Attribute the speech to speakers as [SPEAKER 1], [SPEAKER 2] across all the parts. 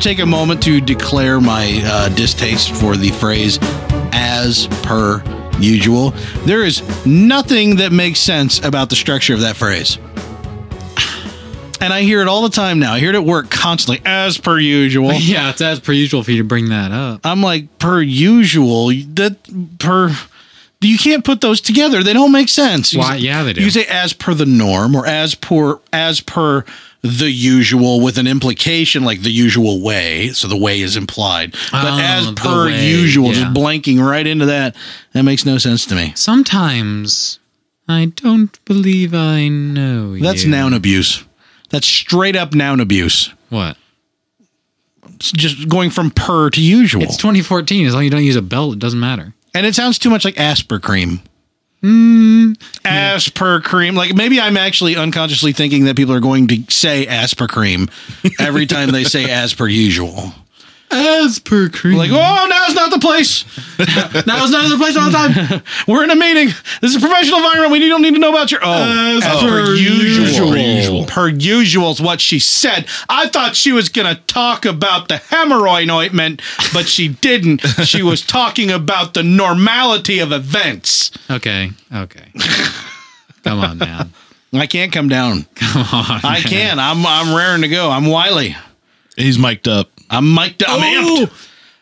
[SPEAKER 1] take a moment to declare my uh, distaste for the phrase as per usual. There is nothing that makes sense about the structure of that phrase. And I hear it all the time now. I hear it at work constantly, as per usual.
[SPEAKER 2] yeah, it's as per usual for you to bring that up.
[SPEAKER 1] I'm like, per usual, that per you can't put those together. They don't make sense. You
[SPEAKER 2] Why,
[SPEAKER 1] say-
[SPEAKER 2] yeah, they do.
[SPEAKER 1] You say as per the norm or as per as per the usual with an implication like the usual way. So the way is implied. But
[SPEAKER 2] Oh,
[SPEAKER 1] as
[SPEAKER 2] the
[SPEAKER 1] per
[SPEAKER 2] way,
[SPEAKER 1] usual,
[SPEAKER 2] yeah.
[SPEAKER 1] just blanking right into that. That makes no sense to me.
[SPEAKER 2] Sometimes I don't believe I know you.
[SPEAKER 1] That's noun abuse. That's straight up noun abuse.
[SPEAKER 2] What?
[SPEAKER 1] It's just going from per to usual.
[SPEAKER 2] It's 2014. As long as you don't use a belt, it doesn't matter.
[SPEAKER 1] and it sounds too much like asper cream. Asper cream. Like maybe I'm actually unconsciously thinking that people are going to say asper cream every time they say as per usual.
[SPEAKER 2] As per cream.
[SPEAKER 1] Like, oh, now's not the place.
[SPEAKER 2] that was another place all the time.
[SPEAKER 1] We're in a meeting. This is a professional environment. We don't need to know about your. Oh,
[SPEAKER 2] As per usual.
[SPEAKER 1] Per usual. Per usual is what she said. I thought she was going to talk about the hemorrhoid ointment, but she didn't. she was talking about the normality of events.
[SPEAKER 2] okay. Okay. Come on, man.
[SPEAKER 1] I can't come down.
[SPEAKER 2] Come on.
[SPEAKER 1] I can. I'm I'm raring to go. I'm wily.
[SPEAKER 3] He's mic'd up.
[SPEAKER 1] I'm mic'd up. I'm
[SPEAKER 2] Oh!
[SPEAKER 1] amped.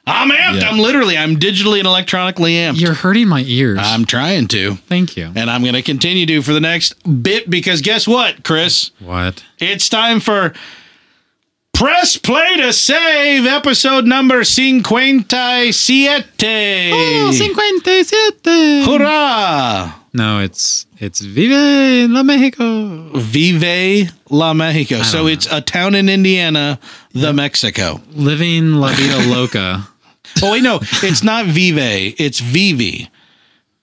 [SPEAKER 1] I'm amped.
[SPEAKER 3] Yeah.
[SPEAKER 1] I'm literally. I'm digitally and electronically amped.
[SPEAKER 2] You're hurting my ears.
[SPEAKER 1] I'm trying to,
[SPEAKER 2] Thank you.
[SPEAKER 1] and I'm going to continue to for the next bit because guess what, Chris?
[SPEAKER 2] What?
[SPEAKER 1] It's time for press play to save episode number cinquenta siete.
[SPEAKER 2] Oh,
[SPEAKER 1] Hurrah!
[SPEAKER 2] No, it's it's Vive la Mexico.
[SPEAKER 1] Vive la Mexico. So
[SPEAKER 2] know.
[SPEAKER 1] it's a town in Indiana, the Mexico.
[SPEAKER 2] Living la vida loca.
[SPEAKER 1] Oh wait, no, it's not Vive. It's Vivi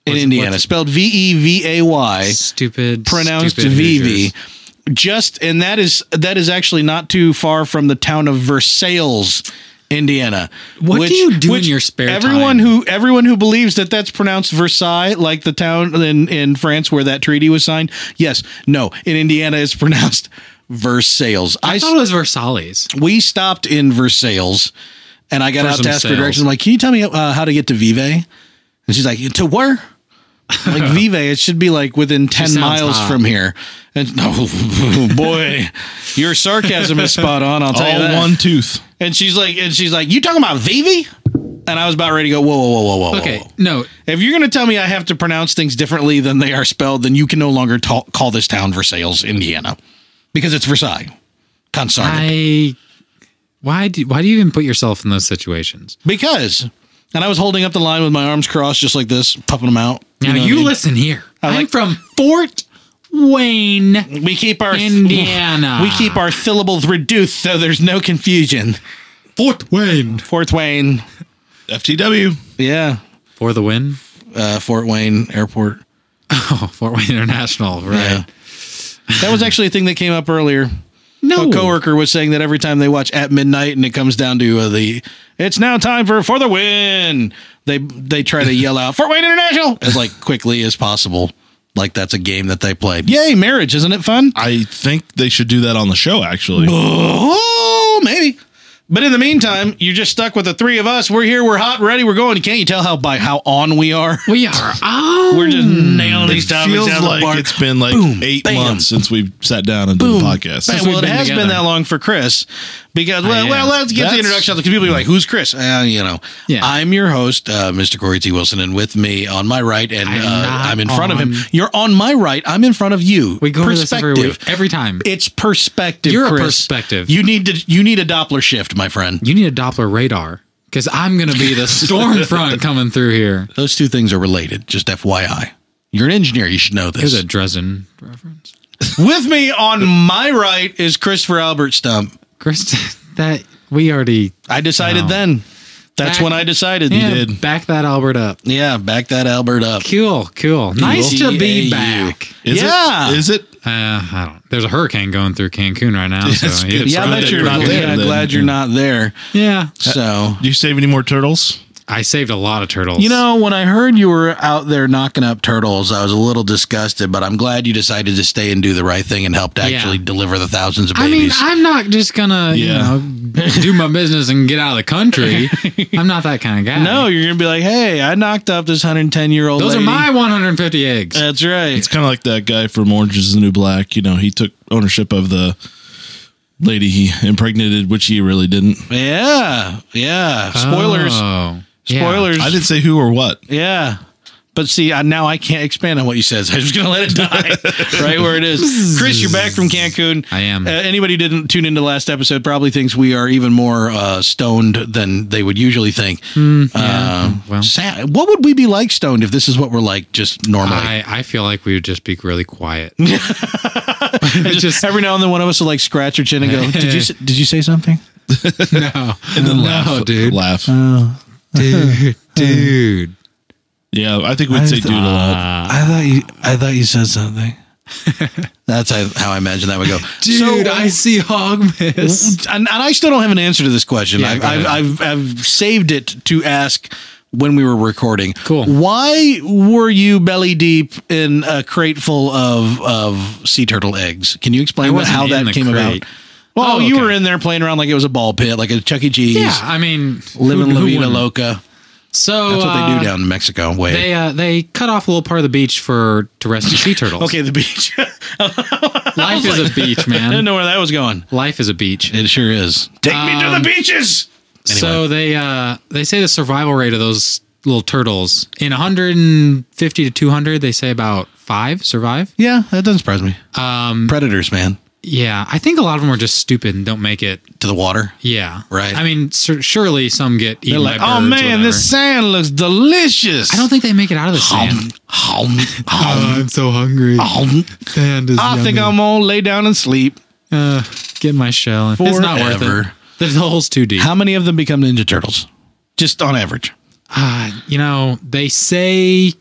[SPEAKER 1] in
[SPEAKER 2] What's-
[SPEAKER 1] Indiana,
[SPEAKER 2] what's-
[SPEAKER 1] spelled V E V A Y,
[SPEAKER 2] Stupid.
[SPEAKER 1] pronounced
[SPEAKER 2] stupid
[SPEAKER 1] Vivi.
[SPEAKER 2] Hoosiers.
[SPEAKER 1] Just and that is that is actually not too far from the town of Versailles, Indiana.
[SPEAKER 2] What do you do in your spare
[SPEAKER 1] everyone
[SPEAKER 2] time?
[SPEAKER 1] who everyone who believes that that's pronounced Versailles, like the town in in France where that treaty was signed. Yes, no, in Indiana it's pronounced Versailles.
[SPEAKER 2] I
[SPEAKER 1] I,
[SPEAKER 2] thought it was Versailles.
[SPEAKER 1] we stopped in Versailles, and I got
[SPEAKER 2] For
[SPEAKER 1] out
[SPEAKER 2] some
[SPEAKER 1] to ask for
[SPEAKER 2] sales.
[SPEAKER 1] directions. I'm like, "Can you tell me uh, how to get to Vive?" And she's like, "To where?" I'm Like Vive, it should be like within ten
[SPEAKER 2] sounds
[SPEAKER 1] miles
[SPEAKER 2] hot.
[SPEAKER 1] from here. And oh boy, your sarcasm is spot on. I'll tell you
[SPEAKER 3] All
[SPEAKER 1] that.
[SPEAKER 3] one tooth.
[SPEAKER 1] And she's like, and she's like, "You talking about Vive?" And I was about ready to go. Whoa, whoa, whoa, whoa, whoa.
[SPEAKER 2] Okay.
[SPEAKER 1] whoa.
[SPEAKER 2] No.
[SPEAKER 1] If you're going to tell me I have to pronounce things differently than they are spelled, then you can no longer ta- call this town Versailles, Indiana, because it's Versailles. Consarn.
[SPEAKER 2] I. Why do Why do you even put yourself in those situations?
[SPEAKER 1] Because, and I was holding up the line with my arms crossed, just like this, puffing them out.
[SPEAKER 2] Now
[SPEAKER 1] know
[SPEAKER 2] you,
[SPEAKER 1] what I mean?
[SPEAKER 2] listen here. I'm
[SPEAKER 1] like-
[SPEAKER 2] from Fort Wayne,
[SPEAKER 1] We keep our
[SPEAKER 2] Indiana.
[SPEAKER 1] We keep our syllables reduced, so there's no confusion.
[SPEAKER 2] Fort Wayne
[SPEAKER 1] Fort Wayne,
[SPEAKER 3] FTW.
[SPEAKER 1] yeah,
[SPEAKER 2] for the win.
[SPEAKER 1] uh, Fort Wayne Airport.
[SPEAKER 2] Oh, Fort Wayne International, right?
[SPEAKER 1] Yeah. That was actually a thing that came up earlier.
[SPEAKER 2] No.
[SPEAKER 1] A coworker was saying that every time they watch At Midnight, and it comes down to uh, the "It's now time for for the win," they they try to yell out "Fort Wayne International" as like quickly as possible, like that's a game that they play. Yay, marriage! Isn't it fun?
[SPEAKER 3] I think they should do that on the show, actually. Uh-huh.
[SPEAKER 1] Oh, maybe. But in the meantime, you're just stuck with the three of us. We're here. We're hot, ready. We're going. Can't you tell how by how on we are?
[SPEAKER 2] We are. Oh.
[SPEAKER 1] We're just nailing these
[SPEAKER 3] Hmm. It
[SPEAKER 1] topics
[SPEAKER 3] feels
[SPEAKER 1] out of the
[SPEAKER 3] like
[SPEAKER 1] park.
[SPEAKER 3] it's been like
[SPEAKER 1] Boom,
[SPEAKER 3] eight
[SPEAKER 1] bam.
[SPEAKER 3] months since we sat down and did the podcast.
[SPEAKER 1] Bam.
[SPEAKER 2] we've
[SPEAKER 1] Well, it
[SPEAKER 2] been
[SPEAKER 1] has been
[SPEAKER 2] together.
[SPEAKER 1] that long for Chris because well,
[SPEAKER 2] yeah.
[SPEAKER 1] well let's get the
[SPEAKER 3] That's-
[SPEAKER 1] introduction out because people be like, "Who's Chris?" Uh, you know,
[SPEAKER 2] Yeah.
[SPEAKER 1] I'm your host, uh, Mr. Corey T. Wilson, and with me on my right, and
[SPEAKER 2] I'm
[SPEAKER 1] I'm, uh,
[SPEAKER 2] not
[SPEAKER 1] I'm in front of him.
[SPEAKER 2] on-
[SPEAKER 1] You're on my right. I'm in front of you.
[SPEAKER 2] We go over this every week, every time.
[SPEAKER 1] It's perspective.
[SPEAKER 2] You're a
[SPEAKER 1] Chris.
[SPEAKER 2] perspective.
[SPEAKER 1] You need to. You need a Doppler shift, my friend.
[SPEAKER 2] you need a Doppler radar because I'm going to be the storm front coming through here.
[SPEAKER 1] Those two things are related, just FYI. You're an engineer, you should know
[SPEAKER 2] There's
[SPEAKER 1] this.
[SPEAKER 2] a Dresden reference.
[SPEAKER 1] With me on my right is Christopher Albert Stump.
[SPEAKER 2] Kristen, that we already
[SPEAKER 1] I decided
[SPEAKER 2] Wow.
[SPEAKER 1] then. That's
[SPEAKER 2] Back-
[SPEAKER 1] when I decided.
[SPEAKER 2] yeah,
[SPEAKER 3] did.
[SPEAKER 2] back that Albert up.
[SPEAKER 1] Yeah, back that Albert up.
[SPEAKER 2] Cool, cool. Nice to
[SPEAKER 1] T A U.
[SPEAKER 2] be back.
[SPEAKER 3] Is
[SPEAKER 1] Yeah.
[SPEAKER 3] It, is it?
[SPEAKER 2] Uh, I don't. There's a hurricane going through Cancun right now. So
[SPEAKER 3] Yes,
[SPEAKER 2] yeah,
[SPEAKER 3] good.
[SPEAKER 2] it's
[SPEAKER 1] Yeah, I
[SPEAKER 2] right
[SPEAKER 1] bet
[SPEAKER 3] that
[SPEAKER 1] you're
[SPEAKER 3] you're
[SPEAKER 1] not
[SPEAKER 3] not
[SPEAKER 1] there.
[SPEAKER 3] there
[SPEAKER 1] I'm
[SPEAKER 3] then.
[SPEAKER 2] Uh,
[SPEAKER 1] glad you're not there.
[SPEAKER 2] yeah.
[SPEAKER 1] So
[SPEAKER 3] Do you save any more turtles?
[SPEAKER 2] I saved a lot of turtles.
[SPEAKER 1] You know, when I heard you were out there knocking up turtles, I was a little disgusted, but I'm glad you decided to stay and do the right thing and helped actually
[SPEAKER 2] Yeah.
[SPEAKER 1] deliver the thousands of
[SPEAKER 2] I mean,
[SPEAKER 1] babies.
[SPEAKER 2] I'm not just gonna
[SPEAKER 3] Yeah.
[SPEAKER 2] you know do my business and get out of the country. I'm not that kind of guy.
[SPEAKER 1] no, you're gonna be like, hey, I knocked up this 110 year old.
[SPEAKER 2] those are my 150 eggs.
[SPEAKER 1] That's right.
[SPEAKER 3] It's kind of like that guy from Orange is the New Black. You know, he took ownership of the lady he impregnated, which he really didn't.
[SPEAKER 1] yeah, yeah. Spoilers.
[SPEAKER 2] Oh, yeah.
[SPEAKER 1] Spoilers.
[SPEAKER 3] I didn't say who or what.
[SPEAKER 1] Yeah. But see, I, now I can't expand on what you says. I'm just going to let it die right where it is. Chris, you're back from Cancun.
[SPEAKER 2] I am.
[SPEAKER 1] Uh, anybody who didn't tune into the last episode probably thinks we are even more uh, stoned than they would usually think. Uh,
[SPEAKER 2] Hmm, well.
[SPEAKER 1] sad. What would we be like stoned if this is what we're like just normally?
[SPEAKER 2] I, I feel like we would just be really quiet.
[SPEAKER 1] just,
[SPEAKER 2] just-
[SPEAKER 1] every now and then, one of us will like scratch our chin and go, "Did you s- did you say something?"
[SPEAKER 2] No,
[SPEAKER 3] And then
[SPEAKER 2] no,
[SPEAKER 1] Oh,
[SPEAKER 3] laugh.
[SPEAKER 2] dude,
[SPEAKER 3] Laugh.
[SPEAKER 1] Uh,
[SPEAKER 2] dude, dude.
[SPEAKER 3] Yeah, I think we'd say dude a lot.
[SPEAKER 2] Uh.
[SPEAKER 1] I thought you I thought you said something. That's how I imagine that would go.
[SPEAKER 2] Dude,
[SPEAKER 1] So-
[SPEAKER 2] I see Hogmas.
[SPEAKER 1] and, and I still don't have an answer to this question.
[SPEAKER 2] Yeah,
[SPEAKER 1] I've,
[SPEAKER 2] go
[SPEAKER 1] I've, I've,
[SPEAKER 2] ahead.
[SPEAKER 1] I've saved it to ask when we were recording.
[SPEAKER 2] Cool.
[SPEAKER 1] Why were you belly deep in a crate full of of sea turtle eggs? Can you explain what,
[SPEAKER 2] wasn't
[SPEAKER 1] how
[SPEAKER 2] in
[SPEAKER 1] that
[SPEAKER 2] the
[SPEAKER 1] came
[SPEAKER 2] crate.
[SPEAKER 1] about? Well,
[SPEAKER 2] Oh,
[SPEAKER 1] you
[SPEAKER 2] okay.
[SPEAKER 1] were in there playing around like it was a ball pit, like a Chuck E. Cheese,
[SPEAKER 2] Yeah, I mean,
[SPEAKER 1] living
[SPEAKER 2] who-
[SPEAKER 1] la
[SPEAKER 2] who
[SPEAKER 1] vida
[SPEAKER 2] wouldn't?
[SPEAKER 1] loca.
[SPEAKER 2] So
[SPEAKER 1] That's what they
[SPEAKER 2] uh,
[SPEAKER 1] do down in Mexico. Wait.
[SPEAKER 2] They uh, they cut off a little part of the beach for to rescue sea turtles.
[SPEAKER 1] okay, the beach.
[SPEAKER 2] life is a beach,
[SPEAKER 1] I didn't
[SPEAKER 2] man.
[SPEAKER 1] know where that was going.
[SPEAKER 2] Life is a beach.
[SPEAKER 1] It sure is. Take me to the
[SPEAKER 2] Um,
[SPEAKER 1] beaches.
[SPEAKER 2] So they uh, they say the survival rate of those little turtles in 150 to 200, they say about five survive.
[SPEAKER 1] Yeah, that doesn't surprise me. Um, Predators, man,
[SPEAKER 2] Yeah, I think a lot of them are just stupid and don't make it.
[SPEAKER 1] to the water.
[SPEAKER 2] Yeah,
[SPEAKER 1] Right.
[SPEAKER 2] I mean, sur- surely some get eaten
[SPEAKER 1] They're like,
[SPEAKER 2] by
[SPEAKER 1] oh
[SPEAKER 2] birds or
[SPEAKER 1] man, this
[SPEAKER 2] whatever."
[SPEAKER 1] sand looks delicious.
[SPEAKER 2] I don't think they make it out of the sand. Oh,
[SPEAKER 1] Hum, hum,
[SPEAKER 2] I'm so hungry.
[SPEAKER 1] hum.
[SPEAKER 2] Sand is
[SPEAKER 1] I think I'm gonna lay down and sleep.
[SPEAKER 2] uh, get my shell. in. It's not worth it.
[SPEAKER 1] Forever.
[SPEAKER 2] The hole's too deep.
[SPEAKER 1] How many of them become Ninja Turtles? Just on average.
[SPEAKER 2] Ah, you know, they say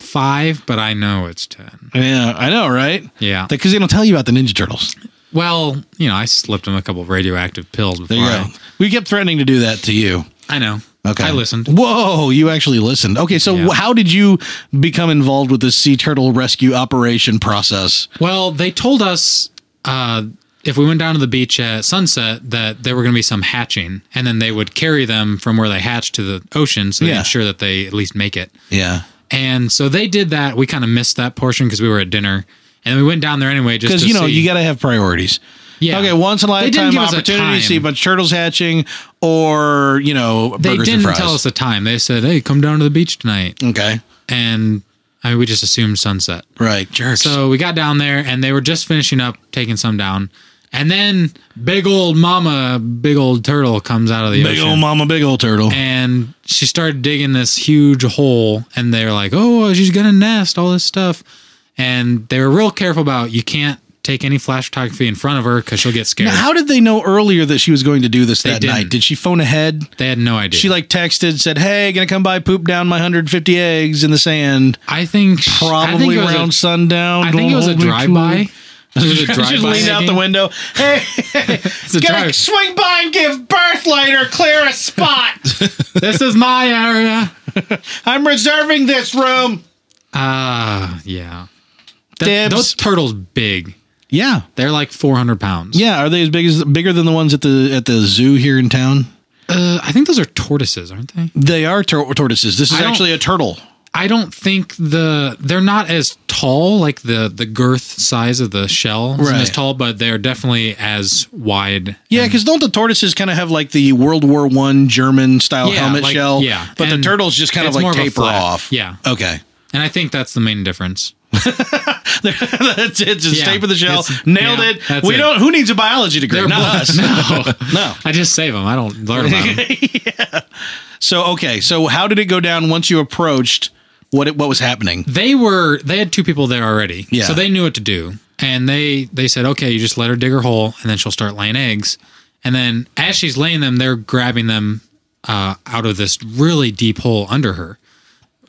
[SPEAKER 2] five, but I know it's ten.
[SPEAKER 1] Yeah, I know, right?
[SPEAKER 2] Yeah.
[SPEAKER 1] Because they don't tell you about the Ninja Turtles.
[SPEAKER 2] Well, you know, I slipped him a couple of radioactive pills before.
[SPEAKER 1] There you
[SPEAKER 2] I,
[SPEAKER 1] go. We kept threatening to do that to you.
[SPEAKER 2] I know.
[SPEAKER 1] Okay.
[SPEAKER 2] I listened.
[SPEAKER 1] Whoa, you actually listened. Okay, so
[SPEAKER 2] Yeah.
[SPEAKER 1] how did you become involved with the sea turtle rescue operation process?
[SPEAKER 2] Well, they told us uh, if we went down to the beach at sunset that there were going to be some hatching, and then they would carry them from where they hatched to the ocean, so they
[SPEAKER 1] Yeah.
[SPEAKER 2] ensure that they at least make it.
[SPEAKER 1] Yeah.
[SPEAKER 2] And so they did that. We kind of missed that portion because we were at dinner, and we went down there anyway. Just
[SPEAKER 1] Because
[SPEAKER 2] to
[SPEAKER 1] you know,
[SPEAKER 2] see.
[SPEAKER 1] you gotta have priorities.
[SPEAKER 2] yeah.
[SPEAKER 1] Okay, once in a
[SPEAKER 2] They
[SPEAKER 1] lifetime
[SPEAKER 2] didn't give us a
[SPEAKER 1] opportunity to
[SPEAKER 2] time.
[SPEAKER 1] see a bunch of turtles hatching or, you know,
[SPEAKER 2] They
[SPEAKER 1] burgers
[SPEAKER 2] didn't
[SPEAKER 1] and fries.
[SPEAKER 2] tell us the time. They said, "Hey, come down to the beach tonight,"
[SPEAKER 1] Okay.
[SPEAKER 2] and I mean, we just assumed sunset.
[SPEAKER 1] Right. Jerks.
[SPEAKER 2] So we got down there, and they were just finishing up taking some down, and then big old mama, big old turtle comes out of the
[SPEAKER 1] big
[SPEAKER 2] ocean,
[SPEAKER 1] old mama, big old turtle.
[SPEAKER 2] and she started digging this huge hole, and they're like, "Oh, she's gonna nest," all this stuff, and they were real careful about you can't take any flash photography in front of her because she'll get scared.
[SPEAKER 1] How did they know earlier that she was going to do this that
[SPEAKER 2] didn't.
[SPEAKER 1] night? Did she phone ahead?
[SPEAKER 2] they had no idea.
[SPEAKER 1] She like texted, said, "Hey, gonna come by, poop down my 150 eggs in the sand,
[SPEAKER 2] I think I think
[SPEAKER 1] probably
[SPEAKER 2] it was a-
[SPEAKER 1] around sundown."
[SPEAKER 2] I think it was a
[SPEAKER 1] Don't hold me
[SPEAKER 2] drive by.
[SPEAKER 1] to it." She just leaned out the window. Hey,
[SPEAKER 2] It's a
[SPEAKER 1] gonna
[SPEAKER 2] drive.
[SPEAKER 1] swing by and give birth later. Clear a spot.
[SPEAKER 2] This is my area.
[SPEAKER 1] I'm reserving this room.
[SPEAKER 2] Ah, yeah. That-
[SPEAKER 1] Dibs.
[SPEAKER 2] Those turtles big.
[SPEAKER 1] Yeah,
[SPEAKER 2] They're like 400 pounds.
[SPEAKER 1] yeah. Are they as big as bigger than the ones at the at the zoo here in town?
[SPEAKER 2] Uh, I think those are tortoises, aren't they?
[SPEAKER 1] They are tur- tortoises. This is
[SPEAKER 2] I don't-
[SPEAKER 1] actually a turtle.
[SPEAKER 2] I don't think the they're not as tall like the the girth size of the shell isn't
[SPEAKER 1] Right.
[SPEAKER 2] as tall, but they're definitely as wide.
[SPEAKER 1] Yeah, because don't the tortoises kind of have like the World War One German style
[SPEAKER 2] Yeah,
[SPEAKER 1] helmet
[SPEAKER 2] like-
[SPEAKER 1] shell?
[SPEAKER 2] yeah.
[SPEAKER 1] but
[SPEAKER 2] And
[SPEAKER 1] the turtles just kind of
[SPEAKER 2] it's
[SPEAKER 1] like
[SPEAKER 2] more of a
[SPEAKER 1] taper
[SPEAKER 2] flap.
[SPEAKER 1] off.
[SPEAKER 2] Yeah.
[SPEAKER 1] Okay.
[SPEAKER 2] And I think that's the main difference.
[SPEAKER 1] that's it. Just
[SPEAKER 2] Yeah,
[SPEAKER 1] taper the shell.
[SPEAKER 2] it's-
[SPEAKER 1] Nailed
[SPEAKER 2] yeah,
[SPEAKER 1] it.
[SPEAKER 2] that's
[SPEAKER 1] We
[SPEAKER 2] it.
[SPEAKER 1] don't. Who needs a biology degree?
[SPEAKER 2] They're
[SPEAKER 1] Not
[SPEAKER 2] bl-
[SPEAKER 1] us.
[SPEAKER 2] No.
[SPEAKER 1] No.
[SPEAKER 2] I just save them. I don't learn about 'em.
[SPEAKER 1] So okay. So how did it go down once you approached what it, what was happening?
[SPEAKER 2] they were they had two people there already
[SPEAKER 1] Yeah.
[SPEAKER 2] so they knew what to do and they they said okay you just let her dig her hole and then she'll start laying eggs and then as she's laying them they're grabbing them uh, out of this really deep hole under her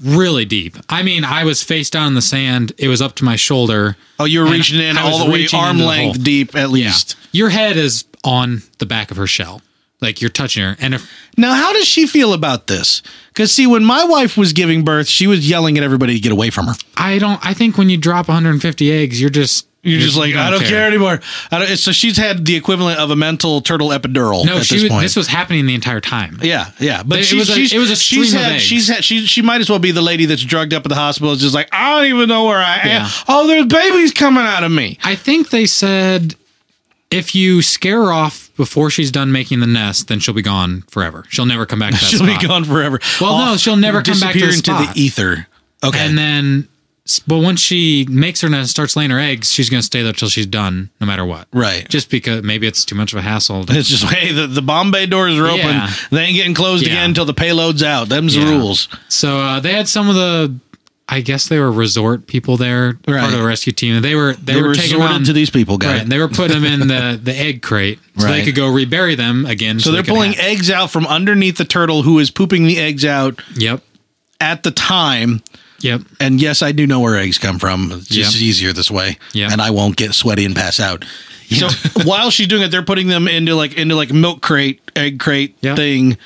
[SPEAKER 2] really deep i mean i was face down in the sand it was up to my shoulder
[SPEAKER 1] Oh, you were
[SPEAKER 2] And
[SPEAKER 1] reaching in
[SPEAKER 2] I was
[SPEAKER 1] all the way
[SPEAKER 2] reaching
[SPEAKER 1] arm
[SPEAKER 2] into the
[SPEAKER 1] length
[SPEAKER 2] hole.
[SPEAKER 1] deep at
[SPEAKER 2] yeah
[SPEAKER 1] least.
[SPEAKER 2] your head is on the back of her shell Like you're touching her, and if
[SPEAKER 1] Now, how does she feel about this? Because see, when my wife was giving birth, she was yelling at everybody to get away from her.
[SPEAKER 2] I don't, I think when you drop 150 eggs, you're just
[SPEAKER 1] You're just like,
[SPEAKER 2] you
[SPEAKER 1] I don't care, anymore. I don't, so she's had the equivalent of a mental turtle epidural.
[SPEAKER 2] No,
[SPEAKER 1] at
[SPEAKER 2] she
[SPEAKER 1] this
[SPEAKER 2] was,
[SPEAKER 1] point.
[SPEAKER 2] this was happening the entire time.
[SPEAKER 1] Yeah, yeah, but
[SPEAKER 2] It
[SPEAKER 1] she's,
[SPEAKER 2] was a-
[SPEAKER 1] she's,
[SPEAKER 2] it was a
[SPEAKER 1] she's
[SPEAKER 2] stream of
[SPEAKER 1] had,
[SPEAKER 2] eggs.
[SPEAKER 1] she's had, she, she might as well be the lady that's drugged up at the hospital. It's just like I don't even know where I am.
[SPEAKER 2] Yeah.
[SPEAKER 1] Oh, there's babies coming out of me.
[SPEAKER 2] I think they said if you scare her off before she's done making the nest, then she'll be gone forever. She'll never come back to that
[SPEAKER 1] She'll
[SPEAKER 2] spot.
[SPEAKER 1] be gone forever.
[SPEAKER 2] Well, no, she'll never come back to
[SPEAKER 1] disappear
[SPEAKER 2] the
[SPEAKER 1] into
[SPEAKER 2] spot.
[SPEAKER 1] the ether. Okay,
[SPEAKER 2] And then, s- but once she makes her nest and starts laying her eggs, she's going to stay there till she's done, no matter what.
[SPEAKER 1] Right.
[SPEAKER 2] Just because maybe it's too much of a hassle. to-
[SPEAKER 1] it's just hey, the, the Bombay doors are open.
[SPEAKER 2] Yeah.
[SPEAKER 1] They ain't getting closed
[SPEAKER 2] Yeah.
[SPEAKER 1] again until the payload's out. Them's
[SPEAKER 2] Yeah.
[SPEAKER 1] the rules.
[SPEAKER 2] So uh, they had some of the, I guess they were resort people there, part
[SPEAKER 1] Right.
[SPEAKER 2] of the rescue team. and They were they,
[SPEAKER 1] They,
[SPEAKER 2] were taking
[SPEAKER 1] resorted
[SPEAKER 2] on
[SPEAKER 1] to these people, guys.
[SPEAKER 2] Right, and they were putting them in the, the egg crate so
[SPEAKER 1] Right.
[SPEAKER 2] they could go rebury them again.
[SPEAKER 1] so they're
[SPEAKER 2] they could
[SPEAKER 1] pulling
[SPEAKER 2] have-
[SPEAKER 1] eggs out from underneath the turtle who is pooping the eggs out
[SPEAKER 2] Yep.
[SPEAKER 1] at the time.
[SPEAKER 2] Yep.
[SPEAKER 1] And yes, I do know where eggs come from. It's just
[SPEAKER 2] Yeah.
[SPEAKER 1] easier this way.
[SPEAKER 2] Yeah.
[SPEAKER 1] And I won't get sweaty and pass out. So while she's doing it, they're putting them into like into like milk crate, egg crate
[SPEAKER 2] Yeah.
[SPEAKER 1] thing,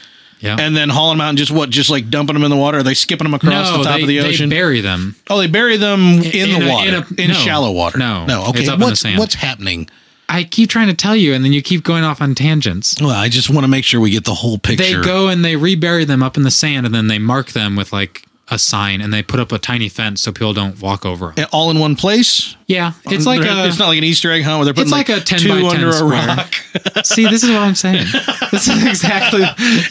[SPEAKER 2] Yeah.
[SPEAKER 1] and then hauling them out and just what, just like dumping them in the water. Are they skipping them across the top
[SPEAKER 2] they,
[SPEAKER 1] of the
[SPEAKER 2] they
[SPEAKER 1] ocean?
[SPEAKER 2] bury them.
[SPEAKER 1] oh, they bury them in,
[SPEAKER 2] in
[SPEAKER 1] the
[SPEAKER 2] a-
[SPEAKER 1] water,
[SPEAKER 2] in
[SPEAKER 1] in,
[SPEAKER 2] a- no.
[SPEAKER 1] shallow water.
[SPEAKER 2] No.
[SPEAKER 1] no, okay.
[SPEAKER 2] It's up in the
[SPEAKER 1] what's
[SPEAKER 2] sand.
[SPEAKER 1] what's happening?
[SPEAKER 2] I keep trying to tell you, and then you keep going off on tangents.
[SPEAKER 1] Well, I just want to make sure we get the whole
[SPEAKER 2] They
[SPEAKER 1] picture.
[SPEAKER 2] go and they rebury them up in the sand, and then they mark them with like a sign, and they put up a tiny fence so people don't walk over them.
[SPEAKER 1] all in one place.
[SPEAKER 2] Yeah, it's like
[SPEAKER 1] They're-
[SPEAKER 2] a.
[SPEAKER 1] it's not like an Easter egg hunt where they're putting
[SPEAKER 2] it's like, a ten
[SPEAKER 1] two
[SPEAKER 2] by ten
[SPEAKER 1] under a
[SPEAKER 2] square.
[SPEAKER 1] rock.
[SPEAKER 2] See, this is what I'm saying. This is exactly.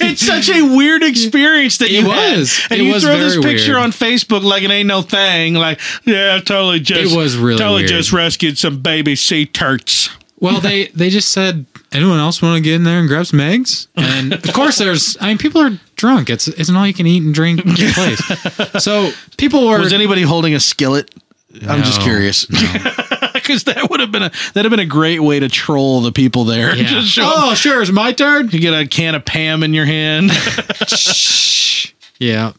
[SPEAKER 1] It's such a weird experience that
[SPEAKER 2] It
[SPEAKER 1] you had.
[SPEAKER 2] was.
[SPEAKER 1] and
[SPEAKER 2] It
[SPEAKER 1] you
[SPEAKER 2] was
[SPEAKER 1] throw this
[SPEAKER 2] very
[SPEAKER 1] picture
[SPEAKER 2] weird.
[SPEAKER 1] on Facebook like it ain't no thing. Like, yeah, I totally just
[SPEAKER 2] It was really
[SPEAKER 1] totally
[SPEAKER 2] weird.
[SPEAKER 1] just rescued some baby sea turts.
[SPEAKER 2] Well, they they just said, anyone else want to get in there and grab some eggs? And of course, there's. I mean, people are drunk. It's it's an all you can eat and drink place. So people were.
[SPEAKER 1] Was anybody holding a skillet? I'm just
[SPEAKER 2] No,
[SPEAKER 1] curious. Because that would have been a that'd have been a great way to troll the people there.
[SPEAKER 2] Yeah.
[SPEAKER 1] Just show up.
[SPEAKER 2] oh, sure, it's my turn.
[SPEAKER 1] You get a can of Pam in your hand.
[SPEAKER 2] Yeah.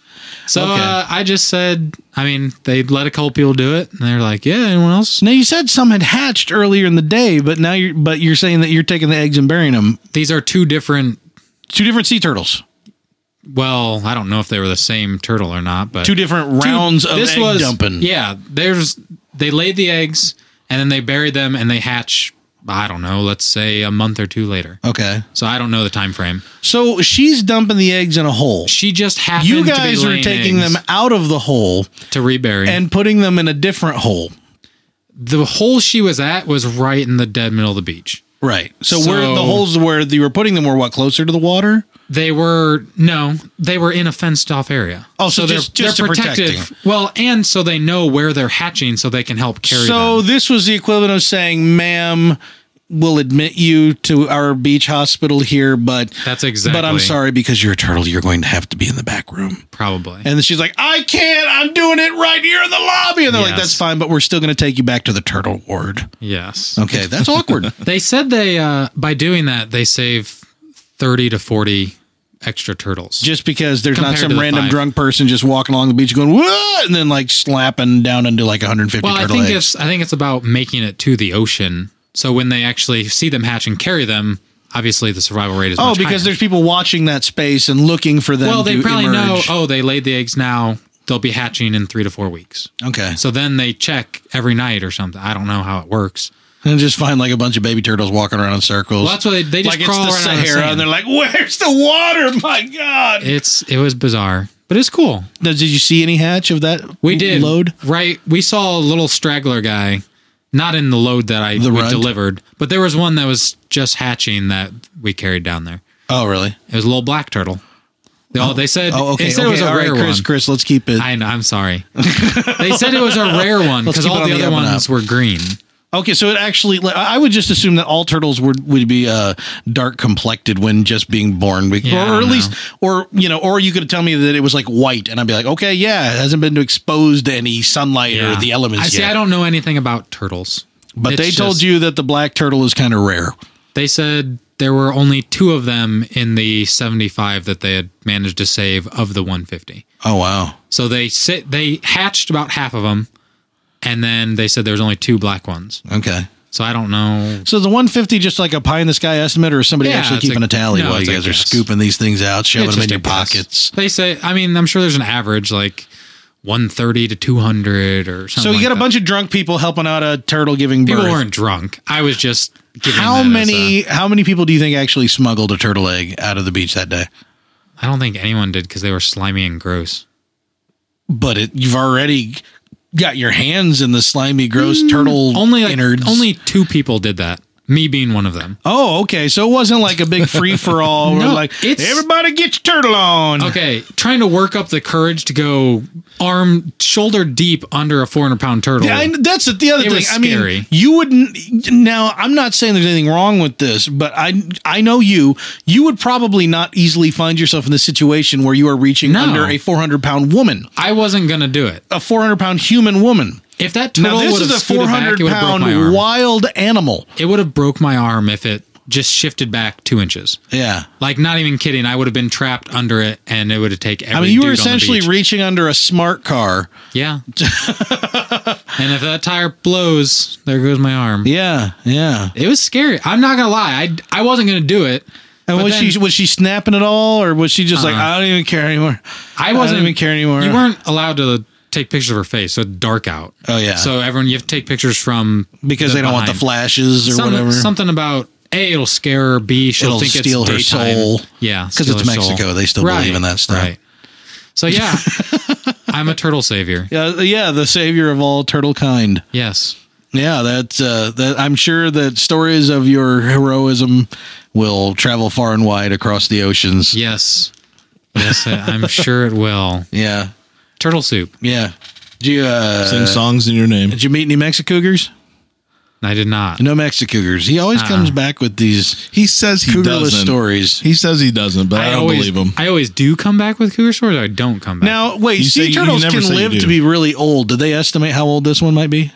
[SPEAKER 2] So
[SPEAKER 1] Okay.
[SPEAKER 2] uh, I just said, I mean, they let a couple people do it, and they're like, yeah, anyone else?
[SPEAKER 1] now you said some had hatched earlier in the day, but now you're but you're saying that you're taking the eggs and burying them.
[SPEAKER 2] These are two different.
[SPEAKER 1] Two different sea turtles.
[SPEAKER 2] Well, I don't know if they were the same turtle or not, but
[SPEAKER 1] Two different rounds of egg
[SPEAKER 2] was,
[SPEAKER 1] dumping.
[SPEAKER 2] Yeah, there's they laid the eggs and then they buried them and they hatch. I don't know. Let's say a month or two later.
[SPEAKER 1] Okay.
[SPEAKER 2] So I don't know the time frame.
[SPEAKER 1] So she's dumping the eggs in a hole.
[SPEAKER 2] She just happened.
[SPEAKER 1] You
[SPEAKER 2] to
[SPEAKER 1] guys
[SPEAKER 2] be
[SPEAKER 1] are
[SPEAKER 2] laying
[SPEAKER 1] taking
[SPEAKER 2] eggs
[SPEAKER 1] them out of the hole
[SPEAKER 2] to rebury. And
[SPEAKER 1] and putting them in a different hole.
[SPEAKER 2] the hole she was at was right in the dead middle of the beach.
[SPEAKER 1] Right. So,
[SPEAKER 2] So-
[SPEAKER 1] where the holes where you were putting them were what closer to the water?
[SPEAKER 2] They were no, they were in a fenced off area.
[SPEAKER 1] Oh, so just- just to protect them.
[SPEAKER 2] well, and so they know where they're hatching, so they can help carry
[SPEAKER 1] So
[SPEAKER 2] them.
[SPEAKER 1] this was the equivalent of saying, "Ma'am, we'll admit you to our beach hospital here, but
[SPEAKER 2] That's exactly.
[SPEAKER 1] but I'm sorry because you're a turtle, you're going to have to be in the back room."
[SPEAKER 2] Probably.
[SPEAKER 1] And she's like, "I can't. I'm doing it right here in the lobby." And they're like,
[SPEAKER 2] Yes.
[SPEAKER 1] "That's fine, but we're still going to take you back to the turtle ward."
[SPEAKER 2] yes.
[SPEAKER 1] Okay, that's awkward.
[SPEAKER 2] They said they uh, by doing that they save thirty to forty extra turtles.
[SPEAKER 1] just because there's not
[SPEAKER 2] Compared
[SPEAKER 1] some
[SPEAKER 2] to the
[SPEAKER 1] random
[SPEAKER 2] five.
[SPEAKER 1] drunk person just walking along the beach going what and then like slapping down into like 150
[SPEAKER 2] well, I
[SPEAKER 1] turtle
[SPEAKER 2] think
[SPEAKER 1] eggs.
[SPEAKER 2] it's I think it's about making it to the ocean. So when they actually see them hatch and carry them, obviously the survival rate is
[SPEAKER 1] Oh,
[SPEAKER 2] much
[SPEAKER 1] because
[SPEAKER 2] higher.
[SPEAKER 1] there's people watching that space and looking for them.
[SPEAKER 2] well they
[SPEAKER 1] to
[SPEAKER 2] probably
[SPEAKER 1] emerge.
[SPEAKER 2] know oh they laid the eggs now they'll be hatching in three to four weeks.
[SPEAKER 1] Okay,
[SPEAKER 2] So then they check every night or something. I don't know how it works.
[SPEAKER 1] and just find like a bunch of baby turtles walking around in circles.
[SPEAKER 2] Well, that's why they, they just
[SPEAKER 1] like it's
[SPEAKER 2] crawl
[SPEAKER 1] the
[SPEAKER 2] around in the
[SPEAKER 1] Sahara,
[SPEAKER 2] sand.
[SPEAKER 1] and they're like, "Where's the water? My God!"
[SPEAKER 2] it's it was bizarre, but it's cool.
[SPEAKER 1] Now, did you see any hatch of that?
[SPEAKER 2] We did
[SPEAKER 1] load.
[SPEAKER 2] right. We saw a little straggler guy, not in the load that I
[SPEAKER 1] The
[SPEAKER 2] we
[SPEAKER 1] runt?
[SPEAKER 2] delivered, but there was one that was just hatching that we carried down there.
[SPEAKER 1] Oh, really?
[SPEAKER 2] It was a little black turtle. They, oh, they said
[SPEAKER 1] Oh, okay.
[SPEAKER 2] they said
[SPEAKER 1] okay.
[SPEAKER 2] it was a
[SPEAKER 1] all right,
[SPEAKER 2] rare
[SPEAKER 1] Chris.
[SPEAKER 2] one.
[SPEAKER 1] Chris, let's keep it.
[SPEAKER 2] I know. I'm sorry. they said it was a rare one
[SPEAKER 1] Let's
[SPEAKER 2] because
[SPEAKER 1] keep it on
[SPEAKER 2] all the
[SPEAKER 1] the
[SPEAKER 2] other
[SPEAKER 1] up and
[SPEAKER 2] ones
[SPEAKER 1] up.
[SPEAKER 2] were green.
[SPEAKER 1] Okay, so it actually, like, I I would just assume that all turtles would would be uh, dark complected when just being born, We-
[SPEAKER 2] Yeah, I
[SPEAKER 1] or,
[SPEAKER 2] don't
[SPEAKER 1] at least,
[SPEAKER 2] know.
[SPEAKER 1] or you know, or you could tell me that it was like white, and I'd be like, okay, yeah, it hasn't been exposed to any sunlight or the elements
[SPEAKER 2] I see.
[SPEAKER 1] yet.
[SPEAKER 2] I don't know anything about turtles,
[SPEAKER 1] but
[SPEAKER 2] It's
[SPEAKER 1] they told
[SPEAKER 2] just-
[SPEAKER 1] you that the black turtle is kind of rare.
[SPEAKER 2] They said there were only two of them in the 75 that they had managed to save of the 150.
[SPEAKER 1] Oh wow,
[SPEAKER 2] So they sit, they hatched about half of them, and then they said there was only two black ones.
[SPEAKER 1] okay.
[SPEAKER 2] So I don't know.
[SPEAKER 1] So the 150 just like a pie in the sky estimate, or is somebody
[SPEAKER 2] Yeah,
[SPEAKER 1] actually
[SPEAKER 2] it's
[SPEAKER 1] keeping
[SPEAKER 2] a-
[SPEAKER 1] a tally
[SPEAKER 2] no,
[SPEAKER 1] while you
[SPEAKER 2] it's a
[SPEAKER 1] guys are
[SPEAKER 2] guess.
[SPEAKER 1] scooping these things out, shoving
[SPEAKER 2] It's
[SPEAKER 1] them in
[SPEAKER 2] just
[SPEAKER 1] your
[SPEAKER 2] a guess.
[SPEAKER 1] pockets?
[SPEAKER 2] They say. I mean, I'm sure there's an average like 130 to 200 or something.
[SPEAKER 1] So you
[SPEAKER 2] like
[SPEAKER 1] got a
[SPEAKER 2] that.
[SPEAKER 1] bunch of drunk people helping out a turtle giving birth.
[SPEAKER 2] people weren't drunk. I was just giving
[SPEAKER 1] how
[SPEAKER 2] that as
[SPEAKER 1] many how many people do you think actually smuggled a turtle egg out of the beach that day?
[SPEAKER 2] I I don't think anyone did because they were slimy and gross.
[SPEAKER 1] But it, you've already got your hands in the slimy, gross turtle
[SPEAKER 2] Mm, Only like,
[SPEAKER 1] innards.
[SPEAKER 2] only two people did that. Me being one of them.
[SPEAKER 1] oh, okay. So it wasn't like a big free for all.
[SPEAKER 2] No,
[SPEAKER 1] like
[SPEAKER 2] it's-
[SPEAKER 1] everybody get your turtle on.
[SPEAKER 2] Okay, trying to work up the courage to go arm shoulder deep under a 400 pound turtle.
[SPEAKER 1] Yeah, I, that's the other
[SPEAKER 2] It
[SPEAKER 1] thing.
[SPEAKER 2] was
[SPEAKER 1] I mean,
[SPEAKER 2] scary.
[SPEAKER 1] you wouldn't. Now, I'm not saying there's anything wrong with this, but I I know you. You would probably not easily find yourself in the situation where you are reaching
[SPEAKER 2] No.
[SPEAKER 1] under a 400 pound woman,
[SPEAKER 2] I wasn't gonna do it.
[SPEAKER 1] a 400 pound human woman.
[SPEAKER 2] If that
[SPEAKER 1] Now,
[SPEAKER 2] turtle
[SPEAKER 1] this
[SPEAKER 2] would
[SPEAKER 1] is
[SPEAKER 2] have
[SPEAKER 1] a
[SPEAKER 2] scooted back,
[SPEAKER 1] 400
[SPEAKER 2] it would have broke my
[SPEAKER 1] pound
[SPEAKER 2] arm.
[SPEAKER 1] wild animal.
[SPEAKER 2] It would have broke my arm if it just shifted back two inches.
[SPEAKER 1] Yeah.
[SPEAKER 2] Like, not even kidding. I would have been trapped under it, and it would have taken. Every
[SPEAKER 1] I mean, you were
[SPEAKER 2] dude on the
[SPEAKER 1] essentially
[SPEAKER 2] beach.
[SPEAKER 1] reaching under a smart car.
[SPEAKER 2] yeah. and if that tire blows, there goes my arm.
[SPEAKER 1] Yeah, yeah.
[SPEAKER 2] It was scary. I'm not gonna lie. I I wasn't gonna do it.
[SPEAKER 1] And
[SPEAKER 2] But
[SPEAKER 1] was she
[SPEAKER 2] then- Uh-huh.
[SPEAKER 1] was she snapping at all, or was she just like, I don't even care anymore?
[SPEAKER 2] I wasn't
[SPEAKER 1] even care anymore.
[SPEAKER 2] You weren't allowed to take pictures of her face. So it's dark out.
[SPEAKER 1] Oh, yeah.
[SPEAKER 2] So everyone, you have to take pictures from
[SPEAKER 1] because they don't want the
[SPEAKER 2] behind.
[SPEAKER 1] flashes or
[SPEAKER 2] Some-
[SPEAKER 1] whatever.
[SPEAKER 2] Something about a it'll scare her. B she'll
[SPEAKER 1] It'll
[SPEAKER 2] think
[SPEAKER 1] steal
[SPEAKER 2] it's
[SPEAKER 1] her
[SPEAKER 2] daytime.
[SPEAKER 1] soul.
[SPEAKER 2] Yeah,
[SPEAKER 1] 'Cause
[SPEAKER 2] steal
[SPEAKER 1] it's
[SPEAKER 2] her soul.
[SPEAKER 1] Mexico. They still believe in that stuff.
[SPEAKER 2] Right. So yeah, I'm a turtle savior.
[SPEAKER 1] Yeah, yeah, the savior of all turtle kind.
[SPEAKER 2] Yes.
[SPEAKER 1] Yeah, that's uh, that. I'm sure that stories of your heroism will travel far and wide across the oceans. Yeah,
[SPEAKER 2] Yes. Yes, I- I'm sure it will.
[SPEAKER 1] yeah.
[SPEAKER 2] Turtle soup.
[SPEAKER 1] Did you uh,
[SPEAKER 3] Sing songs in your name.
[SPEAKER 1] did you meet any Mexicougars?
[SPEAKER 2] I did not.
[SPEAKER 1] No Mexicougars. He always comes back with these
[SPEAKER 3] He says he
[SPEAKER 1] cougarless
[SPEAKER 3] doesn't.
[SPEAKER 1] stories.
[SPEAKER 3] He says he doesn't, but I, don't
[SPEAKER 2] always,
[SPEAKER 3] believe him.
[SPEAKER 2] I always do come back with cougar stories. or I don't come back.
[SPEAKER 1] Now, wait,
[SPEAKER 3] You say-
[SPEAKER 1] sea
[SPEAKER 3] you
[SPEAKER 1] turtles
[SPEAKER 3] never
[SPEAKER 1] can
[SPEAKER 3] say you
[SPEAKER 1] live
[SPEAKER 3] do.
[SPEAKER 1] to be really old. Did they estimate how old this one might be?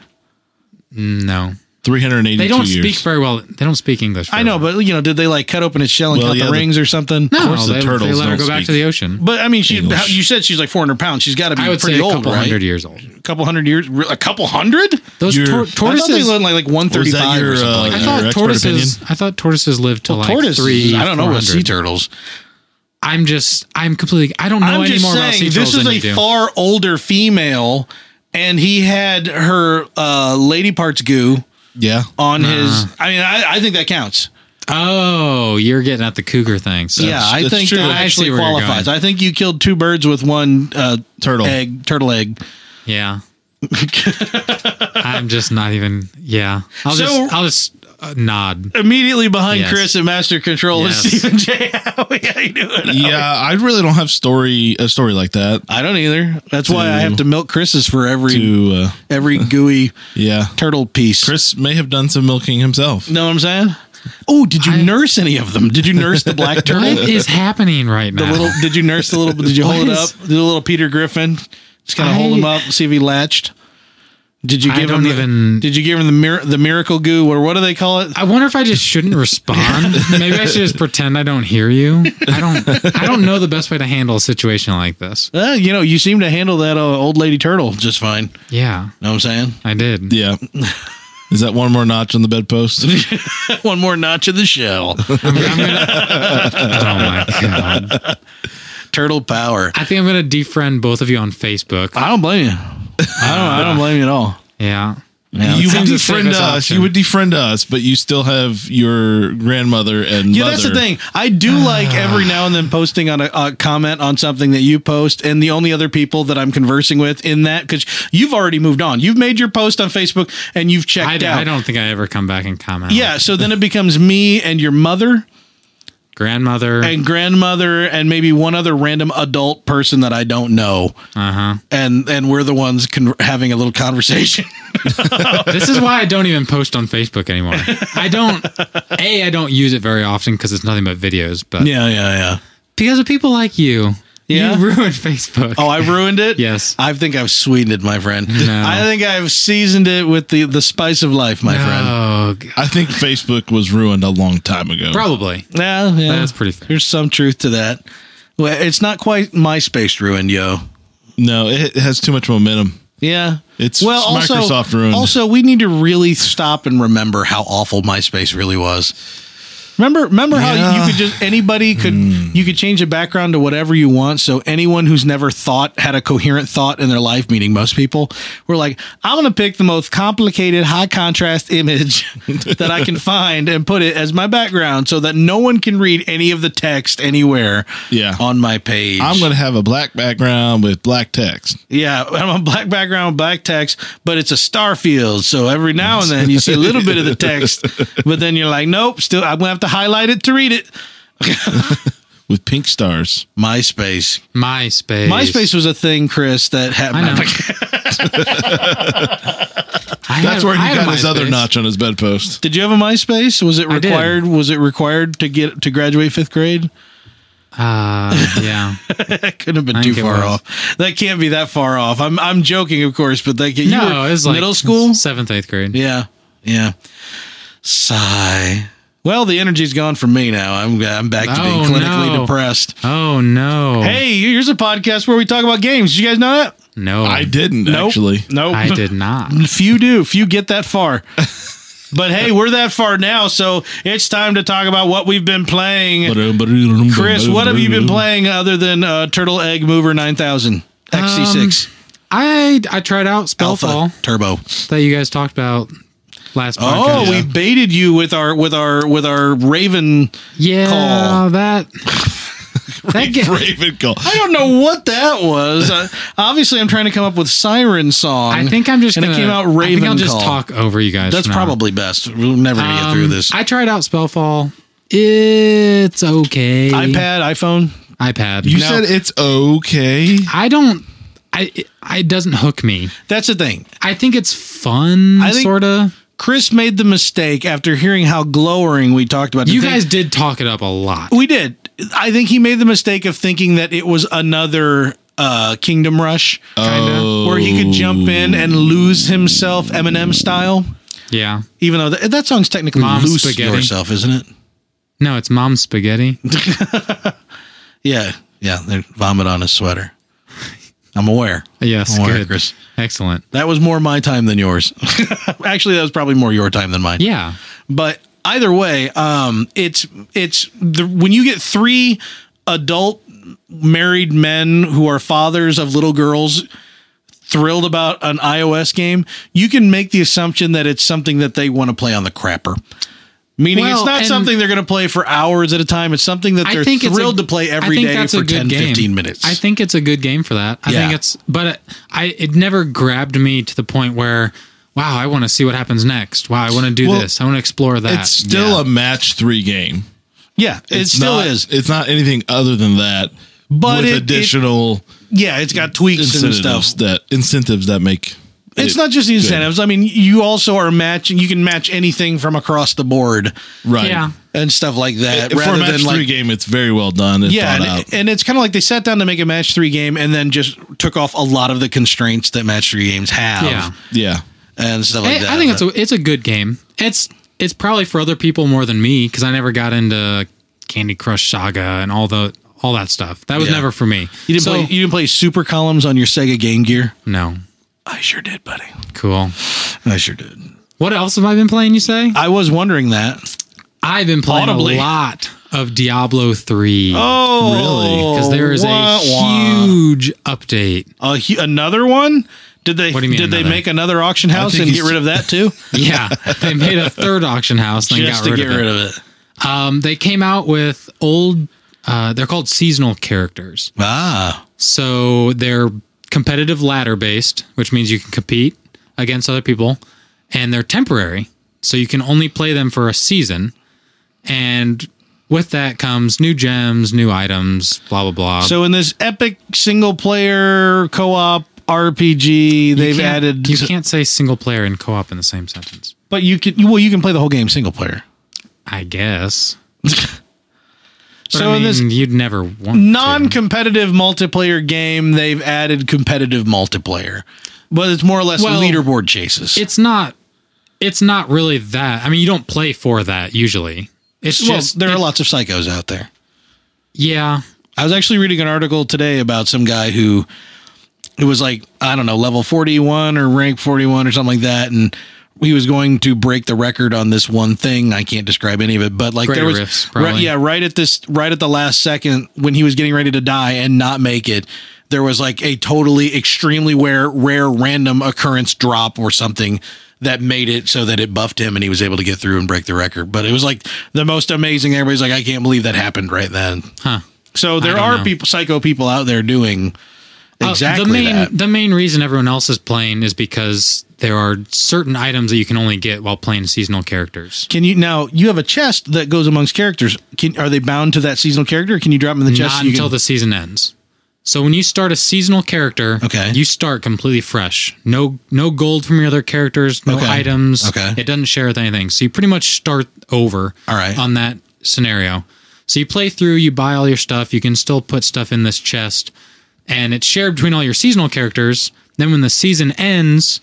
[SPEAKER 2] no,
[SPEAKER 3] 382
[SPEAKER 2] they don't
[SPEAKER 3] years.
[SPEAKER 2] speak very well. They don't speak English. Very
[SPEAKER 1] I know,
[SPEAKER 2] well.
[SPEAKER 1] but you know, did they like cut open its shell and
[SPEAKER 3] Well,
[SPEAKER 1] cut
[SPEAKER 3] yeah,
[SPEAKER 1] the
[SPEAKER 3] the-
[SPEAKER 1] rings or something?
[SPEAKER 2] no,
[SPEAKER 3] course Oh, the
[SPEAKER 2] they,
[SPEAKER 3] turtles
[SPEAKER 2] they let her
[SPEAKER 3] don't
[SPEAKER 2] go back
[SPEAKER 3] speak.
[SPEAKER 2] to the ocean.
[SPEAKER 1] But I mean, she,
[SPEAKER 3] English.
[SPEAKER 1] how- you said she's like 400 pounds. She's got to be
[SPEAKER 2] I would
[SPEAKER 1] pretty
[SPEAKER 2] say a
[SPEAKER 1] old,
[SPEAKER 2] couple
[SPEAKER 1] right?
[SPEAKER 2] hundred years old.
[SPEAKER 1] couple hundred years, re- a couple hundred.
[SPEAKER 2] Those
[SPEAKER 3] Your-
[SPEAKER 2] tor-
[SPEAKER 3] I thought
[SPEAKER 1] I thought they
[SPEAKER 2] tortoises.
[SPEAKER 1] lived like like
[SPEAKER 3] Was that
[SPEAKER 1] 135
[SPEAKER 3] your,
[SPEAKER 1] or something.
[SPEAKER 3] uh,
[SPEAKER 1] like
[SPEAKER 2] I
[SPEAKER 1] that.
[SPEAKER 3] your
[SPEAKER 2] thought
[SPEAKER 3] expert
[SPEAKER 2] tortoises.
[SPEAKER 3] opinion?
[SPEAKER 2] I thought tortoises lived to like
[SPEAKER 1] tortoises.
[SPEAKER 2] three.
[SPEAKER 1] I don't know about sea
[SPEAKER 2] 400.
[SPEAKER 1] turtles.
[SPEAKER 2] I'm just. I'm completely. I don't know
[SPEAKER 1] I'm
[SPEAKER 2] any
[SPEAKER 1] just
[SPEAKER 2] more about sea
[SPEAKER 1] saying,
[SPEAKER 2] turtles
[SPEAKER 1] this is
[SPEAKER 2] than
[SPEAKER 1] a
[SPEAKER 2] you do.
[SPEAKER 1] far older female, and he had her uh, lady parts goo
[SPEAKER 3] Yeah.
[SPEAKER 1] on his. I mean, I, I think that counts.
[SPEAKER 2] oh, you're getting at the cougar thing. So.
[SPEAKER 1] yeah, I
[SPEAKER 3] that's
[SPEAKER 1] think
[SPEAKER 3] true.
[SPEAKER 1] that
[SPEAKER 2] I see
[SPEAKER 1] actually
[SPEAKER 2] where you're
[SPEAKER 1] qualifies.
[SPEAKER 2] going.
[SPEAKER 1] I think you killed two birds with one uh,
[SPEAKER 3] Turtle.
[SPEAKER 1] egg, turtle egg.
[SPEAKER 2] Yeah. I'm just not even. Yeah. I'll
[SPEAKER 1] So-
[SPEAKER 2] just. I'll just uh, nod.
[SPEAKER 1] Immediately behind
[SPEAKER 2] Yes.
[SPEAKER 1] Chris at Master Control
[SPEAKER 2] Yes.
[SPEAKER 1] is Stephen J. Howie. How you doing?
[SPEAKER 3] Yeah, I really don't have story a story like that.
[SPEAKER 1] I don't either. That's why I have to milk Chris's for every
[SPEAKER 3] To uh,
[SPEAKER 1] every gooey
[SPEAKER 3] yeah,
[SPEAKER 1] turtle piece.
[SPEAKER 3] Chris may have done some milking himself.
[SPEAKER 1] Know what I'm saying? Oh, did you
[SPEAKER 2] I-
[SPEAKER 1] nurse any of them? Did you nurse the black turtle?
[SPEAKER 2] What is happening right
[SPEAKER 1] The
[SPEAKER 2] now?
[SPEAKER 1] little? Did you nurse the little? Did you hold it
[SPEAKER 2] What
[SPEAKER 1] up?
[SPEAKER 2] is-
[SPEAKER 1] Did a little Peter Griffin? Just kind of hold
[SPEAKER 2] I-
[SPEAKER 1] him up, see if he latched. Did you
[SPEAKER 2] I
[SPEAKER 1] give him
[SPEAKER 2] don't
[SPEAKER 1] the,
[SPEAKER 2] even-
[SPEAKER 1] Did you give him the mir- the miracle goo or what do they call it?
[SPEAKER 2] I wonder if I just shouldn't respond. Maybe I should just pretend I don't hear you. I don't. I don't know the best way to handle a situation like this.
[SPEAKER 1] Uh, you know, you seem to handle that uh, old lady turtle just fine.
[SPEAKER 2] Yeah,
[SPEAKER 1] Know what I'm saying?
[SPEAKER 2] I did.
[SPEAKER 3] Yeah, is that one more notch on the bedpost?
[SPEAKER 1] One more notch of the shell.
[SPEAKER 2] I'm, I'm gonna, oh my god!
[SPEAKER 1] turtle power.
[SPEAKER 2] I think I'm gonna defriend both of you on Facebook.
[SPEAKER 1] I don't blame you. I don't. I don't blame you at all.
[SPEAKER 2] Yeah,
[SPEAKER 1] Yeah.
[SPEAKER 3] you would
[SPEAKER 2] seems the
[SPEAKER 3] defriend
[SPEAKER 2] safest
[SPEAKER 3] us.
[SPEAKER 2] option.
[SPEAKER 3] You would defriend us, but you still have your grandmother and
[SPEAKER 1] Yeah,
[SPEAKER 3] mother.
[SPEAKER 1] that's the thing. I do like every now and then posting on a, a comment on something that you post, and the only other people that I'm conversing with in that because you've already moved on. You've made your post on Facebook and you've
[SPEAKER 2] I,
[SPEAKER 1] checked out.
[SPEAKER 2] I don't think I ever come back and comment.
[SPEAKER 1] Yeah, so then it becomes me and your mother
[SPEAKER 2] grandmother.
[SPEAKER 1] and grandmother and maybe one other random adult person that I don't know,
[SPEAKER 2] Uh
[SPEAKER 1] and and we're the ones con- having a little conversation.
[SPEAKER 2] huh. This is why I don't even post on Facebook anymore. I don't. A, I don't use it very often because it's nothing but videos. But
[SPEAKER 1] yeah, yeah, yeah.
[SPEAKER 2] because of people like you,
[SPEAKER 1] Yeah?
[SPEAKER 2] you ruined Facebook.
[SPEAKER 1] Oh, I ruined it.
[SPEAKER 2] Yes.
[SPEAKER 1] I think I've sweetened it, my friend. I think I've seasoned it with the the spice of life, my friend.
[SPEAKER 2] Oh, God.
[SPEAKER 3] I think Facebook was ruined a long time ago.
[SPEAKER 2] probably.
[SPEAKER 1] Yeah, yeah.
[SPEAKER 2] That's pretty fair.
[SPEAKER 1] There's some truth to that. Well, it's not quite MySpace ruined, yo.
[SPEAKER 3] No, it has too much momentum.
[SPEAKER 1] Yeah.
[SPEAKER 3] It's Microsoft ruined.
[SPEAKER 1] Also, we need to really stop and remember how awful MySpace really was. Remember, remember how
[SPEAKER 3] Yeah. Hmm.
[SPEAKER 1] you could just anybody could you could change the background to whatever you want. So anyone who's never thought had a coherent thought in their life, meaning most people, were like, I'm going to pick the most complicated high contrast image that I can find and put it as my background, so that no one can read any of the text anywhere.
[SPEAKER 3] Yeah.
[SPEAKER 1] on my page,
[SPEAKER 3] I'm going to have a black background with black text.
[SPEAKER 1] yeah, I'm a black background, black text, but it's a star field. So every now and then you see a little bit of the text, but then you're like, nope, still, I'm going to have to highlight it to read it.
[SPEAKER 3] with pink stars.
[SPEAKER 1] MySpace.
[SPEAKER 2] MySpace.
[SPEAKER 1] MySpace was a thing, Chris, that
[SPEAKER 2] I know.
[SPEAKER 1] happened.
[SPEAKER 2] I
[SPEAKER 3] That's
[SPEAKER 2] had-
[SPEAKER 3] where
[SPEAKER 2] I
[SPEAKER 3] he
[SPEAKER 2] had a
[SPEAKER 3] got his other
[SPEAKER 2] MySpace.
[SPEAKER 3] notch on his bedpost.
[SPEAKER 1] Did you have a MySpace? Was it
[SPEAKER 2] I did.
[SPEAKER 1] required? Was it required to get to graduate fifth grade?
[SPEAKER 2] Uh, yeah.
[SPEAKER 1] That couldn't have been
[SPEAKER 2] I
[SPEAKER 1] too
[SPEAKER 2] think it
[SPEAKER 1] far
[SPEAKER 2] was.
[SPEAKER 1] off. That can't be that far off. I'm I'm joking, of course, but that you
[SPEAKER 2] No,
[SPEAKER 1] were
[SPEAKER 2] it was like
[SPEAKER 1] middle school.
[SPEAKER 2] seventh, eighth grade.
[SPEAKER 1] Yeah, yeah. Sigh. Well, the energy's gone from me now. I'm I'm back to being
[SPEAKER 2] Oh,
[SPEAKER 1] clinically
[SPEAKER 2] no.
[SPEAKER 1] depressed.
[SPEAKER 2] Oh no.
[SPEAKER 1] Hey, here's a podcast where we talk about games. Did you guys know that?
[SPEAKER 2] No,
[SPEAKER 3] I didn't actually.
[SPEAKER 1] Nope.
[SPEAKER 2] I did not.
[SPEAKER 1] Few do. Few get that far. but hey, we're that far now, so it's time to talk about what we've been playing. Chris, what have you been playing other than uh, Turtle Egg Mover 9000 XC6
[SPEAKER 2] I I tried out
[SPEAKER 1] Alpha
[SPEAKER 2] Spellfall
[SPEAKER 1] Turbo?
[SPEAKER 2] Um, that you guys talked about last.
[SPEAKER 1] Oh,
[SPEAKER 2] podcast.
[SPEAKER 1] we baited you with our with our with our Raven.
[SPEAKER 2] yeah,
[SPEAKER 1] call.
[SPEAKER 2] that that game.
[SPEAKER 3] Raven Call.
[SPEAKER 1] I don't know what that was. uh, obviously, I'm trying to come up with siren song.
[SPEAKER 2] I think I'm just
[SPEAKER 1] and
[SPEAKER 2] gonna.
[SPEAKER 1] it came out
[SPEAKER 2] I think
[SPEAKER 1] Raven
[SPEAKER 2] I'll just
[SPEAKER 1] Call.
[SPEAKER 2] talk over you guys.
[SPEAKER 1] That's
[SPEAKER 2] from now on.
[SPEAKER 1] probably best. We're never gonna get through
[SPEAKER 2] Um,
[SPEAKER 1] this.
[SPEAKER 2] I tried out Spellfall. It's okay.
[SPEAKER 1] iPad, iPhone.
[SPEAKER 2] iPad.
[SPEAKER 3] You
[SPEAKER 1] No.
[SPEAKER 3] said it's okay.
[SPEAKER 2] I don't. I it, it doesn't hook me.
[SPEAKER 1] That's the thing.
[SPEAKER 2] I think it's fun,
[SPEAKER 1] I think-
[SPEAKER 2] sort of.
[SPEAKER 1] Chris made the mistake after hearing how glowering we talked about. to
[SPEAKER 2] You
[SPEAKER 1] think-
[SPEAKER 2] guys did talk it up a lot.
[SPEAKER 1] we did. I think he made the mistake of thinking that it was another uh, Kingdom Rush,
[SPEAKER 2] Kinda.
[SPEAKER 1] where he could jump in and lose himself, Eminem style.
[SPEAKER 2] Yeah.
[SPEAKER 1] Even though th- that song's technically
[SPEAKER 2] Mom's
[SPEAKER 1] lose
[SPEAKER 2] spaghetti.
[SPEAKER 1] yourself, isn't it?
[SPEAKER 2] No, it's mom's spaghetti.
[SPEAKER 1] Yeah, yeah. They vomit on his sweater. I'm aware.
[SPEAKER 2] Yes,
[SPEAKER 1] I'm aware,
[SPEAKER 2] good.
[SPEAKER 1] Chris.
[SPEAKER 2] Excellent.
[SPEAKER 1] That was more my time than yours. Actually, that was probably more your time than mine.
[SPEAKER 2] Yeah.
[SPEAKER 1] but either way um it's it's the when you get three adult married men who are fathers of little girls thrilled about an iOS game you can make the assumption that it's something that they want to play on the crapper meaning
[SPEAKER 2] Well,
[SPEAKER 1] it's not
[SPEAKER 2] and-
[SPEAKER 1] something they're going to play for hours at a time it's something that they're
[SPEAKER 2] I think
[SPEAKER 1] thrilled
[SPEAKER 2] it's a,
[SPEAKER 1] to play
[SPEAKER 2] I
[SPEAKER 1] every
[SPEAKER 2] think
[SPEAKER 1] day
[SPEAKER 2] that's a
[SPEAKER 1] for
[SPEAKER 2] good
[SPEAKER 1] 10
[SPEAKER 2] game.
[SPEAKER 1] 15 minutes
[SPEAKER 2] I think it's a good game for that. I
[SPEAKER 1] Yeah.
[SPEAKER 2] think it's, but it, I it never grabbed me to the point where, wow, I want to see what happens next. Wow, I want to do
[SPEAKER 3] Well,
[SPEAKER 2] this. I want to explore that.
[SPEAKER 3] It's still a match three game.
[SPEAKER 1] yeah Ah, it still
[SPEAKER 3] not,
[SPEAKER 1] is
[SPEAKER 3] It's not anything other than that.
[SPEAKER 1] But
[SPEAKER 3] with
[SPEAKER 1] it- it-
[SPEAKER 3] additional
[SPEAKER 1] yeah it's got tweaks and
[SPEAKER 3] incentives
[SPEAKER 1] stuff
[SPEAKER 3] that incentives that make
[SPEAKER 1] it's
[SPEAKER 3] it
[SPEAKER 1] not just the
[SPEAKER 3] good.
[SPEAKER 1] incentives. I mean, you also are matching. You can match anything from across the board
[SPEAKER 3] right.
[SPEAKER 2] Yeah.
[SPEAKER 1] and stuff like that.
[SPEAKER 3] Eh, For a
[SPEAKER 1] rather
[SPEAKER 3] match
[SPEAKER 1] than
[SPEAKER 3] three
[SPEAKER 1] like
[SPEAKER 3] game, it's very well done. and
[SPEAKER 1] yeah,
[SPEAKER 3] thought
[SPEAKER 1] and,
[SPEAKER 3] out.
[SPEAKER 1] and it's kind of like they sat down to make a match three game and then just took off a lot of the constraints that match three games have.
[SPEAKER 2] Yeah.
[SPEAKER 3] yeah.
[SPEAKER 1] and stuff
[SPEAKER 2] I,
[SPEAKER 1] like that.
[SPEAKER 2] I think it's
[SPEAKER 1] But-
[SPEAKER 2] a it's a good game. It's it's probably for other people more than me because I never got into Candy Crush Saga and all the all that stuff. That was
[SPEAKER 1] Yeah.
[SPEAKER 2] never for me.
[SPEAKER 1] you didn't
[SPEAKER 2] So-
[SPEAKER 1] play. You didn't play Super Columns on your Sega Game Gear.
[SPEAKER 2] no.
[SPEAKER 1] I sure did, buddy.
[SPEAKER 2] Cool.
[SPEAKER 1] I sure did.
[SPEAKER 2] What else have I been playing? You say
[SPEAKER 1] I was wondering that.
[SPEAKER 2] I've been playing
[SPEAKER 1] Audibly.
[SPEAKER 2] a lot of Diablo three.
[SPEAKER 1] Oh,
[SPEAKER 3] Really?
[SPEAKER 2] because there is
[SPEAKER 1] wah,
[SPEAKER 2] a
[SPEAKER 1] wah.
[SPEAKER 2] huge update.
[SPEAKER 1] A hu- another one. Did they?
[SPEAKER 2] What do you mean
[SPEAKER 1] did they
[SPEAKER 2] another?
[SPEAKER 1] make another auction house
[SPEAKER 3] think
[SPEAKER 1] and
[SPEAKER 3] he's-
[SPEAKER 1] get rid of that too?
[SPEAKER 2] Yeah, they made a third auction house and then
[SPEAKER 1] Just
[SPEAKER 2] got
[SPEAKER 1] to
[SPEAKER 2] rid,
[SPEAKER 1] get
[SPEAKER 2] of,
[SPEAKER 1] rid
[SPEAKER 2] it.
[SPEAKER 1] of it.
[SPEAKER 2] Um, they came out with old. Uh, they're called seasonal characters.
[SPEAKER 1] Ah,
[SPEAKER 2] So they're competitive ladder based, which means you can compete against other people, and they're temporary. So you can only play them for a season, and with that comes new gems, new items, blah blah blah.
[SPEAKER 1] So in this epic single player co-op RPG,
[SPEAKER 2] You
[SPEAKER 1] they've
[SPEAKER 2] can't-
[SPEAKER 1] added
[SPEAKER 2] You can't say single player and co op in the same sentence.
[SPEAKER 1] but you can well you can play the whole game single player.
[SPEAKER 2] I guess. But
[SPEAKER 1] So
[SPEAKER 2] I
[SPEAKER 1] in
[SPEAKER 2] mean,
[SPEAKER 1] this
[SPEAKER 2] you'd never want to.
[SPEAKER 1] non-competitive multiplayer game, they've added competitive multiplayer. But it's more or less
[SPEAKER 2] Well,
[SPEAKER 1] leaderboard chases.
[SPEAKER 2] It's not. It's not really that. I mean, you don't play for that usually. It's
[SPEAKER 1] well,
[SPEAKER 2] just
[SPEAKER 1] there
[SPEAKER 2] it-
[SPEAKER 1] are lots of psychos out there.
[SPEAKER 2] Yeah,
[SPEAKER 1] I was actually reading an article today about some guy who it was like I don't know level forty one or rank forty one or something like that, and he was going to break the record on this one thing. I can't describe any of it, but like
[SPEAKER 2] Greater
[SPEAKER 1] there was
[SPEAKER 2] Rifts,
[SPEAKER 1] right-
[SPEAKER 2] probably.
[SPEAKER 1] yeah, right at this right at the last second when he was getting ready to die and not make it. There was like a totally extremely rare, rare random occurrence drop or something that made it so that it buffed him and he was able to get through and break the record. But it was like the most amazing. Everybody's like, I can't believe that happened right then.
[SPEAKER 2] Huh.
[SPEAKER 1] So there
[SPEAKER 2] don't
[SPEAKER 1] are
[SPEAKER 2] know.
[SPEAKER 1] people, psycho people out there doing
[SPEAKER 2] Uh,
[SPEAKER 1] exactly
[SPEAKER 2] the main
[SPEAKER 1] that.
[SPEAKER 2] the main reason everyone else is playing is because there are certain items that you can only get while playing seasonal characters.
[SPEAKER 1] Can you now? You have a chest that goes amongst characters. Can, are they bound to that seasonal character? Or can you drop them in the chest?
[SPEAKER 2] Not
[SPEAKER 1] so you
[SPEAKER 2] until
[SPEAKER 1] can-
[SPEAKER 2] the season ends. So when you start a seasonal character,
[SPEAKER 1] Okay.
[SPEAKER 2] you start completely fresh. No no gold from your other characters, no
[SPEAKER 1] Okay.
[SPEAKER 2] items.
[SPEAKER 1] Okay.
[SPEAKER 2] It doesn't share with anything. So you pretty much start over
[SPEAKER 1] All right.
[SPEAKER 2] on that scenario. So you play through, you buy all your stuff, you can still put stuff in this chest, and it's shared between all your seasonal characters. Then when the season ends,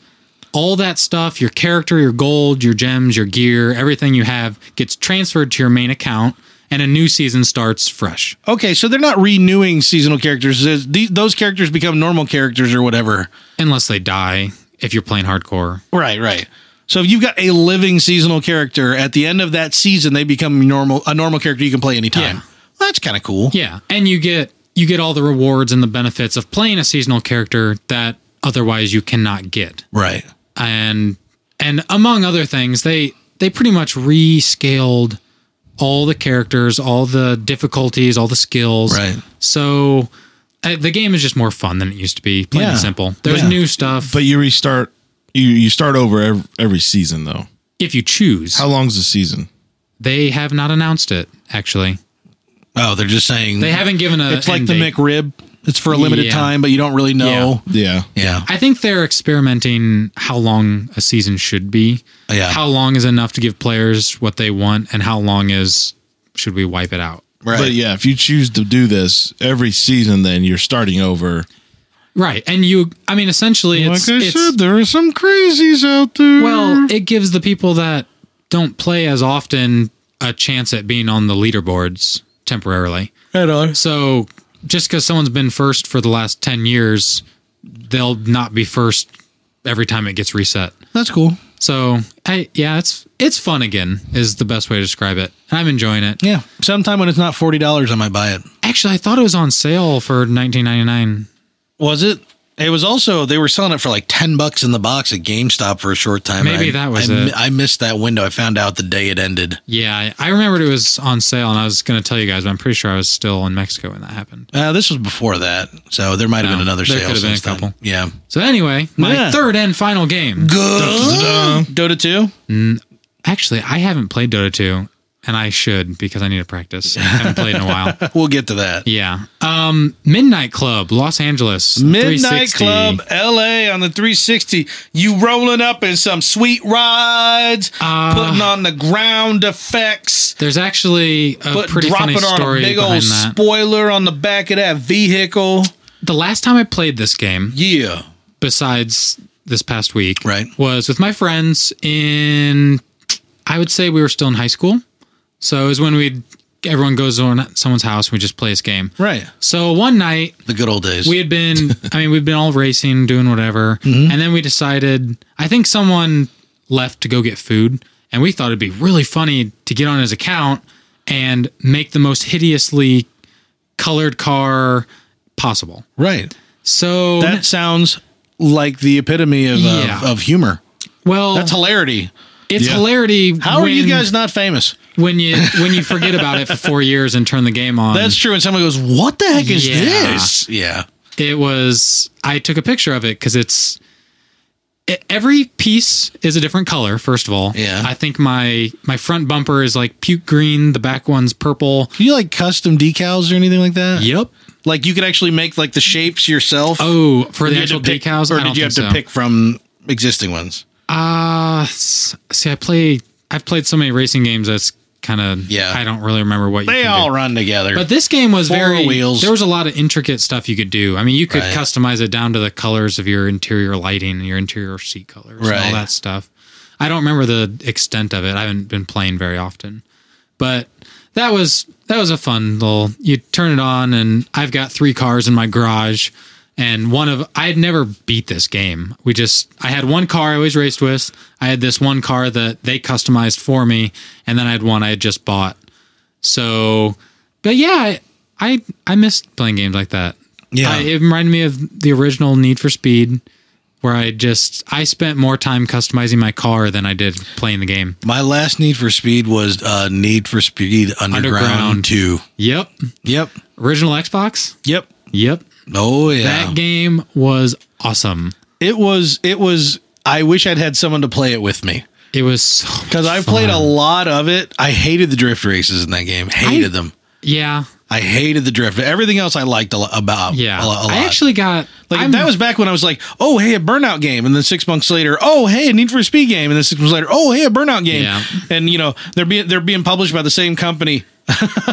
[SPEAKER 2] all that stuff, your character, your gold, your gems, your gear, everything you have gets transferred to your main account and a new season starts fresh.
[SPEAKER 1] okay, so they're not renewing seasonal characters. There's- these- those characters become normal characters or whatever.
[SPEAKER 2] unless they die if you're playing hardcore
[SPEAKER 1] Right, right. So if you've got a living seasonal character at the end of that season, they become normal a normal character you can play anytime.
[SPEAKER 2] Yeah.
[SPEAKER 1] Well, that's kind of cool.
[SPEAKER 2] yeah and you get you get all the rewards and the benefits of playing a seasonal character that otherwise you cannot get
[SPEAKER 1] Right.
[SPEAKER 2] and and among other things they they pretty much rescaled all the characters all the difficulties all the skills
[SPEAKER 1] Right.
[SPEAKER 2] so uh, the game is just more fun than it used to be plain and
[SPEAKER 1] Yeah.
[SPEAKER 2] simple there's
[SPEAKER 1] Yeah.
[SPEAKER 2] new stuff
[SPEAKER 3] But you restart. You you start over every, every season though.
[SPEAKER 2] if you choose
[SPEAKER 3] How long's the season?
[SPEAKER 2] they have not announced it actually
[SPEAKER 1] Oh, they're just saying
[SPEAKER 2] they haven't given a
[SPEAKER 1] It's like
[SPEAKER 2] end
[SPEAKER 1] the
[SPEAKER 2] date.
[SPEAKER 1] McRib. It's for a limited
[SPEAKER 2] Yeah.
[SPEAKER 1] time, but you don't really know.
[SPEAKER 3] Yeah.
[SPEAKER 1] Yeah.
[SPEAKER 2] I think they're experimenting how long a season should be.
[SPEAKER 1] Yeah.
[SPEAKER 2] How long is enough to give players what they want, and how long is should we wipe it out?
[SPEAKER 1] Right.
[SPEAKER 3] But yeah, if you choose to do this every season, then you're starting over.
[SPEAKER 2] Right. And you, I mean, essentially, it's, it's
[SPEAKER 1] there are some crazies out there.
[SPEAKER 2] well, it gives the people that don't play as often a chance at being on the leaderboards temporarily.
[SPEAKER 1] Right on.
[SPEAKER 2] So just because someone's been first for the last ten years, they'll not be first every time it gets reset.
[SPEAKER 1] That's cool.
[SPEAKER 2] So, I, yeah, it's it's fun again is the best way to describe it. I'm enjoying it.
[SPEAKER 1] Yeah. Sometime when it's not forty dollars, I might buy it.
[SPEAKER 2] Actually, I thought it was on sale for 19.99.
[SPEAKER 1] Was it? It was also they were selling it for like ten bucks in the box at GameStop for a short time.
[SPEAKER 2] Maybe
[SPEAKER 1] I-
[SPEAKER 2] that was
[SPEAKER 1] I, mi-
[SPEAKER 2] it.
[SPEAKER 1] I missed that window. I found out the day it ended.
[SPEAKER 2] Yeah, I, I remembered it was on sale, and I was going to tell you guys, but I'm pretty sure I was still in Mexico when that happened.
[SPEAKER 1] Uh, this was before that, so Oh, there might have
[SPEAKER 2] No,
[SPEAKER 1] been another
[SPEAKER 2] there
[SPEAKER 1] sale.
[SPEAKER 2] could have been
[SPEAKER 1] since
[SPEAKER 2] a
[SPEAKER 1] then.
[SPEAKER 2] couple.
[SPEAKER 1] Yeah.
[SPEAKER 2] So anyway, my
[SPEAKER 1] Yeah.
[SPEAKER 2] third and final game.
[SPEAKER 1] Good. Dota two.
[SPEAKER 2] Actually, I haven't played Dota 2, and I should because I need to practice. I haven't played in a while.
[SPEAKER 1] We'll get to that.
[SPEAKER 2] Yeah. Um, Midnight Club, Los Angeles.
[SPEAKER 1] Midnight
[SPEAKER 2] 360.
[SPEAKER 1] Club LA on the 360. You rolling up in some sweet rides,
[SPEAKER 2] Uh,
[SPEAKER 1] putting on the ground effects.
[SPEAKER 2] There's actually a
[SPEAKER 1] but
[SPEAKER 2] pretty
[SPEAKER 1] drop
[SPEAKER 2] funny
[SPEAKER 1] it on a
[SPEAKER 2] story
[SPEAKER 1] big
[SPEAKER 2] behind
[SPEAKER 1] old
[SPEAKER 2] that.
[SPEAKER 1] spoiler on the back of that vehicle.
[SPEAKER 2] the last time I played this game,
[SPEAKER 1] Yeah.
[SPEAKER 2] besides this past week
[SPEAKER 1] Right.
[SPEAKER 2] was with my friends in i would say we were still in high school so it was when we everyone goes on someone's house and we just play this game
[SPEAKER 1] Right.
[SPEAKER 2] so one night
[SPEAKER 1] The good old days.
[SPEAKER 2] we had been i mean we'd been all racing doing whatever
[SPEAKER 1] Mm-hmm.
[SPEAKER 2] and then we decided i think someone left to go get food and we thought it'd be really funny to get on his account and make the most hideously colored car possible
[SPEAKER 1] right.
[SPEAKER 2] so
[SPEAKER 1] That sounds like the epitome of,
[SPEAKER 2] Yeah.
[SPEAKER 1] of, of humor.
[SPEAKER 2] well
[SPEAKER 1] That's hilarity.
[SPEAKER 2] It's
[SPEAKER 3] Yeah.
[SPEAKER 2] hilarity.
[SPEAKER 1] How are you
[SPEAKER 2] when-
[SPEAKER 1] guys not famous?
[SPEAKER 2] when you when you forget about it for four years and turn the game on?
[SPEAKER 1] That's true. And somebody goes, What the heck is
[SPEAKER 2] Yeah.
[SPEAKER 1] this? Yeah.
[SPEAKER 2] it was. I took a picture of it because it's e- every piece is a different color. First of all,
[SPEAKER 1] Yeah.
[SPEAKER 2] I think my my front bumper is like puke green. The back one's purple.
[SPEAKER 1] Do you like custom decals or anything like that?
[SPEAKER 2] Yep.
[SPEAKER 1] Like you could actually make like the shapes yourself.
[SPEAKER 2] Oh, for
[SPEAKER 1] Or
[SPEAKER 2] the
[SPEAKER 1] you had to
[SPEAKER 2] actual
[SPEAKER 1] pick-
[SPEAKER 2] decals,
[SPEAKER 1] Or
[SPEAKER 2] I don't
[SPEAKER 1] did you have
[SPEAKER 2] think
[SPEAKER 1] to
[SPEAKER 2] so.
[SPEAKER 1] pick from existing ones?
[SPEAKER 2] Uh s- see, I play. I've played so many racing games. That's kind of.
[SPEAKER 1] Yeah.
[SPEAKER 2] I don't really remember what you
[SPEAKER 1] They
[SPEAKER 2] can do.
[SPEAKER 1] all run together.
[SPEAKER 2] But this game was
[SPEAKER 1] Four
[SPEAKER 2] very
[SPEAKER 1] wheels.
[SPEAKER 2] There was a lot of intricate stuff you could do. I mean, you could
[SPEAKER 1] Right.
[SPEAKER 2] customize it down to the colors of your interior lighting and your interior seat colors and
[SPEAKER 1] Right.
[SPEAKER 2] all that stuff. I don't remember the extent of it. I haven't been playing very often. But that was that was a fun little you turn it on and I've got three cars in my garage And one of I had never beat this game. We just I had one car I always raced with. I had this one car that they customized for me, and then I had one I had just bought. So, but yeah, I I, I missed playing games like that.
[SPEAKER 1] Yeah.
[SPEAKER 2] I, it reminded me of the original Need for Speed, where I just I spent more time customizing my car than I did playing the game.
[SPEAKER 1] My last Need for Speed was uh, Need for Speed Underground,
[SPEAKER 2] Underground.
[SPEAKER 1] 2.
[SPEAKER 2] Yep,
[SPEAKER 1] Yep.
[SPEAKER 2] original Xbox.
[SPEAKER 1] Yep.
[SPEAKER 2] Yep,
[SPEAKER 1] Oh yeah.
[SPEAKER 2] that game was awesome.
[SPEAKER 1] it was it was I wish I'd had someone to play it with me
[SPEAKER 2] It was so
[SPEAKER 1] cuz I've played a lot of it. I hated the drift races in that game. Hated
[SPEAKER 2] I-
[SPEAKER 1] them.
[SPEAKER 2] yeah
[SPEAKER 1] I hated the drift. Everything else I liked a lo- about
[SPEAKER 2] yeah.
[SPEAKER 1] a, lo- a lot.
[SPEAKER 2] I actually got
[SPEAKER 1] like
[SPEAKER 2] I'm-
[SPEAKER 1] that was back when I was like, "Oh, hey, a Burnout game." And then 6 months later, "Oh, hey, a Need for Speed game." And then 6 months later, "Oh, hey, a Burnout game."
[SPEAKER 2] Yeah.
[SPEAKER 1] And you know, they're being they're being published by the same company.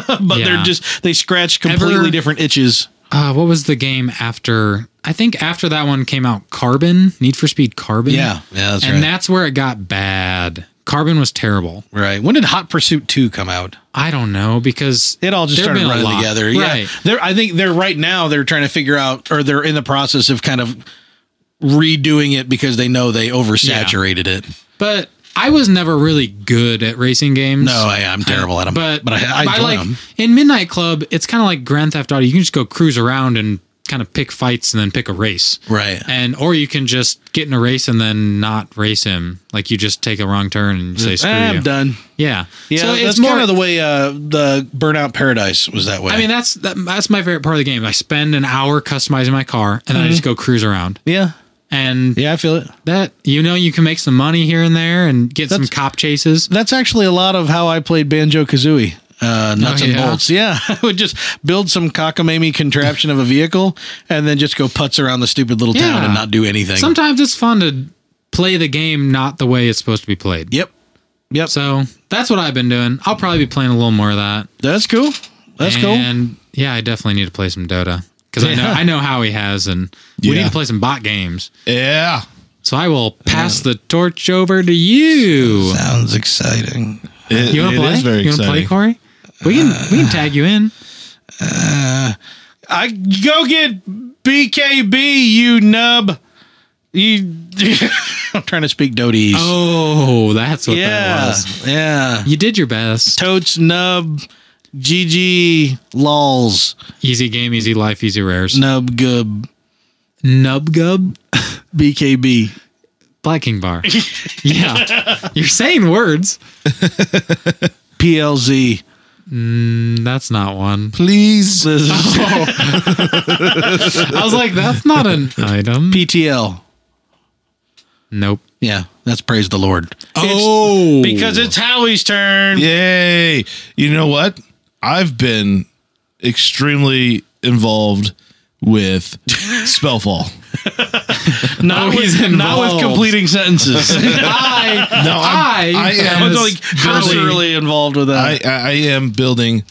[SPEAKER 1] but
[SPEAKER 2] Yeah.
[SPEAKER 1] they're just they scratch completely
[SPEAKER 2] Ever-
[SPEAKER 1] different itches.
[SPEAKER 2] uh, what was the game after? I think after that one came out, Carbon Need for Speed Carbon.
[SPEAKER 1] Yeah. Yeah, that's
[SPEAKER 2] and
[SPEAKER 1] right.
[SPEAKER 2] that's where it got bad. Carbon was terrible.
[SPEAKER 1] Right. When did Hot Pursuit 2 come out?
[SPEAKER 2] I don't know because
[SPEAKER 1] It all just
[SPEAKER 2] there've
[SPEAKER 1] started
[SPEAKER 2] been a
[SPEAKER 1] running
[SPEAKER 2] lot.
[SPEAKER 1] together.
[SPEAKER 2] Right.
[SPEAKER 1] Yeah. They're, I think they're right now, they're trying to figure out, or they're in the process of kind of redoing it because they know they oversaturated it.
[SPEAKER 2] But I was never really good at racing games.
[SPEAKER 1] No, I, I'm terrible at them.
[SPEAKER 2] But
[SPEAKER 1] but I, I,
[SPEAKER 2] but
[SPEAKER 1] enjoy
[SPEAKER 2] like
[SPEAKER 1] 'em.
[SPEAKER 2] in Midnight Club, it's kind of like Grand Theft Auto. You can just go cruise around and kind of pick fights and then pick a race.
[SPEAKER 1] Right.
[SPEAKER 2] And or you can just get in a race and then not race him. Like you just take a wrong turn and say screw
[SPEAKER 1] Ah, I'm
[SPEAKER 2] you.
[SPEAKER 1] done.
[SPEAKER 2] Yeah.
[SPEAKER 1] Yeah,
[SPEAKER 2] So
[SPEAKER 1] that's
[SPEAKER 2] it's more
[SPEAKER 1] kind of the way uh, the Burnout Paradise was that way.
[SPEAKER 2] I mean that's that, that's my favorite part of the game. I spend an hour customizing my car and then
[SPEAKER 1] Mm-hmm.
[SPEAKER 2] I just go cruise around.
[SPEAKER 1] yeah,
[SPEAKER 2] And
[SPEAKER 1] yeah, I feel it.
[SPEAKER 2] that you know you can make some money here and there and get some
[SPEAKER 1] That's-
[SPEAKER 2] cop chases.
[SPEAKER 1] That's actually a lot of how I played Banjo Kazooie. Uh, nuts
[SPEAKER 2] Oh,
[SPEAKER 1] and
[SPEAKER 2] yeah?
[SPEAKER 1] bolts. Yeah, I would just build some cockamamie contraption of a vehicle and then just go putz around the stupid little town
[SPEAKER 2] Yeah.
[SPEAKER 1] and not do anything.
[SPEAKER 2] Sometimes it's fun to play the game not the way it's supposed to be played.
[SPEAKER 1] Yep. Yep.
[SPEAKER 2] So that's what I've been doing. I'll probably be playing a little more of that.
[SPEAKER 1] That's cool. That's cool.
[SPEAKER 2] And yeah, I definitely need to play some Dota because I know
[SPEAKER 1] Yeah.
[SPEAKER 2] I know how he has, and we need
[SPEAKER 3] Yeah.
[SPEAKER 2] to play some bot games.
[SPEAKER 3] Yeah.
[SPEAKER 2] So I will pass the torch over to you.
[SPEAKER 1] Sounds exciting.
[SPEAKER 3] It,
[SPEAKER 2] You want
[SPEAKER 3] it
[SPEAKER 2] to play?
[SPEAKER 3] is very
[SPEAKER 2] you want to
[SPEAKER 3] exciting.
[SPEAKER 2] play, Corey? We can we can tag you in.
[SPEAKER 1] I go get BKB, you nub. You. I'm trying to speak Doties.
[SPEAKER 2] Oh, that's what
[SPEAKER 1] Uh,
[SPEAKER 2] that
[SPEAKER 1] yeah,
[SPEAKER 2] was.
[SPEAKER 1] yeah.
[SPEAKER 2] You did your best.
[SPEAKER 1] Totes nub, GG lols
[SPEAKER 2] Easy game, easy life, easy rares.
[SPEAKER 1] nub gub
[SPEAKER 2] Nubgub.
[SPEAKER 1] BKB.
[SPEAKER 2] Black King Bar. yeah. You're saying words.
[SPEAKER 1] PLZ.
[SPEAKER 2] That's not one.
[SPEAKER 1] Please.
[SPEAKER 3] Oh.
[SPEAKER 2] I was like, that's not an item.
[SPEAKER 1] PTL.
[SPEAKER 2] Nope.
[SPEAKER 1] Yeah, that's praise the Lord.
[SPEAKER 2] Oh.
[SPEAKER 1] because it's Howie's turn.
[SPEAKER 3] Yay. You know what? I've been extremely involved with Spellfall.
[SPEAKER 1] Not,
[SPEAKER 2] Oh, he's
[SPEAKER 1] with, not with
[SPEAKER 2] involved.
[SPEAKER 1] completing sentences.
[SPEAKER 2] I,
[SPEAKER 3] No, I'm- I am-
[SPEAKER 1] I
[SPEAKER 2] am
[SPEAKER 1] was
[SPEAKER 3] Yes.
[SPEAKER 1] like cursorily involved with
[SPEAKER 3] I,
[SPEAKER 1] that.
[SPEAKER 3] I, I am building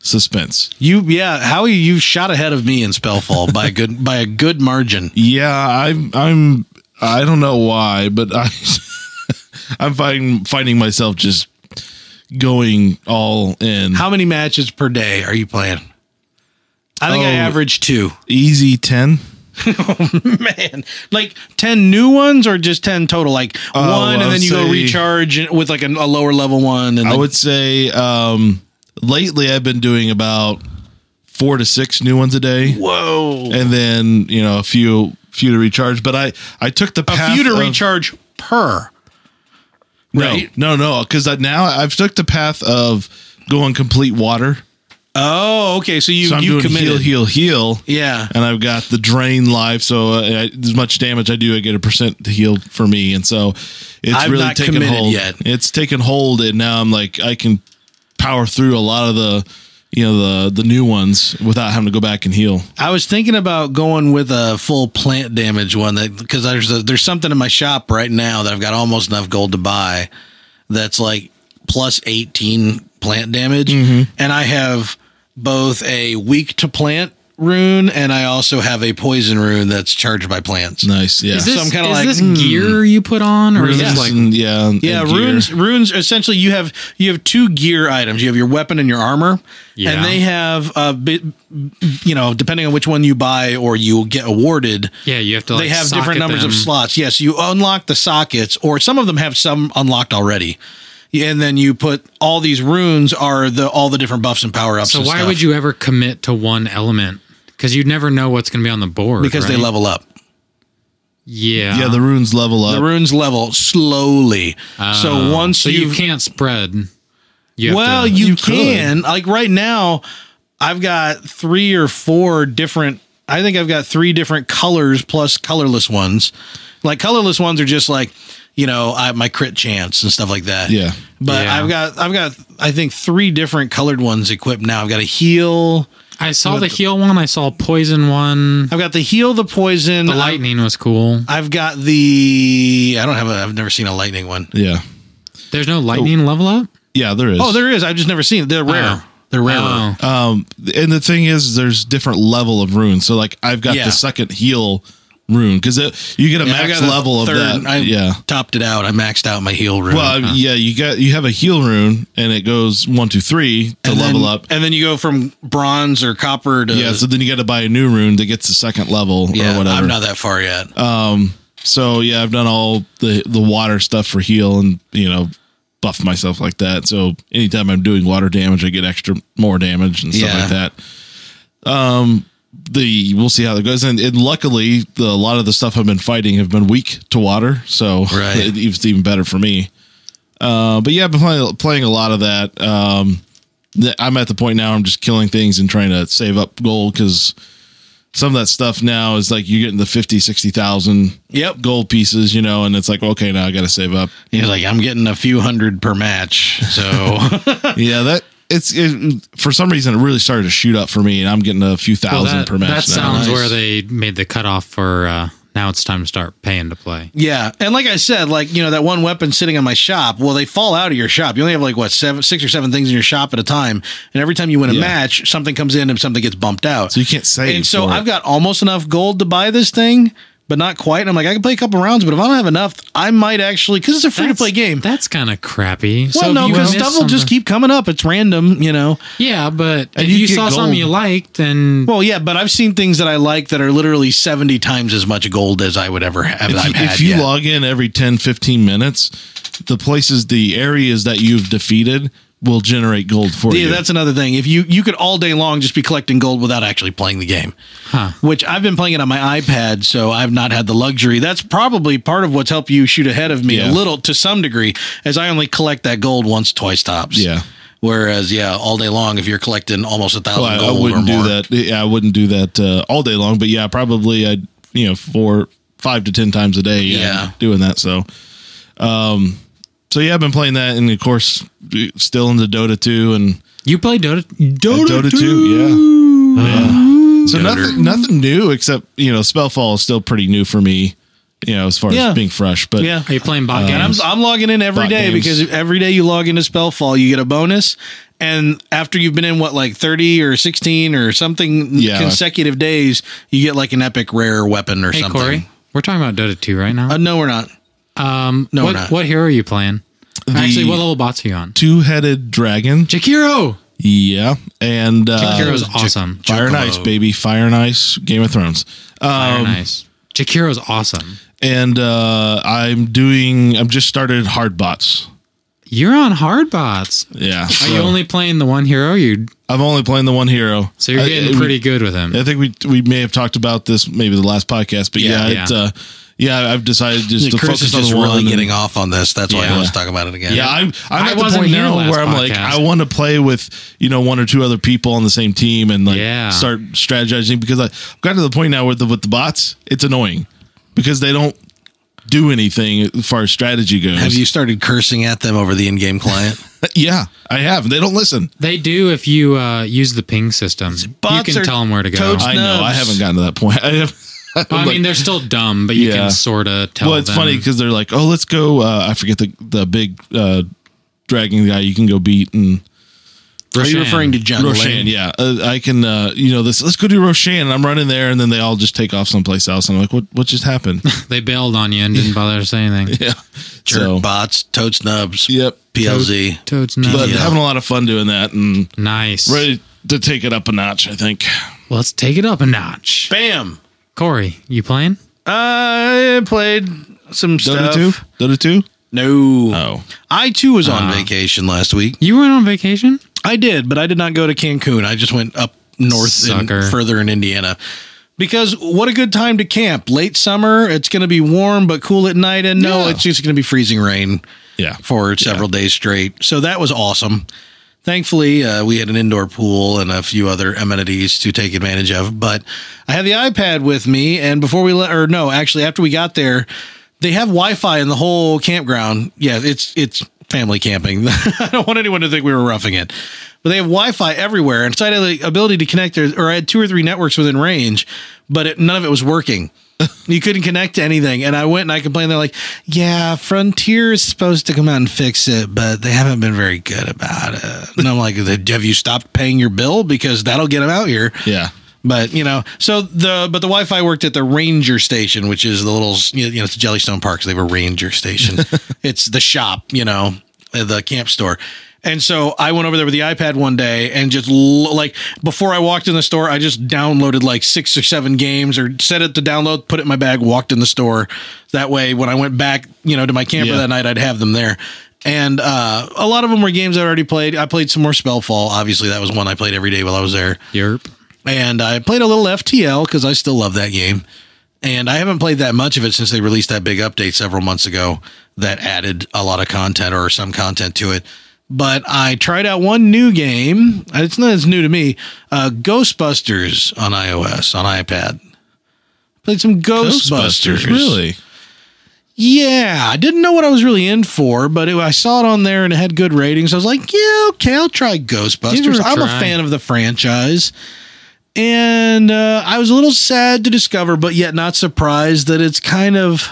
[SPEAKER 3] suspense.
[SPEAKER 1] you, yeah, Howie, you shot ahead of me in Spellfall by a good by a good margin.
[SPEAKER 3] Yeah, I'm I'm I don't know why, but I I'm finding finding myself just going all in.
[SPEAKER 1] How many matches per day are you playing? I think I
[SPEAKER 3] Oh.
[SPEAKER 1] average two.
[SPEAKER 3] Easy 10.
[SPEAKER 1] Man, like ten new ones or just ten total? Like one,
[SPEAKER 3] Oh, I
[SPEAKER 1] and then
[SPEAKER 3] would
[SPEAKER 1] you go
[SPEAKER 3] say-
[SPEAKER 1] recharge with like an, a lower level one, and
[SPEAKER 3] I
[SPEAKER 1] then,
[SPEAKER 3] would say um lately I've been doing about 4 to 6 new ones a day.
[SPEAKER 1] whoa,
[SPEAKER 3] and then you know a few few to recharge. But I I took the
[SPEAKER 1] a
[SPEAKER 3] path
[SPEAKER 1] few to
[SPEAKER 3] of-
[SPEAKER 1] recharge per.
[SPEAKER 3] No,
[SPEAKER 1] right?
[SPEAKER 3] no, no, because now I've took the path of going complete water.
[SPEAKER 1] Oh, okay. So you
[SPEAKER 3] So I'm
[SPEAKER 1] you
[SPEAKER 3] doing
[SPEAKER 1] committed?
[SPEAKER 3] heal, heal, heal.
[SPEAKER 1] Yeah.
[SPEAKER 3] and I've got the drain life. So uh, I, as much damage I do, I get a percent to heal for me, and so it's
[SPEAKER 1] I've
[SPEAKER 3] really
[SPEAKER 1] not
[SPEAKER 3] taken
[SPEAKER 1] committed
[SPEAKER 3] hold.
[SPEAKER 1] yet.
[SPEAKER 3] It's taken hold, and now I'm like I can power through a lot of the you know the the new ones without having to go back and heal.
[SPEAKER 1] I was thinking about going with a full plant damage one that because there's a, there's something in my shop right now that I've got almost enough gold to buy that's like plus
[SPEAKER 3] Mm-hmm.
[SPEAKER 1] 18 plant damage and I have both a weak to plant rune, and I also have a poison rune that's charged by plants.
[SPEAKER 3] Nice. Yeah.
[SPEAKER 2] Is this,
[SPEAKER 1] So I'm kinda
[SPEAKER 2] is
[SPEAKER 1] like, hmm.
[SPEAKER 2] this gear you put on, or is
[SPEAKER 3] Runes
[SPEAKER 2] this like
[SPEAKER 3] and- yeah. and-
[SPEAKER 1] Yeah,
[SPEAKER 3] and gear.
[SPEAKER 1] runes. Runes. Essentially, you have you have two gear items. You have your weapon and your armor,
[SPEAKER 2] Yeah.
[SPEAKER 1] and they have uh, bi- you know, depending on which one you buy or you get awarded,
[SPEAKER 2] yeah? You have to. Like,
[SPEAKER 1] they have
[SPEAKER 2] socket
[SPEAKER 1] different numbers of
[SPEAKER 2] them.
[SPEAKER 1] slots. Yes, you unlock the sockets, or some of them have some unlocked already. And then you put all these runes are the all the different buffs and power ups.
[SPEAKER 2] So why would you ever commit to one element? Because you'd never know what's going to be on the board.
[SPEAKER 1] Because they
[SPEAKER 2] right?
[SPEAKER 1] level up.
[SPEAKER 2] Yeah.
[SPEAKER 3] Yeah, the runes level up.
[SPEAKER 1] The runes level slowly. so once
[SPEAKER 2] Oh. so you
[SPEAKER 1] you've
[SPEAKER 2] can't spread. You have
[SPEAKER 1] well,
[SPEAKER 2] to-
[SPEAKER 1] you,
[SPEAKER 3] You could.
[SPEAKER 1] can. Like right now, I've got three or four different. I think I've got three different colors plus colorless ones. Like colorless ones are just like, you know, I, my crit chance and stuff like that.
[SPEAKER 3] Yeah.
[SPEAKER 1] But
[SPEAKER 2] Yeah.
[SPEAKER 1] I've got I've got I think three different colored ones equipped now. I've got a heal.
[SPEAKER 2] I saw the heal one. I saw poison one.
[SPEAKER 1] I've got the heal, the poison,
[SPEAKER 2] The lightning was cool.
[SPEAKER 1] I've got the. I don't have a. I've never seen a lightning one.
[SPEAKER 3] yeah.
[SPEAKER 2] There's no lightning level up.
[SPEAKER 3] Yeah, there is.
[SPEAKER 1] Oh, there is. I've just never seen it. They're rare.
[SPEAKER 2] Oh.
[SPEAKER 1] They're rare.
[SPEAKER 2] Oh,
[SPEAKER 3] Um, and the thing is, there's different level of runes. So like, I've got
[SPEAKER 1] Yeah.
[SPEAKER 3] the second heal rune because you get a
[SPEAKER 1] I
[SPEAKER 3] max
[SPEAKER 1] got a
[SPEAKER 3] level of
[SPEAKER 1] third.
[SPEAKER 3] that.
[SPEAKER 1] I
[SPEAKER 3] yeah.
[SPEAKER 1] topped it out. I maxed out my heal rune.
[SPEAKER 3] Well, yeah, you got you have a heal rune and it goes one, two, three to
[SPEAKER 1] And
[SPEAKER 3] level
[SPEAKER 1] then-
[SPEAKER 3] up.
[SPEAKER 1] and then you go from bronze or copper to
[SPEAKER 3] Yeah, so then you got to buy a new rune that gets the second level
[SPEAKER 1] Yeah,
[SPEAKER 3] or whatever. Uh,
[SPEAKER 1] I'm not that far yet.
[SPEAKER 3] so yeah, I've done all the the water stuff for heal and you know buff myself like that. So anytime I'm doing water damage, I get extra more damage and stuff
[SPEAKER 1] Yeah.
[SPEAKER 3] like that. Um, the we'll see how that goes, and, and luckily the, a lot of the stuff I've been fighting have been weak to water, so
[SPEAKER 1] Right.
[SPEAKER 3] it, it's even better for me. Uh, but yeah, I've been playing, playing a lot of that. Um, th- I'm at the point now I'm just killing things and trying to save up gold because some of that stuff now is like you're getting the 50, 60,000
[SPEAKER 1] Yep.
[SPEAKER 3] gold pieces, you know, and it's like, okay, now I got to save up.
[SPEAKER 1] He's like, I'm getting a few hundred per match. So
[SPEAKER 3] yeah, that it's it, for some reason it really started to shoot up for me, and I'm getting a few
[SPEAKER 2] well,
[SPEAKER 3] thousand
[SPEAKER 2] that,
[SPEAKER 3] per match.
[SPEAKER 2] that
[SPEAKER 3] now.
[SPEAKER 2] sounds
[SPEAKER 1] Nice.
[SPEAKER 2] where they made the cutoff for. Uh, now it's time to start paying to play.
[SPEAKER 1] yeah, and like I said, like you know that one weapon sitting in my shop. Well, they fall out of your shop. You only have like what seven, six or seven things in your shop at a time, and every time you win a
[SPEAKER 3] Yeah.
[SPEAKER 1] match, something comes in and something gets bumped out.
[SPEAKER 3] so you can't save.
[SPEAKER 1] and so
[SPEAKER 3] for
[SPEAKER 1] I've
[SPEAKER 3] it.
[SPEAKER 1] got almost enough gold to buy this thing, but not quite. And I'm like, I can play a couple rounds, but if I don't have enough, I might actually because it's a free to play
[SPEAKER 2] That's-
[SPEAKER 1] game.
[SPEAKER 2] That's kind of crappy.
[SPEAKER 1] well,
[SPEAKER 2] if
[SPEAKER 1] no,
[SPEAKER 2] you
[SPEAKER 1] because
[SPEAKER 2] miss
[SPEAKER 1] stuff will just
[SPEAKER 2] something-
[SPEAKER 1] keep coming up. It's random, you know.
[SPEAKER 2] Yeah, but if
[SPEAKER 3] you
[SPEAKER 2] you
[SPEAKER 3] get
[SPEAKER 2] saw
[SPEAKER 3] gold.
[SPEAKER 2] something you liked, and
[SPEAKER 1] Well, yeah, but I've seen things that I like that are literally 70 times as much gold as I would ever have.
[SPEAKER 3] If you,
[SPEAKER 1] I've had
[SPEAKER 3] if you
[SPEAKER 1] yet.
[SPEAKER 3] log in every 10, 15 minutes, the places, the areas that you've defeated will generate gold for
[SPEAKER 1] yeah,
[SPEAKER 3] you.
[SPEAKER 1] that's another thing. If you you could all day long just be collecting gold without actually playing the game,
[SPEAKER 2] Huh.
[SPEAKER 1] which I've been playing it on my iPad, so I've not had the luxury. That's probably part of what's helped you shoot ahead of me a
[SPEAKER 3] Yeah.
[SPEAKER 1] little to some degree, as I only collect that gold once, twice tops.
[SPEAKER 3] Yeah.
[SPEAKER 1] Whereas, yeah, all day long, if you're collecting almost a thousand
[SPEAKER 3] Well, I, I
[SPEAKER 1] gold
[SPEAKER 3] wouldn't
[SPEAKER 1] or more,
[SPEAKER 3] do that. Yeah, I wouldn't do that uh, all day long, but yeah, probably I'd, you know, four, five to 10 times a day.
[SPEAKER 1] Yeah.
[SPEAKER 3] Doing that. So, um, so yeah, I've been playing that. And of course, still into Dota 2 and
[SPEAKER 2] you play Dota, Dota,
[SPEAKER 3] Uh, Dota, 2. Yeah. Yeah. So nothing, nothing new except, you know, Spellfall is still pretty new for me, you know, as far
[SPEAKER 1] Yeah.
[SPEAKER 3] as being fresh, but
[SPEAKER 1] yeah.
[SPEAKER 2] Are you playing bot
[SPEAKER 1] And Uh, I'm,
[SPEAKER 2] games?
[SPEAKER 1] I'm logging in every
[SPEAKER 3] Bot
[SPEAKER 1] day
[SPEAKER 3] games.
[SPEAKER 1] because every day you log into Spellfall, you get a bonus. And after you've been in what, like 30 or 16 or something
[SPEAKER 3] Yeah.
[SPEAKER 1] consecutive days, you get like an epic rare weapon or
[SPEAKER 2] hey,
[SPEAKER 1] something.
[SPEAKER 2] Corey, we're talking about Dota 2 right now.
[SPEAKER 1] Uh, no, we're not.
[SPEAKER 2] um,
[SPEAKER 1] no, we're
[SPEAKER 2] what,
[SPEAKER 1] not.
[SPEAKER 2] what hero are you playing? Actually,
[SPEAKER 3] The-
[SPEAKER 2] what level bots are you on?
[SPEAKER 3] two headed dragon.
[SPEAKER 2] Jakiro.
[SPEAKER 3] Yeah. And, uh,
[SPEAKER 2] Jakiro's awesome.
[SPEAKER 3] Fire and Ice,
[SPEAKER 1] Chocobo.
[SPEAKER 3] baby. Fire and Ice, Game of Thrones.
[SPEAKER 2] Very
[SPEAKER 3] Um,
[SPEAKER 2] nice. Jakiro's awesome.
[SPEAKER 3] and uh, I'm doing. I've just started hard bots.
[SPEAKER 2] You're on hard bots.
[SPEAKER 3] Yeah,
[SPEAKER 2] Are
[SPEAKER 3] so
[SPEAKER 2] you only playing the one hero? You
[SPEAKER 3] I'm only playing the one hero.
[SPEAKER 2] so
[SPEAKER 1] Uh,
[SPEAKER 2] you're
[SPEAKER 3] I-
[SPEAKER 2] getting
[SPEAKER 3] I-
[SPEAKER 2] pretty good with him.
[SPEAKER 3] I think we we may have talked about this maybe the last podcast, but yeah,
[SPEAKER 1] Yeah,
[SPEAKER 3] yeah, it,
[SPEAKER 2] yeah.
[SPEAKER 3] uh, yeah I've decided just to
[SPEAKER 1] Chris is
[SPEAKER 3] focus on
[SPEAKER 1] just
[SPEAKER 3] the one.
[SPEAKER 1] really
[SPEAKER 3] and-
[SPEAKER 1] getting off on this. That's why
[SPEAKER 2] Yeah.
[SPEAKER 1] I want to talk about it again.
[SPEAKER 3] yeah, I'm. I'm
[SPEAKER 2] I
[SPEAKER 3] at the
[SPEAKER 2] wasn't
[SPEAKER 3] point
[SPEAKER 2] here
[SPEAKER 3] now
[SPEAKER 2] last
[SPEAKER 3] where I'm like,
[SPEAKER 2] podcast.
[SPEAKER 3] I want to play with you know one or two other people on the same team and like
[SPEAKER 2] Yeah.
[SPEAKER 3] start strategizing because I- I've gotten to the point now with the with the bots, it's annoying because they don't do anything as far as strategy goes.
[SPEAKER 1] Have you started cursing at them over the in game client?
[SPEAKER 3] Yeah, I have. They don't listen.
[SPEAKER 2] They do if you uh, use the ping system. You
[SPEAKER 1] bots
[SPEAKER 2] can
[SPEAKER 1] are
[SPEAKER 2] tell them where to go.
[SPEAKER 1] toads-
[SPEAKER 2] I,
[SPEAKER 3] I know. I
[SPEAKER 1] Snubs.
[SPEAKER 3] haven't gotten to that point. I have.
[SPEAKER 2] I mean, they're still dumb, but you
[SPEAKER 3] Yeah.
[SPEAKER 2] can sort of tell.
[SPEAKER 3] well, it's
[SPEAKER 2] them.
[SPEAKER 3] funny because they're like, "Oh, let's go." Uh, I forget the the big uh, dragon guy you can go beat, and
[SPEAKER 1] Are you referring to John Lane?
[SPEAKER 3] Roshan, yeah, uh, I can. Uh, you know this. Let's go to Roshan. And I'm running there, and then they all just take off someplace else. And I'm like, what? What just happened?
[SPEAKER 2] They bailed on you and didn't bother to say anything.
[SPEAKER 3] yeah.
[SPEAKER 1] Jerk
[SPEAKER 3] so,
[SPEAKER 1] bots, toad snubs,
[SPEAKER 3] yep.
[SPEAKER 1] PLZ.
[SPEAKER 2] Toad's
[SPEAKER 3] But
[SPEAKER 2] nuts.
[SPEAKER 1] Yeah.
[SPEAKER 3] having a lot of fun doing that, and
[SPEAKER 2] Nice.
[SPEAKER 3] ready to take it up a notch. I think.
[SPEAKER 2] Let's take it up a notch.
[SPEAKER 1] Bam.
[SPEAKER 2] Corey, you playing?
[SPEAKER 1] I played some
[SPEAKER 3] Dota
[SPEAKER 1] stuff.
[SPEAKER 3] two. Dota two.
[SPEAKER 1] No.
[SPEAKER 3] Oh.
[SPEAKER 1] I too was on vacation last week.
[SPEAKER 2] You went on vacation?
[SPEAKER 1] I did, but I did not go to Cancun. I just went up north and
[SPEAKER 2] Sucker.
[SPEAKER 1] further in Indiana. Because what a good time to camp. Late summer, it's going to be warm but cool at night and no,
[SPEAKER 3] Yeah.
[SPEAKER 1] it's just going to be freezing rain
[SPEAKER 3] Yeah.
[SPEAKER 1] for several days straight. So that was awesome. Thankfully, uh, we had an indoor pool and a few other amenities to take advantage of. But I had the iPad with me, and before we let, or no, actually, after we got there, they have Wi-Fi in the whole campground. Yeah, it's it's family camping. I don't want anyone to think we were roughing it, but they have Wi-Fi everywhere, and so I had the ability to connect there, or I had two or three networks within range, but it, none of it was working. You couldn't connect to anything. And I went and I complained. They're like, yeah, Frontier is supposed to come out and fix it, but they haven't been very good about it. And I'm like, have you stopped paying your bill? Because that'll get them out here.
[SPEAKER 3] Yeah.
[SPEAKER 1] But you know, so the but the Wi-Fi worked at the Ranger Station, which is the little you know it's Jellystone Park. So they have a Ranger Station. it's the shop, you know, the camp store. And so I went over there with the iPad one day and just l- like before I walked in the store, I just downloaded like six or seven games or set it to download, put it in my bag, walked in the store. That way, when I went back, you know, to my camper
[SPEAKER 3] Yeah.
[SPEAKER 1] that night, I'd have them there. And uh, a lot of them were games I already played. I played some more Spellfall. Obviously, that was one I played every day while I was there
[SPEAKER 2] Yerp.
[SPEAKER 1] and I played a little FTL because I still love that game. And I haven't played that much of it since they released that big update several months ago that added a lot of content or some content to it. But I tried out one new game. It's not as new to me. Uh, Ghostbusters on iOS on iPad. Played some Ghostbusters.
[SPEAKER 3] Really?
[SPEAKER 1] Yeah, I didn't know what I was really in for, but it, I saw it on there and it had good ratings. I was like, yeah, okay, I'll try
[SPEAKER 2] Give it
[SPEAKER 1] Ghostbusters.
[SPEAKER 2] a
[SPEAKER 1] I'm a
[SPEAKER 2] try.
[SPEAKER 1] fan of the franchise. And uh, I was a little sad to discover, but yet not surprised that it's kind of,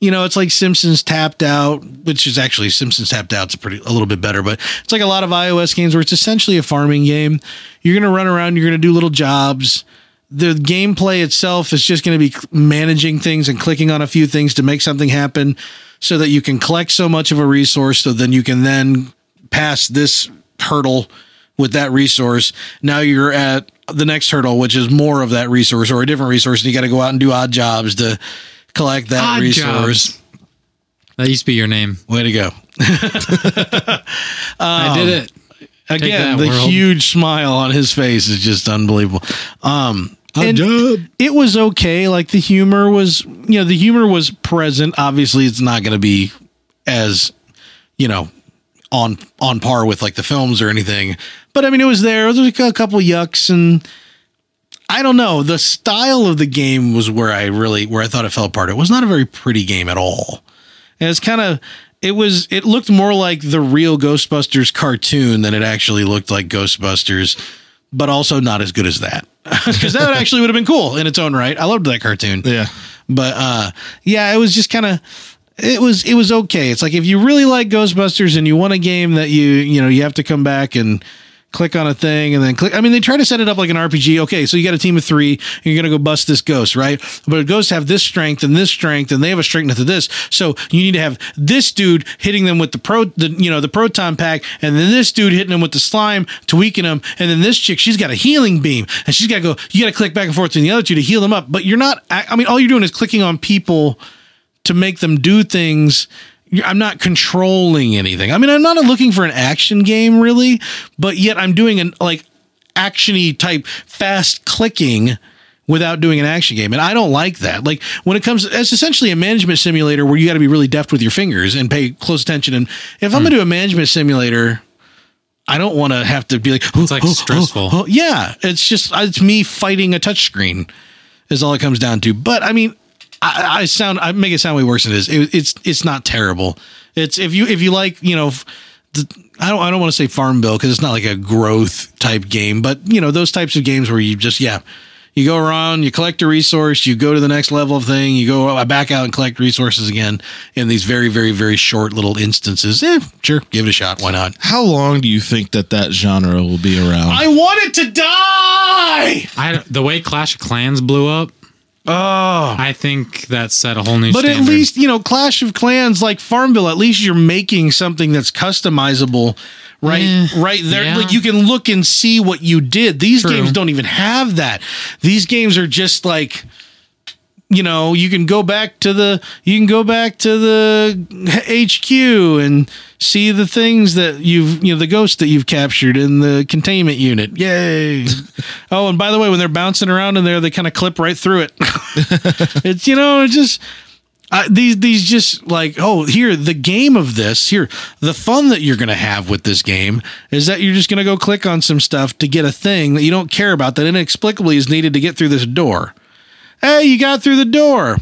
[SPEAKER 1] you know, it's like Simpsons Tapped Out, which is actually Simpsons Tapped Out's a pretty a little bit better, but it's like a lot of iOS games where it's essentially a farming game. You're gonna run around, you're gonna do little jobs the gameplay itself is just going to be cl- managing things and clicking on a few things to make something happen so that you can collect so much of a resource so then you can then pass this hurdle with that resource now you're at the next hurdle which is more of that resource or a different resource and you got to go out and do odd jobs to collect that
[SPEAKER 2] Odd
[SPEAKER 1] resource
[SPEAKER 2] jobs. That used to be your name.
[SPEAKER 1] way to go
[SPEAKER 2] I did it.
[SPEAKER 1] again
[SPEAKER 2] that,
[SPEAKER 1] the
[SPEAKER 2] world.
[SPEAKER 1] huge smile on his face is just unbelievable um and-
[SPEAKER 3] job.
[SPEAKER 1] it was okay. Like the humor was, you know, the humor was present. Obviously, it's not going to be as, you know, on on par with like the films or anything. But I mean, it was there. There was a couple yucks, and I don't know. The style of the game was where I really where I thought it fell apart. It was not a very pretty game at all. And it's kind of it was it looked more like the real Ghostbusters cartoon than it actually looked like Ghostbusters, but also not as good as that. Because that actually would have been cool in its own right. I loved that cartoon.
[SPEAKER 3] Yeah.
[SPEAKER 1] But uh yeah, it was just kind of it was it was okay. It's like if you really like Ghostbusters and you want a game that you you know you have to come back and click on a thing and then click. I mean, they try to set it up like an RPG. Okay, so you got a team of three and you're gonna go bust this ghost, right? But ghosts have this strength and this strength and they have a strength to this. So you need to have this dude hitting them with the pro the you know the proton pack and then this dude hitting them with the slime to weaken them and then this chick she's got a healing beam and she's got to go. You got to click back and forth to the other two to heal them up. But you're not. I I mean, all you're doing is clicking on people to make them do things. You're- I'm not controlling anything. I mean, I'm not looking for an action game really, but yet I'm doing an like actiony type fast clicking without doing an action game, and I don't like that. Like when it comes, it's essentially a management simulator where you got to be really deft with your fingers and pay close attention. And if
[SPEAKER 2] Hmm.
[SPEAKER 1] I'm gonna do a management simulator. I don't want to have to be like, it's
[SPEAKER 2] like stressful.
[SPEAKER 1] yeah, it's just uh, it's me fighting a touchscreen is all it comes down to. But I mean, I, I sound I make it sound way worse than it is. It, it's it's not terrible. It's if you if you like you know. f- The, I don't. I don't want to say Farm Bill because it's not like a growth type game, but you know those types of games where you just yeah, You go around, you collect a resource, you go to the next level of thing, you go uh, back out and collect resources again in these very, very, very short little instances. Eh, sure, give it a shot. Why not?
[SPEAKER 3] How long do you think that that genre will be around?
[SPEAKER 1] I want it to die.
[SPEAKER 2] I don't- the way Clash of Clans blew up,
[SPEAKER 1] Oh.
[SPEAKER 2] I think that set a whole new.
[SPEAKER 1] But at
[SPEAKER 2] standard.
[SPEAKER 1] least, you know, Clash of Clans, like Farmville, at least you're making something that's customizable, right?
[SPEAKER 2] Eh,
[SPEAKER 1] right there.
[SPEAKER 2] yeah.
[SPEAKER 1] Like you can look and see what you did. These
[SPEAKER 2] True.
[SPEAKER 1] games don't even have that. These games are just like, you know, you can go back to the you can go back to the HQ and see the things that you've you know the ghosts that you've captured in the containment unit. Yay! oh, and by the way, when they're bouncing around in there, they kind of clip right through it. it's you know it's just I, these these just like oh here the game of this here the fun that you're gonna have with this game is that you're just gonna go click on some stuff to get a thing that you don't care about that inexplicably is needed to get through this door. Hey, you got through the door.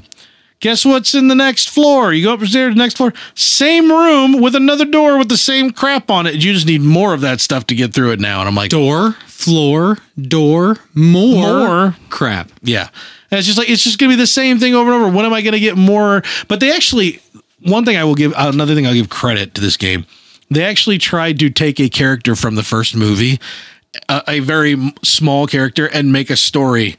[SPEAKER 1] Guess what's in the next floor? You go upstairs, next floor, same room with another door with the same crap on it. You just need more of that stuff to get through it now. And I'm like,
[SPEAKER 2] door, floor, door, more,
[SPEAKER 1] More.
[SPEAKER 2] crap.
[SPEAKER 1] Yeah. And it's just like it's just gonna be the same thing over and over. When am I gonna get more? But they actually one thing I will give another thing I'll give credit to this game. They actually tried to take a character from the first movie, a, a very m- small character, and make a story.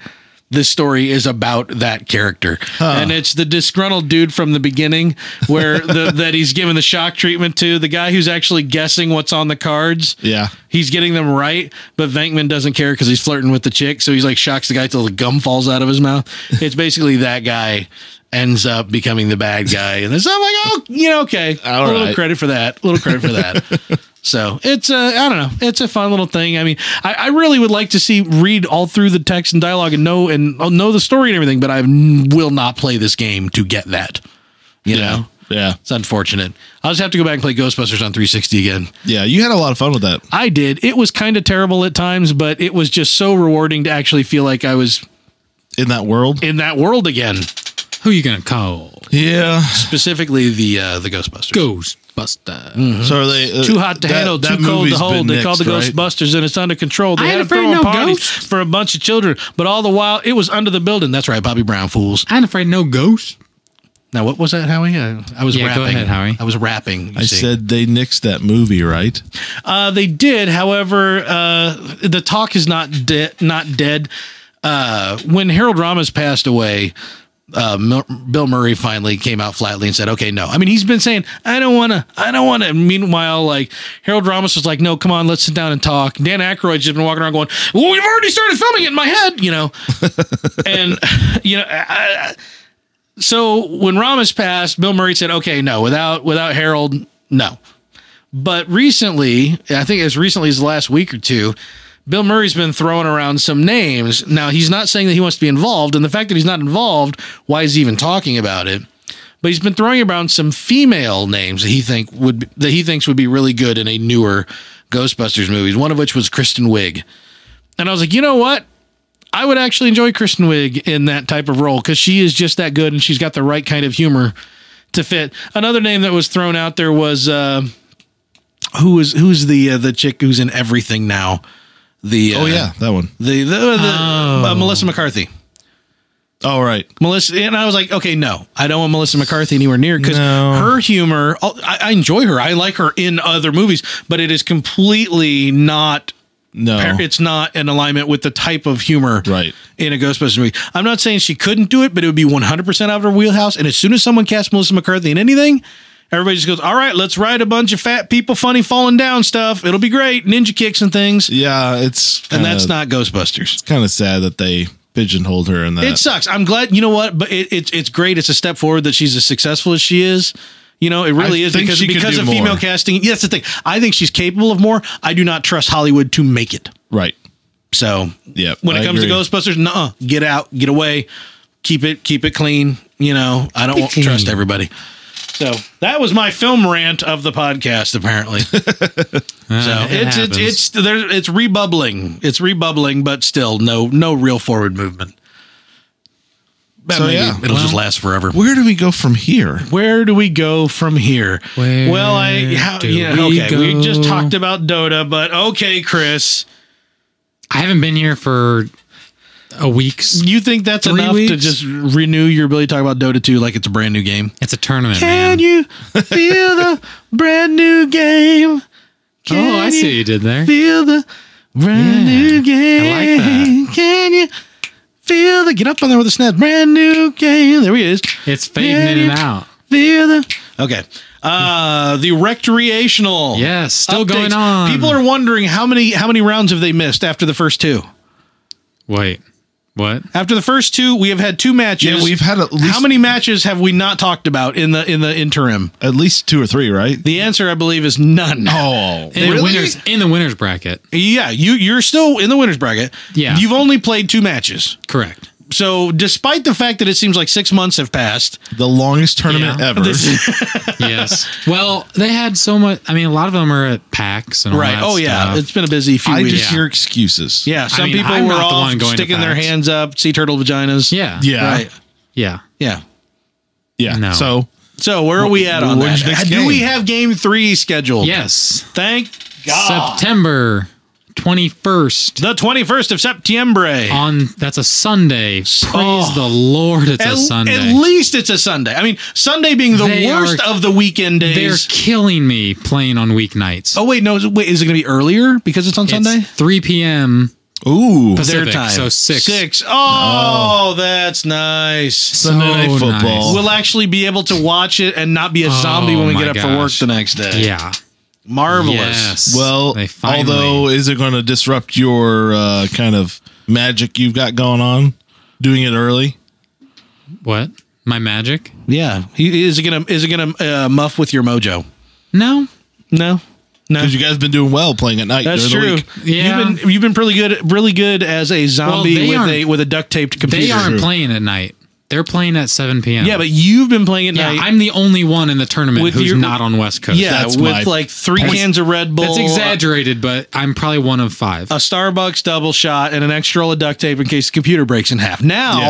[SPEAKER 1] This story is about that character, and it's the disgruntled dude from the beginning, where the, that he's given the shock treatment to the guy who's actually guessing what's on the cards.
[SPEAKER 3] yeah.
[SPEAKER 1] He's getting them right, but Venkman doesn't care because he's flirting with the chick. So he's like shocks the guy till the gum falls out of his mouth. It's basically that guy ends up becoming the bad guy, and it's I'm like, oh, you know, okay,
[SPEAKER 3] All
[SPEAKER 1] a little
[SPEAKER 3] right.
[SPEAKER 1] credit for that, a little credit for that. so it's a, I don't know, it's a fun little thing. I mean, I, I really would like to see read all through the text and dialogue and know and oh, know the story and everything, but I n- will not play this game to get that. You
[SPEAKER 3] Yeah.
[SPEAKER 1] know,
[SPEAKER 3] Yeah.
[SPEAKER 1] it's unfortunate. I'll just have to go back and play Ghostbusters on 360 again.
[SPEAKER 3] Yeah. You had a lot of fun with that.
[SPEAKER 1] I did. It was kind of terrible at times, but it was just so rewarding to actually feel like I was
[SPEAKER 3] In that world?
[SPEAKER 1] in that world again.
[SPEAKER 2] Who you gonna call?
[SPEAKER 3] Yeah.
[SPEAKER 1] Specifically, the uh, the Ghostbusters.
[SPEAKER 2] Ghostbuster.
[SPEAKER 3] So are they uh,
[SPEAKER 1] Too hot to
[SPEAKER 3] that-
[SPEAKER 1] handle,
[SPEAKER 3] that
[SPEAKER 1] too cold to
[SPEAKER 3] movie's
[SPEAKER 1] hold.
[SPEAKER 3] been
[SPEAKER 1] They called the
[SPEAKER 3] nixed, right?
[SPEAKER 1] Ghostbusters, and it's under control. They
[SPEAKER 2] I ain't
[SPEAKER 1] had
[SPEAKER 2] afraid
[SPEAKER 1] throwing
[SPEAKER 2] no
[SPEAKER 1] parties
[SPEAKER 2] ghosts.
[SPEAKER 1] for a bunch of children, but all the while it was under the building. That's right, Bobby Brown fools.
[SPEAKER 2] I ain't afraid no ghost.
[SPEAKER 1] Now what was that, Howie? I, I was
[SPEAKER 2] Yeah, go
[SPEAKER 1] rapping.
[SPEAKER 2] ahead, Howie.
[SPEAKER 1] I was rapping. you
[SPEAKER 3] I
[SPEAKER 1] see.
[SPEAKER 3] said they nixed that movie, right?
[SPEAKER 1] Uh, they did, however, uh, the talk is not de- not dead. Uh, when Harold Ramis passed away, uh, Mil- Bill Murray finally came out flatly and said, "Okay, no." I mean, he's been saying, "I don't want to, I don't want to." Meanwhile, like Harold Ramis was like, "No, come on, let's sit down and talk." Dan Aykroyd's just been walking around going, "Well, we've already started filming it in my head," you know, and you know. I, I- so when Ramis passed, Bill Murray said, "Okay, no, without without Harold, no." But recently, I think as recently as the last week or two, Bill Murray's been throwing around some names. Now, he's not saying that he wants to be involved, and the fact that he's not involved, why is he even talking about it? But he's been throwing around some female names that he think would be, that he thinks would be really good in a newer Ghostbusters movies. One of which was Kristen Wiig, and I was like, you know what? I would actually enjoy Kristen Wiig in that type of role because she is just that good, and she's got the right kind of humor to fit. Another name that was thrown out there was. Uh, who is who's the uh, the chick who's in everything now? The uh,
[SPEAKER 3] Oh yeah, Oh. that one.
[SPEAKER 1] the the, the uh, Melissa McCarthy.
[SPEAKER 3] All right.
[SPEAKER 1] Melissa and I was like, okay, no, I don't want Melissa McCarthy anywhere near because
[SPEAKER 3] No.
[SPEAKER 1] her humor. oh, I, I enjoy her. I like her in other movies, but it is completely not.
[SPEAKER 3] No.
[SPEAKER 1] It's not in alignment with the type of humor
[SPEAKER 3] Right.
[SPEAKER 1] in a Ghostbusters movie. I'm not saying she couldn't do it, but it would be 100% out of her wheelhouse. And as soon as someone casts Melissa McCarthy in anything, everybody just goes, all right, let's write a bunch of fat people, funny falling down stuff. It'll be great. Ninja kicks and things.
[SPEAKER 3] Yeah, it's
[SPEAKER 1] And that's not Ghostbusters.
[SPEAKER 3] kind of sad that they pigeonholed her in that.
[SPEAKER 1] It sucks. I'm glad, you know what? But it, it's it's great. It's a step forward that she's as successful as she is. You know, it really
[SPEAKER 3] I
[SPEAKER 1] is
[SPEAKER 3] think
[SPEAKER 1] because,
[SPEAKER 3] she could
[SPEAKER 1] because
[SPEAKER 3] do
[SPEAKER 1] of
[SPEAKER 3] more.
[SPEAKER 1] female casting. Yeah, that's the thing. I think she's capable of more. I do not trust Hollywood to make it.
[SPEAKER 3] right.
[SPEAKER 1] So
[SPEAKER 3] Yeah,
[SPEAKER 1] when it
[SPEAKER 3] I
[SPEAKER 1] comes
[SPEAKER 3] agree.
[SPEAKER 1] to Ghostbusters, nah, get out, get away, keep it, keep it clean. You know, I don't want,
[SPEAKER 2] clean.
[SPEAKER 1] trust everybody. So that was my film rant of the podcast. Apparently, so
[SPEAKER 2] Uh,
[SPEAKER 1] it's it's it's there, it's rebubbling, it's rebubbling, but still no no real forward movement. But
[SPEAKER 3] So,
[SPEAKER 1] maybe
[SPEAKER 3] yeah.
[SPEAKER 1] it'll just last forever.
[SPEAKER 3] Where do we go from here?
[SPEAKER 1] Where do we go from here?
[SPEAKER 2] Where
[SPEAKER 1] well, I how,
[SPEAKER 2] do
[SPEAKER 1] yeah
[SPEAKER 2] we
[SPEAKER 1] okay. We
[SPEAKER 2] go?
[SPEAKER 1] just talked about Dota, but okay, Chris.
[SPEAKER 2] I haven't been here for a week's.
[SPEAKER 1] You think that's
[SPEAKER 2] Three
[SPEAKER 1] enough to
[SPEAKER 2] weeks?
[SPEAKER 1] just renew your ability to talk about Dota 2 like it's a brand new game?
[SPEAKER 2] It's a tournament,
[SPEAKER 1] Can
[SPEAKER 2] man.
[SPEAKER 1] you feel the brand new game? Can
[SPEAKER 2] oh, I see what
[SPEAKER 1] you
[SPEAKER 2] you did there.
[SPEAKER 1] Feel the brand
[SPEAKER 2] Yeah,
[SPEAKER 1] new
[SPEAKER 2] I like that.
[SPEAKER 1] game. Can you feel the get up on there with a snap? Brand new game. There he is.
[SPEAKER 2] It's fading
[SPEAKER 1] Can
[SPEAKER 2] in
[SPEAKER 1] you-
[SPEAKER 2] and out.
[SPEAKER 1] Feel the okay. Uh, the recreational.
[SPEAKER 2] Yes, still
[SPEAKER 1] updates.
[SPEAKER 2] going on.
[SPEAKER 1] People are wondering how many how many rounds have they missed after the first two.
[SPEAKER 2] Wait, what?
[SPEAKER 1] After the first two, we have had two matches.
[SPEAKER 3] Yeah, we've had at least
[SPEAKER 1] how many matches have we not talked about in the in the interim?
[SPEAKER 3] at least two or three, right?
[SPEAKER 1] The answer, I believe, is none.
[SPEAKER 3] Oh,
[SPEAKER 2] In the winners in the winners bracket.
[SPEAKER 1] Yeah, you you're still in the winners bracket.
[SPEAKER 2] Yeah.
[SPEAKER 1] you've only played two matches.
[SPEAKER 2] Correct.
[SPEAKER 1] So, despite the fact that it seems like six months have passed,
[SPEAKER 3] the longest tournament
[SPEAKER 2] Yeah.
[SPEAKER 3] ever.
[SPEAKER 2] Yes. well, they had so much. I mean, a lot of them are at PAX and all
[SPEAKER 1] right?
[SPEAKER 2] that
[SPEAKER 1] Oh yeah,
[SPEAKER 2] stuff.
[SPEAKER 1] it's been a busy few
[SPEAKER 3] I
[SPEAKER 1] weeks.
[SPEAKER 3] just hear excuses.
[SPEAKER 1] yeah, some
[SPEAKER 2] mean,
[SPEAKER 1] people
[SPEAKER 2] I'm
[SPEAKER 1] were
[SPEAKER 2] not the
[SPEAKER 1] off
[SPEAKER 2] one going to
[SPEAKER 1] sticking their
[SPEAKER 2] PAX.
[SPEAKER 1] hands up, sea turtle vaginas.
[SPEAKER 2] yeah.
[SPEAKER 3] yeah,
[SPEAKER 1] right.
[SPEAKER 2] Yeah.
[SPEAKER 1] Yeah.
[SPEAKER 3] yeah.
[SPEAKER 2] No.
[SPEAKER 3] So
[SPEAKER 1] So, where are we at on
[SPEAKER 3] When's
[SPEAKER 1] that?
[SPEAKER 3] next
[SPEAKER 1] Do
[SPEAKER 3] game?
[SPEAKER 1] we have game three scheduled?
[SPEAKER 2] Yes.
[SPEAKER 1] Thank
[SPEAKER 2] Ah.
[SPEAKER 1] God.
[SPEAKER 2] September twenty first.
[SPEAKER 1] the twenty first of September.
[SPEAKER 2] On that's a Sunday. Praise
[SPEAKER 1] Oh.
[SPEAKER 2] the Lord, it's
[SPEAKER 1] at,
[SPEAKER 2] a Sunday.
[SPEAKER 1] at least it's a Sunday. I mean, Sunday being the
[SPEAKER 2] They
[SPEAKER 1] worst
[SPEAKER 2] are-
[SPEAKER 1] of the weekend
[SPEAKER 2] They're
[SPEAKER 1] days.
[SPEAKER 2] killing me playing on weeknights.
[SPEAKER 1] Oh wait, no. is- Wait, is it going to be earlier because it's on Sunday?
[SPEAKER 2] It's three p.m.
[SPEAKER 3] ooh,
[SPEAKER 1] Their
[SPEAKER 2] Pacific,
[SPEAKER 1] time.
[SPEAKER 2] so six.
[SPEAKER 1] Six. Oh, that's nice.
[SPEAKER 3] Sunday Night
[SPEAKER 2] so
[SPEAKER 3] Football.
[SPEAKER 2] nice.
[SPEAKER 1] We'll actually be able to watch it and not be a
[SPEAKER 2] Oh,
[SPEAKER 1] zombie when we
[SPEAKER 2] my
[SPEAKER 1] get up for work
[SPEAKER 2] gosh.
[SPEAKER 1] the next day.
[SPEAKER 2] Yeah.
[SPEAKER 1] Marvelous.
[SPEAKER 2] Yes.
[SPEAKER 3] well,
[SPEAKER 2] They finally-
[SPEAKER 3] although is it going to disrupt your uh, kind of magic you've got going on? Doing it early.
[SPEAKER 2] what my magic?
[SPEAKER 1] Yeah. He, is it gonna is it gonna uh, muff with your mojo?
[SPEAKER 2] No.
[SPEAKER 1] No. No.
[SPEAKER 3] Because you guys have been doing well playing at night.
[SPEAKER 1] That's
[SPEAKER 3] during the
[SPEAKER 1] true.
[SPEAKER 3] week.
[SPEAKER 2] Yeah.
[SPEAKER 1] You've been you've been pretty good really good as a zombie
[SPEAKER 2] they
[SPEAKER 1] with a
[SPEAKER 2] aren't-
[SPEAKER 1] with a duct taped computer.
[SPEAKER 2] They aren't playing at night. They're playing at seven p.m.
[SPEAKER 1] yeah, but you've been playing at
[SPEAKER 2] yeah,
[SPEAKER 1] night.
[SPEAKER 2] I'm the only one in the tournament
[SPEAKER 1] With
[SPEAKER 2] who's
[SPEAKER 1] your-
[SPEAKER 2] not on West Coast.
[SPEAKER 1] yeah,
[SPEAKER 3] that's my
[SPEAKER 1] with like three cans of Red Bull.
[SPEAKER 2] That's exaggerated, but I'm probably one of five.
[SPEAKER 1] a Starbucks double shot and an extra roll of duct tape in case the computer breaks in half. Now
[SPEAKER 3] Yeah.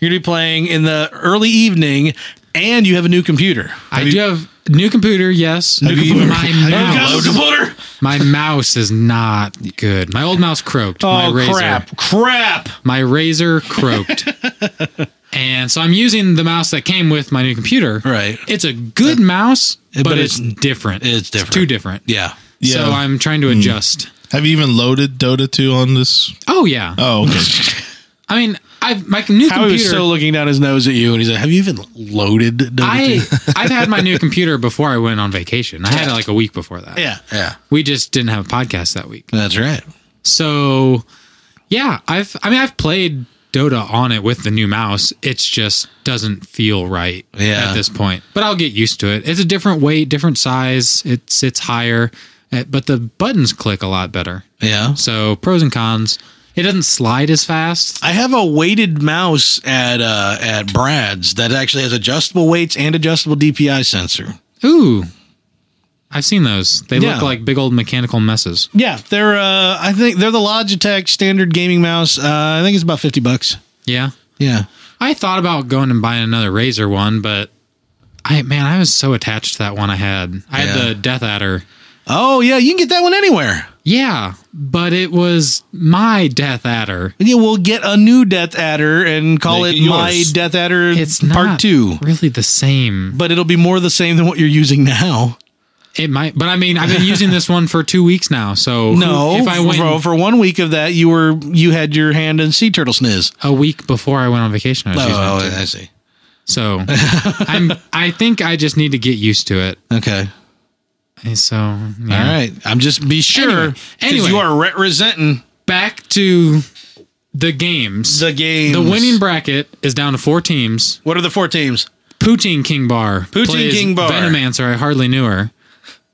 [SPEAKER 1] you're gonna be playing in the early evening, and you have a new computer.
[SPEAKER 2] I do have new computer, yes.
[SPEAKER 3] Have you even-
[SPEAKER 2] my,
[SPEAKER 3] have you even
[SPEAKER 2] mouse,
[SPEAKER 3] loaded-
[SPEAKER 1] computer!
[SPEAKER 2] my mouse is not good. My old mouse croaked. my
[SPEAKER 1] Oh
[SPEAKER 2] razor.
[SPEAKER 1] crap! Crap!
[SPEAKER 2] My razor croaked. and so I'm using the mouse that came with my new computer.
[SPEAKER 1] Right.
[SPEAKER 2] It's a good mouse, but,
[SPEAKER 1] but
[SPEAKER 2] it's,
[SPEAKER 1] it's-
[SPEAKER 2] different.
[SPEAKER 1] it's different.
[SPEAKER 2] too different.
[SPEAKER 1] Yeah.
[SPEAKER 2] So
[SPEAKER 3] Yeah.
[SPEAKER 2] I'm trying to adjust.
[SPEAKER 3] Have you even loaded Dota two on this?
[SPEAKER 2] Oh yeah.
[SPEAKER 3] Oh, okay.
[SPEAKER 2] I mean, I've my new
[SPEAKER 1] Howie was
[SPEAKER 2] computer
[SPEAKER 1] so looking down his nose at you, and he's like, "Have you even loaded?" Dota
[SPEAKER 2] I
[SPEAKER 1] 2?"
[SPEAKER 2] I've had my new computer before I went on vacation. I had it like a week before that.
[SPEAKER 1] yeah, yeah,
[SPEAKER 2] We just didn't have a podcast that week.
[SPEAKER 1] that's right.
[SPEAKER 2] So yeah, I've I mean I've played Dota on it with the new mouse. It's just doesn't feel right
[SPEAKER 1] Yeah.
[SPEAKER 2] at this point. But I'll get used to it. It's a different weight, different size. It sits higher, eh, but the buttons click a lot better.
[SPEAKER 1] Yeah.
[SPEAKER 2] So pros and cons. It doesn't slide as fast.
[SPEAKER 1] I have a weighted mouse at uh, at Brad's that actually has adjustable weights and adjustable DPI sensor.
[SPEAKER 2] Ooh. I've seen those. They
[SPEAKER 1] Yeah.
[SPEAKER 2] look like big old mechanical messes.
[SPEAKER 1] Yeah, they're uh, I think they're the Logitech standard gaming mouse. Uh, I think it's about fifty bucks.
[SPEAKER 2] Yeah.
[SPEAKER 1] Yeah,
[SPEAKER 2] I thought about going and buying another Razor one, but I man, I was so attached to that one I had. I
[SPEAKER 1] Yeah.
[SPEAKER 2] had the Death Adder.
[SPEAKER 1] Oh yeah, you can get that one anywhere.
[SPEAKER 2] Yeah, but it was my Death Adder.
[SPEAKER 1] Yeah, we'll get a new Death Adder and call
[SPEAKER 3] Make
[SPEAKER 1] it,
[SPEAKER 3] it
[SPEAKER 1] my
[SPEAKER 3] yours.
[SPEAKER 1] Death Adder
[SPEAKER 2] It's not
[SPEAKER 1] Part Two.
[SPEAKER 2] really the same.
[SPEAKER 1] But it'll be more the same than what you're using now.
[SPEAKER 2] It might, but I mean, I've been using this one for two weeks now. So who-
[SPEAKER 1] No,
[SPEAKER 2] if I went
[SPEAKER 1] for, for one week of that, you were you had your hand in sea turtle sniz. Oh,
[SPEAKER 2] a week before I went on vacation, I was using it.
[SPEAKER 1] I see.
[SPEAKER 2] So I'm, I think I just need to get used to it.
[SPEAKER 1] Okay,
[SPEAKER 2] And so
[SPEAKER 1] all
[SPEAKER 2] yeah.
[SPEAKER 1] right. I'm just be sure
[SPEAKER 2] Anyway,
[SPEAKER 1] because
[SPEAKER 2] anyway.
[SPEAKER 1] you are re- resenting
[SPEAKER 2] back to the games.
[SPEAKER 1] the game.
[SPEAKER 2] the winning bracket is down to four teams.
[SPEAKER 1] What are the four teams?
[SPEAKER 2] Poutine King Bar.
[SPEAKER 1] Poutine
[SPEAKER 2] plays
[SPEAKER 1] King Bar.
[SPEAKER 2] Venomancer, I hardly knew her.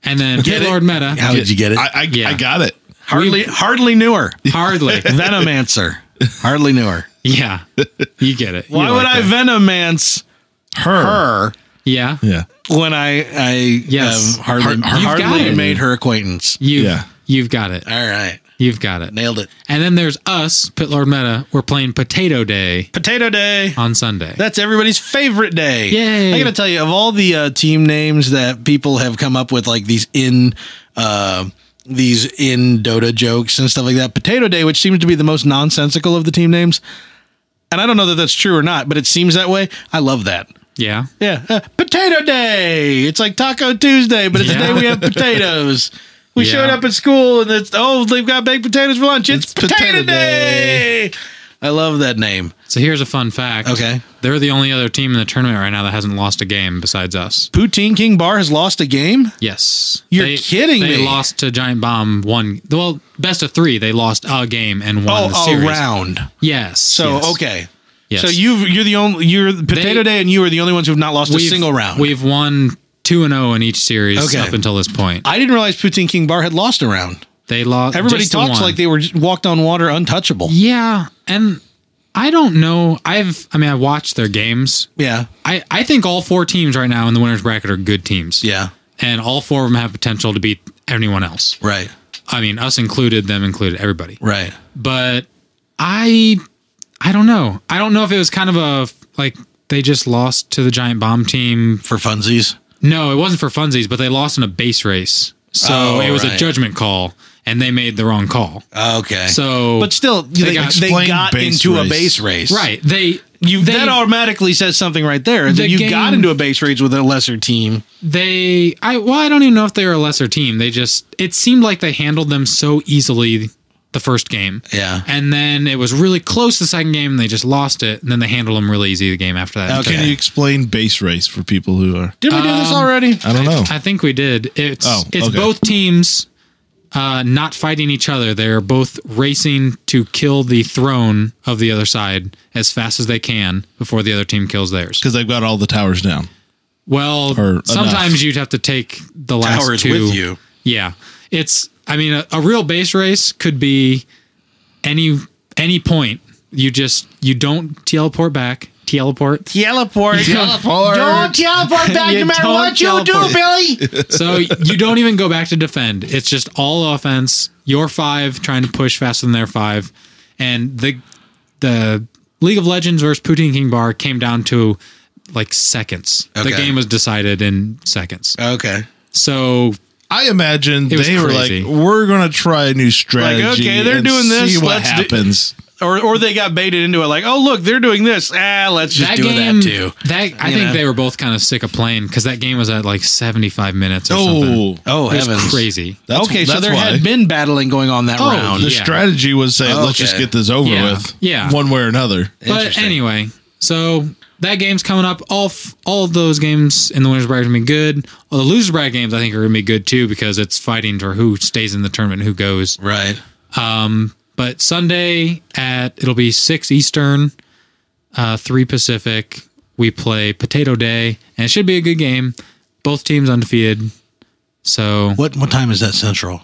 [SPEAKER 2] And then
[SPEAKER 1] Get
[SPEAKER 2] Get
[SPEAKER 1] it?
[SPEAKER 2] Lord Meta.
[SPEAKER 1] How did you get it?
[SPEAKER 3] I, I,
[SPEAKER 2] Yeah.
[SPEAKER 3] I got it.
[SPEAKER 1] hardly, hardly knew her.
[SPEAKER 2] Hardly.
[SPEAKER 1] Venomancer. hardly knew her.
[SPEAKER 2] yeah. You get it.
[SPEAKER 1] Why
[SPEAKER 2] You
[SPEAKER 1] would
[SPEAKER 2] like
[SPEAKER 1] I
[SPEAKER 2] that.
[SPEAKER 1] venomance
[SPEAKER 3] Her.
[SPEAKER 1] her?
[SPEAKER 2] yeah.
[SPEAKER 3] Yeah.
[SPEAKER 1] when I I
[SPEAKER 2] Yes.
[SPEAKER 1] um, hardly
[SPEAKER 3] Har-
[SPEAKER 1] hardly
[SPEAKER 2] You've got it.
[SPEAKER 1] made her acquaintance.
[SPEAKER 2] You've,
[SPEAKER 3] Yeah.
[SPEAKER 2] you've got it.
[SPEAKER 1] All right,
[SPEAKER 2] You've got it.
[SPEAKER 1] nailed it.
[SPEAKER 2] And then there's us, Pit Lord Meta. We're playing Potato Day
[SPEAKER 1] Potato Day.
[SPEAKER 2] on Sunday.
[SPEAKER 1] That's everybody's favorite day.
[SPEAKER 2] Yay.
[SPEAKER 1] I gotta tell you, of all the uh, team names that people have come up with, like these in uh, these in Dota jokes and stuff like that. Potato Day, which seems to be the most nonsensical of the team names, and I don't know that that's true or not, but it seems that way. I love that.
[SPEAKER 2] Yeah.
[SPEAKER 1] Yeah, uh, Potato Day. It's like Taco Tuesday, but it's the
[SPEAKER 2] Yeah.
[SPEAKER 1] day we have potatoes. We
[SPEAKER 2] Yeah.
[SPEAKER 1] showed up at school and it's oh they've got baked potatoes for lunch. It's,
[SPEAKER 3] It's
[SPEAKER 1] Potato,
[SPEAKER 3] Potato
[SPEAKER 1] Day. I love that name.
[SPEAKER 2] So here's a fun fact.
[SPEAKER 1] Okay.
[SPEAKER 2] They're the only other team in the tournament right now that hasn't lost a game besides us.
[SPEAKER 1] Poutine King Bar has lost a game.
[SPEAKER 2] Yes.
[SPEAKER 1] You're
[SPEAKER 2] They-
[SPEAKER 1] kidding
[SPEAKER 2] they
[SPEAKER 1] me.
[SPEAKER 2] lost to Giant Bomb one. Well, best of three. They lost a game and won the
[SPEAKER 1] Oh,
[SPEAKER 2] series.
[SPEAKER 1] around.
[SPEAKER 2] Yes.
[SPEAKER 1] So
[SPEAKER 2] yes,
[SPEAKER 1] okay.
[SPEAKER 2] yes.
[SPEAKER 1] So you've you're the only you're Potato
[SPEAKER 2] They-
[SPEAKER 1] Day and you are the only ones who've not lost a
[SPEAKER 2] We've-
[SPEAKER 1] single round.
[SPEAKER 2] We've won two and zero in each series
[SPEAKER 1] Okay.
[SPEAKER 2] up until this point.
[SPEAKER 1] I didn't realize Poutine King Bar had lost a round.
[SPEAKER 2] They lost.
[SPEAKER 1] Everybody
[SPEAKER 2] just the
[SPEAKER 1] talks
[SPEAKER 2] one.
[SPEAKER 1] like they were just walked on water, untouchable.
[SPEAKER 2] Yeah, and I don't know. I've. I mean, I watched their games.
[SPEAKER 1] Yeah,
[SPEAKER 2] I, I think all four teams right now in the winners bracket are good teams.
[SPEAKER 1] yeah,
[SPEAKER 2] And all four of them have potential to beat anyone else.
[SPEAKER 1] right,
[SPEAKER 2] I mean, us included, them included, everybody.
[SPEAKER 1] right.
[SPEAKER 2] But I I don't know. I don't know if it was kind of a like they just lost to the giant bomb team.
[SPEAKER 1] For funsies.
[SPEAKER 2] No, it wasn't for funsies, but they lost in a base race. So
[SPEAKER 1] Oh,
[SPEAKER 2] it was
[SPEAKER 1] right.
[SPEAKER 2] a judgment call and they made the wrong call.
[SPEAKER 1] Okay.
[SPEAKER 2] So
[SPEAKER 1] But still, they, they got,
[SPEAKER 2] got-
[SPEAKER 3] Explain base
[SPEAKER 1] into a
[SPEAKER 3] race.
[SPEAKER 1] base race.
[SPEAKER 2] right, they
[SPEAKER 1] You,
[SPEAKER 2] they,
[SPEAKER 1] that automatically says something right there. That
[SPEAKER 2] The
[SPEAKER 1] you
[SPEAKER 2] game-
[SPEAKER 1] got into a base race with a lesser team.
[SPEAKER 2] they I well I don't even know if they were a lesser team. They just it seemed like they handled them so easily the first game.
[SPEAKER 1] Yeah.
[SPEAKER 2] And then it was really close the second game and they just lost it and then they handled them really easy the game after that.
[SPEAKER 1] Okay. Um,
[SPEAKER 3] Can you explain base race for people who are?
[SPEAKER 1] Did we do this already?
[SPEAKER 3] I don't know.
[SPEAKER 2] I think we did. It's
[SPEAKER 3] Oh,
[SPEAKER 2] it's
[SPEAKER 3] okay.
[SPEAKER 2] both teams uh, not fighting each other. They're both racing to kill the throne of the other side as fast as they can before the other team kills theirs.
[SPEAKER 3] Because they've got all the towers down.
[SPEAKER 2] Well,
[SPEAKER 3] Or
[SPEAKER 2] sometimes
[SPEAKER 3] enough.
[SPEAKER 2] you'd have to take the last
[SPEAKER 1] Towers
[SPEAKER 2] two.
[SPEAKER 1] with you.
[SPEAKER 2] Yeah, it's. I mean, a, a real base race could be any any point. You just you don't teleport back. Teleport.
[SPEAKER 1] Teleport.
[SPEAKER 3] Teleport.
[SPEAKER 1] Don't teleport back
[SPEAKER 2] You
[SPEAKER 1] no matter
[SPEAKER 2] don't
[SPEAKER 1] what you
[SPEAKER 2] teleport.
[SPEAKER 1] do, Billy.
[SPEAKER 2] So you don't even go back to defend. It's just all offense. Your five trying to push faster than their five, and the the League of Legends versus Poutine King Bar came down to like seconds.
[SPEAKER 1] Okay.
[SPEAKER 2] The game was decided in seconds.
[SPEAKER 1] okay.
[SPEAKER 2] So
[SPEAKER 3] I imagine
[SPEAKER 2] was
[SPEAKER 3] they were
[SPEAKER 2] crazy.
[SPEAKER 3] like, "We're gonna try a new strategy.
[SPEAKER 1] okay, they're
[SPEAKER 3] and
[SPEAKER 1] doing this,
[SPEAKER 3] See what
[SPEAKER 1] let's do-
[SPEAKER 3] happens."
[SPEAKER 1] Or or they got baited into it like, oh look, they're doing this. Ah, let's just do that too.
[SPEAKER 2] that- I
[SPEAKER 1] You
[SPEAKER 2] think
[SPEAKER 1] know?
[SPEAKER 2] they were both kind of sick of playing because that game was at like seventy five minutes. Or something.
[SPEAKER 3] oh,
[SPEAKER 1] Oh
[SPEAKER 2] it was
[SPEAKER 1] heavens.
[SPEAKER 2] crazy.
[SPEAKER 3] that's,
[SPEAKER 1] okay, so
[SPEAKER 3] that's
[SPEAKER 1] there
[SPEAKER 3] why.
[SPEAKER 1] had been battling going on that round.
[SPEAKER 3] Oh, the
[SPEAKER 2] yeah.
[SPEAKER 3] strategy was say, "Let's just
[SPEAKER 1] Okay.
[SPEAKER 3] get this over
[SPEAKER 2] Yeah,
[SPEAKER 3] with,
[SPEAKER 2] yeah.
[SPEAKER 3] one way or another."
[SPEAKER 2] But
[SPEAKER 1] Interesting.
[SPEAKER 2] anyway, so that game's coming up. All f- all of those games in the winners bracket are gonna be good. Well, the losers bracket games I think are gonna be good too because it's fighting for who stays in the tournament, and who goes.
[SPEAKER 1] Right.
[SPEAKER 2] But Sunday at it'll be six Eastern, uh, three Pacific. We play Potato Day, and it should be a good game. Both teams undefeated. So
[SPEAKER 1] What what time is that central?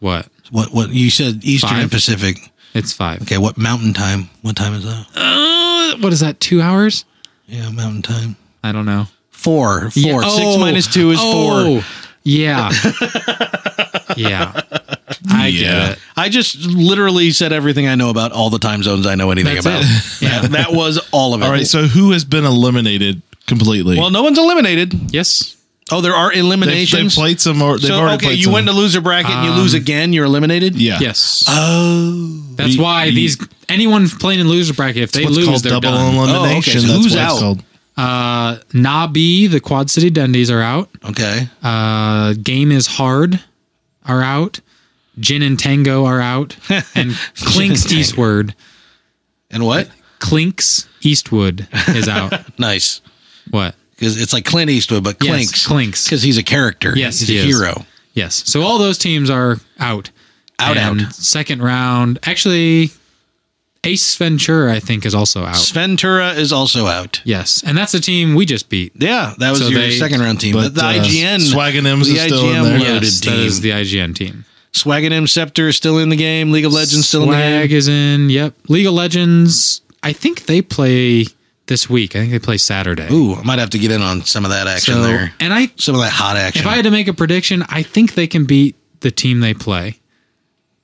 [SPEAKER 2] what?
[SPEAKER 1] What what you said Eastern
[SPEAKER 2] Five.
[SPEAKER 1] and Pacific.
[SPEAKER 2] It's five.
[SPEAKER 1] Okay, what mountain time? What time is that?
[SPEAKER 2] Uh, what is that? Two hours?
[SPEAKER 1] Yeah, mountain time.
[SPEAKER 2] I don't know.
[SPEAKER 1] Four. Four.
[SPEAKER 2] Yeah.
[SPEAKER 1] Six
[SPEAKER 2] Oh.
[SPEAKER 1] minus two is
[SPEAKER 2] Oh.
[SPEAKER 1] four.
[SPEAKER 2] Yeah. yeah. I
[SPEAKER 3] Yeah.
[SPEAKER 2] get it.
[SPEAKER 1] I just literally said everything I know about all the time zones I know anything
[SPEAKER 2] That's
[SPEAKER 1] about.
[SPEAKER 2] it.
[SPEAKER 1] Yeah, that, that was all of it.
[SPEAKER 3] All right, so who has been eliminated completely?
[SPEAKER 1] well, no one's eliminated.
[SPEAKER 2] Yes.
[SPEAKER 1] Oh, there are
[SPEAKER 3] they've, they've
[SPEAKER 1] eliminations.
[SPEAKER 3] played some. Or, they've
[SPEAKER 1] so
[SPEAKER 3] already
[SPEAKER 1] okay,
[SPEAKER 3] played
[SPEAKER 1] you
[SPEAKER 3] some.
[SPEAKER 1] win the loser bracket and you lose
[SPEAKER 2] Um,
[SPEAKER 1] again. You're eliminated.
[SPEAKER 3] yeah,
[SPEAKER 2] Yes.
[SPEAKER 1] Oh.
[SPEAKER 2] That's
[SPEAKER 3] you-
[SPEAKER 2] why
[SPEAKER 3] you-
[SPEAKER 2] these anyone playing in loser bracket, if they
[SPEAKER 3] What's
[SPEAKER 2] lose,
[SPEAKER 3] called
[SPEAKER 2] they're
[SPEAKER 3] double
[SPEAKER 2] done.
[SPEAKER 3] elimination.
[SPEAKER 1] Oh, okay, so
[SPEAKER 3] That's
[SPEAKER 1] who's
[SPEAKER 3] what it's
[SPEAKER 1] out?
[SPEAKER 3] called.
[SPEAKER 2] Uh, Nabi, the Quad City Dundies are out.
[SPEAKER 1] Okay.
[SPEAKER 2] Uh, Game is hard are out. Gin and Tango are out, and Clinks Eastward.
[SPEAKER 1] And what?
[SPEAKER 2] Clinks Eastwood is out.
[SPEAKER 1] Nice.
[SPEAKER 2] what?
[SPEAKER 1] Because it's like Clint Eastwood, but
[SPEAKER 2] Yes,
[SPEAKER 1] Clinks.
[SPEAKER 2] Clinks.
[SPEAKER 1] Because he's a character.
[SPEAKER 2] Yes,
[SPEAKER 1] he's
[SPEAKER 2] he
[SPEAKER 1] a
[SPEAKER 2] is.
[SPEAKER 1] hero.
[SPEAKER 2] Yes. So all those teams are out.
[SPEAKER 1] Out,
[SPEAKER 2] And
[SPEAKER 1] out.
[SPEAKER 2] Second round. Actually, Ace Ventura, I think, is also out.
[SPEAKER 1] Sventura is also out.
[SPEAKER 2] yes. And that's the team we just beat.
[SPEAKER 1] Yeah, that was
[SPEAKER 2] So
[SPEAKER 1] your
[SPEAKER 2] they-
[SPEAKER 1] second round team.
[SPEAKER 3] but,
[SPEAKER 1] the, the
[SPEAKER 3] uh,
[SPEAKER 1] IGN
[SPEAKER 3] Swag and M's
[SPEAKER 1] the
[SPEAKER 3] is still in
[SPEAKER 1] IGN
[SPEAKER 3] there.
[SPEAKER 1] loaded
[SPEAKER 2] Yes,
[SPEAKER 1] team.
[SPEAKER 2] that is the IGN team.
[SPEAKER 1] Swag and M Scepter is still in the game. League of Legends still in the
[SPEAKER 2] Swag
[SPEAKER 1] game.
[SPEAKER 2] is in. Yep. League of Legends, I think they play this week. I think they play Saturday.
[SPEAKER 1] Ooh, I might have to get in on some of that action
[SPEAKER 2] so,
[SPEAKER 1] there.
[SPEAKER 2] and I,
[SPEAKER 1] Some of that hot action.
[SPEAKER 2] if I had to make a prediction, I think they can beat the team they play.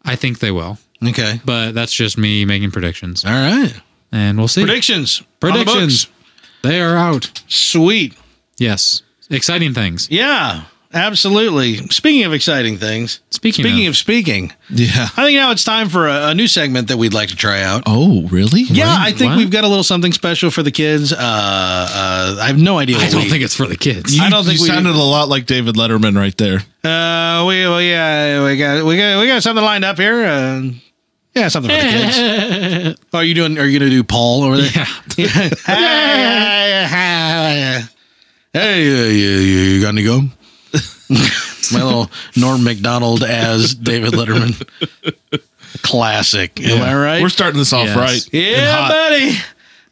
[SPEAKER 2] I think they will,
[SPEAKER 1] okay.
[SPEAKER 2] but that's just me making predictions,
[SPEAKER 1] All right.
[SPEAKER 2] and we'll see.
[SPEAKER 1] Predictions. On the
[SPEAKER 2] Predictions.
[SPEAKER 1] books.
[SPEAKER 2] They are out.
[SPEAKER 1] Sweet.
[SPEAKER 2] Yes. Exciting things.
[SPEAKER 1] Yeah. Absolutely. Speaking of exciting things,
[SPEAKER 2] Speaking
[SPEAKER 1] speaking
[SPEAKER 2] of-
[SPEAKER 1] of speaking,
[SPEAKER 3] Yeah.
[SPEAKER 1] I think now it's time for a, a new segment that we'd like to try out.
[SPEAKER 3] Oh, really?
[SPEAKER 1] Yeah,
[SPEAKER 2] Really?
[SPEAKER 1] I think
[SPEAKER 2] What?
[SPEAKER 1] we've got a little something special for the kids. Uh, uh, I have no idea. What
[SPEAKER 2] I don't
[SPEAKER 1] we,
[SPEAKER 2] think it's for the kids.
[SPEAKER 1] I don't think
[SPEAKER 3] you
[SPEAKER 1] we-
[SPEAKER 3] sounded a lot like David Letterman right there.
[SPEAKER 1] Uh, we we uh, we got we got we got something lined up here. Uh, yeah, something for the kids. Oh, are you doing? Are you gonna do Paul over there?
[SPEAKER 2] Yeah.
[SPEAKER 1] uh, hey, hey, you, you, you got any gum? My little Norm McDonald as David Letterman. Classic. Am I right?
[SPEAKER 3] We're starting this off
[SPEAKER 2] Yes.
[SPEAKER 3] right. and
[SPEAKER 1] yeah,
[SPEAKER 3] hot.
[SPEAKER 1] buddy.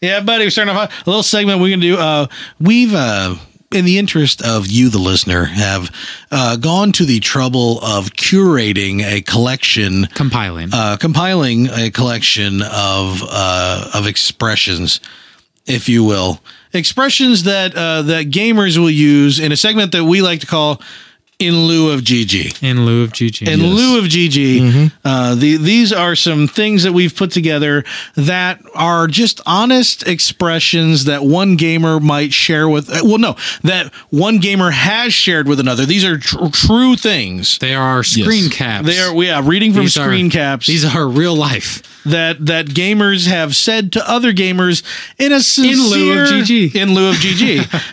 [SPEAKER 1] Yeah, buddy. We're starting off hot. a little segment we're going to do. Uh, we've, uh, in the interest of you, the listener, have uh, gone to the trouble of curating a collection
[SPEAKER 2] Compiling.
[SPEAKER 1] uh, compiling a collection of uh, of expressions, if you will, expressions that uh, that gamers will use in a segment that we like to call "in lieu of GG."
[SPEAKER 2] in lieu of GG.
[SPEAKER 1] In lieu of GG,
[SPEAKER 2] Mm-hmm.
[SPEAKER 1] uh, the, these are some things that we've put together that are just honest expressions that one gamer might share with. uh, Well, no, that one gamer has shared with another. These are tr- true things.
[SPEAKER 2] they are our screen caps.
[SPEAKER 1] They are, yeah, reading from
[SPEAKER 2] These are-
[SPEAKER 1] screen caps
[SPEAKER 2] These are real life.
[SPEAKER 1] that that gamers have said to other gamers in a sincere,
[SPEAKER 2] lieu of GG.
[SPEAKER 1] in lieu of GG,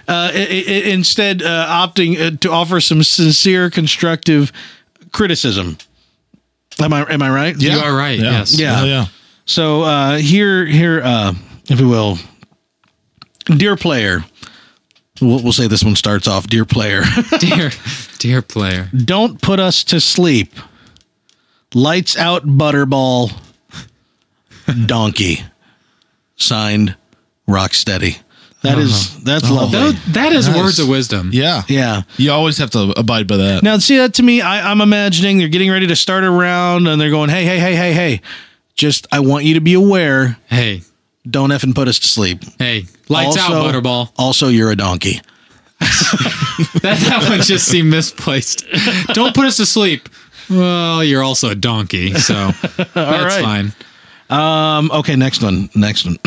[SPEAKER 1] uh, i- i- instead uh, opting uh, to offer some sincere constructive criticism. Am I am I right?
[SPEAKER 2] You are right.
[SPEAKER 3] Yeah.
[SPEAKER 2] Yes.
[SPEAKER 1] Yeah.
[SPEAKER 3] Oh, yeah.
[SPEAKER 1] So uh, here here uh, if you will, dear player. We'll, we'll say this one starts off, dear player.
[SPEAKER 2] Dear, dear player.
[SPEAKER 1] Don't put us to sleep. Lights out, Butterball. Donkey. Signed, Rocksteady. That is that's lovely.
[SPEAKER 2] Tho- that is
[SPEAKER 3] Nice.
[SPEAKER 2] words of wisdom.
[SPEAKER 3] Yeah.
[SPEAKER 1] yeah.
[SPEAKER 3] You always have to abide by that.
[SPEAKER 1] Now see that to me, I, I'm imagining they're getting ready to start a round and they're going, hey, hey, hey, hey, hey. Just I want you to be aware.
[SPEAKER 2] Hey,
[SPEAKER 1] Don't effing put us to sleep.
[SPEAKER 2] hey, lights out,
[SPEAKER 1] Also-
[SPEAKER 2] Butterball.
[SPEAKER 1] Also, you're a donkey.
[SPEAKER 2] That, that one just seemed misplaced. Don't put us to sleep. Well, you're also a donkey, so that's
[SPEAKER 1] right.
[SPEAKER 2] fine.
[SPEAKER 1] Um, okay, next one. Next one.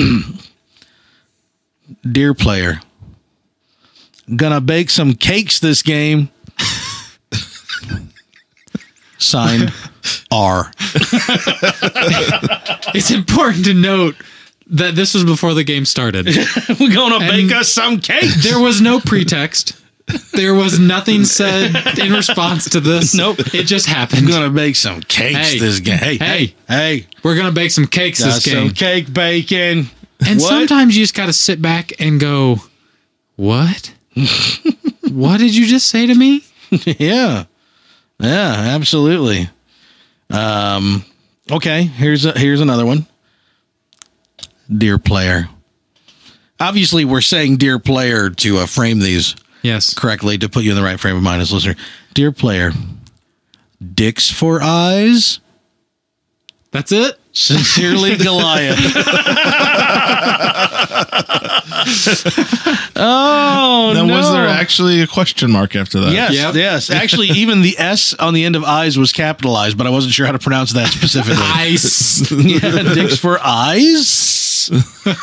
[SPEAKER 1] Dear player, gonna bake some cakes this game. Signed R.
[SPEAKER 2] It's important to note that this was before the game started.
[SPEAKER 1] We're gonna
[SPEAKER 2] bake
[SPEAKER 1] us some cakes.
[SPEAKER 2] There was no pretext. There was nothing said in response to this.
[SPEAKER 1] Nope.
[SPEAKER 2] It just
[SPEAKER 1] I'm
[SPEAKER 2] happened.
[SPEAKER 1] gonna bake some cakes
[SPEAKER 2] Hey.
[SPEAKER 1] this game. Hey,
[SPEAKER 2] Hey.
[SPEAKER 1] hey,
[SPEAKER 2] We're gonna bake some cakes
[SPEAKER 1] got
[SPEAKER 2] this game.
[SPEAKER 1] some cake baking.
[SPEAKER 2] And
[SPEAKER 1] What?
[SPEAKER 2] sometimes you just got to sit back and go, "What? what did you just say to me?"
[SPEAKER 1] yeah, yeah, absolutely. Um, okay, here's a, here's another one. Dear player, obviously we're saying dear player to uh, frame these
[SPEAKER 2] Yes.
[SPEAKER 1] correctly to put you in the right frame of mind as a listener. Dear player, dicks for eyes.
[SPEAKER 2] That's it.
[SPEAKER 1] Sincerely, Goliath. oh
[SPEAKER 3] Now,
[SPEAKER 1] no!
[SPEAKER 3] was there actually a question mark after that?
[SPEAKER 1] Yes,
[SPEAKER 2] Yep.
[SPEAKER 1] yes. Actually, even the S on the end of eyes was capitalized, but I wasn't sure how to pronounce that specifically.
[SPEAKER 2] Ice.
[SPEAKER 1] yeah, dicks for eyes.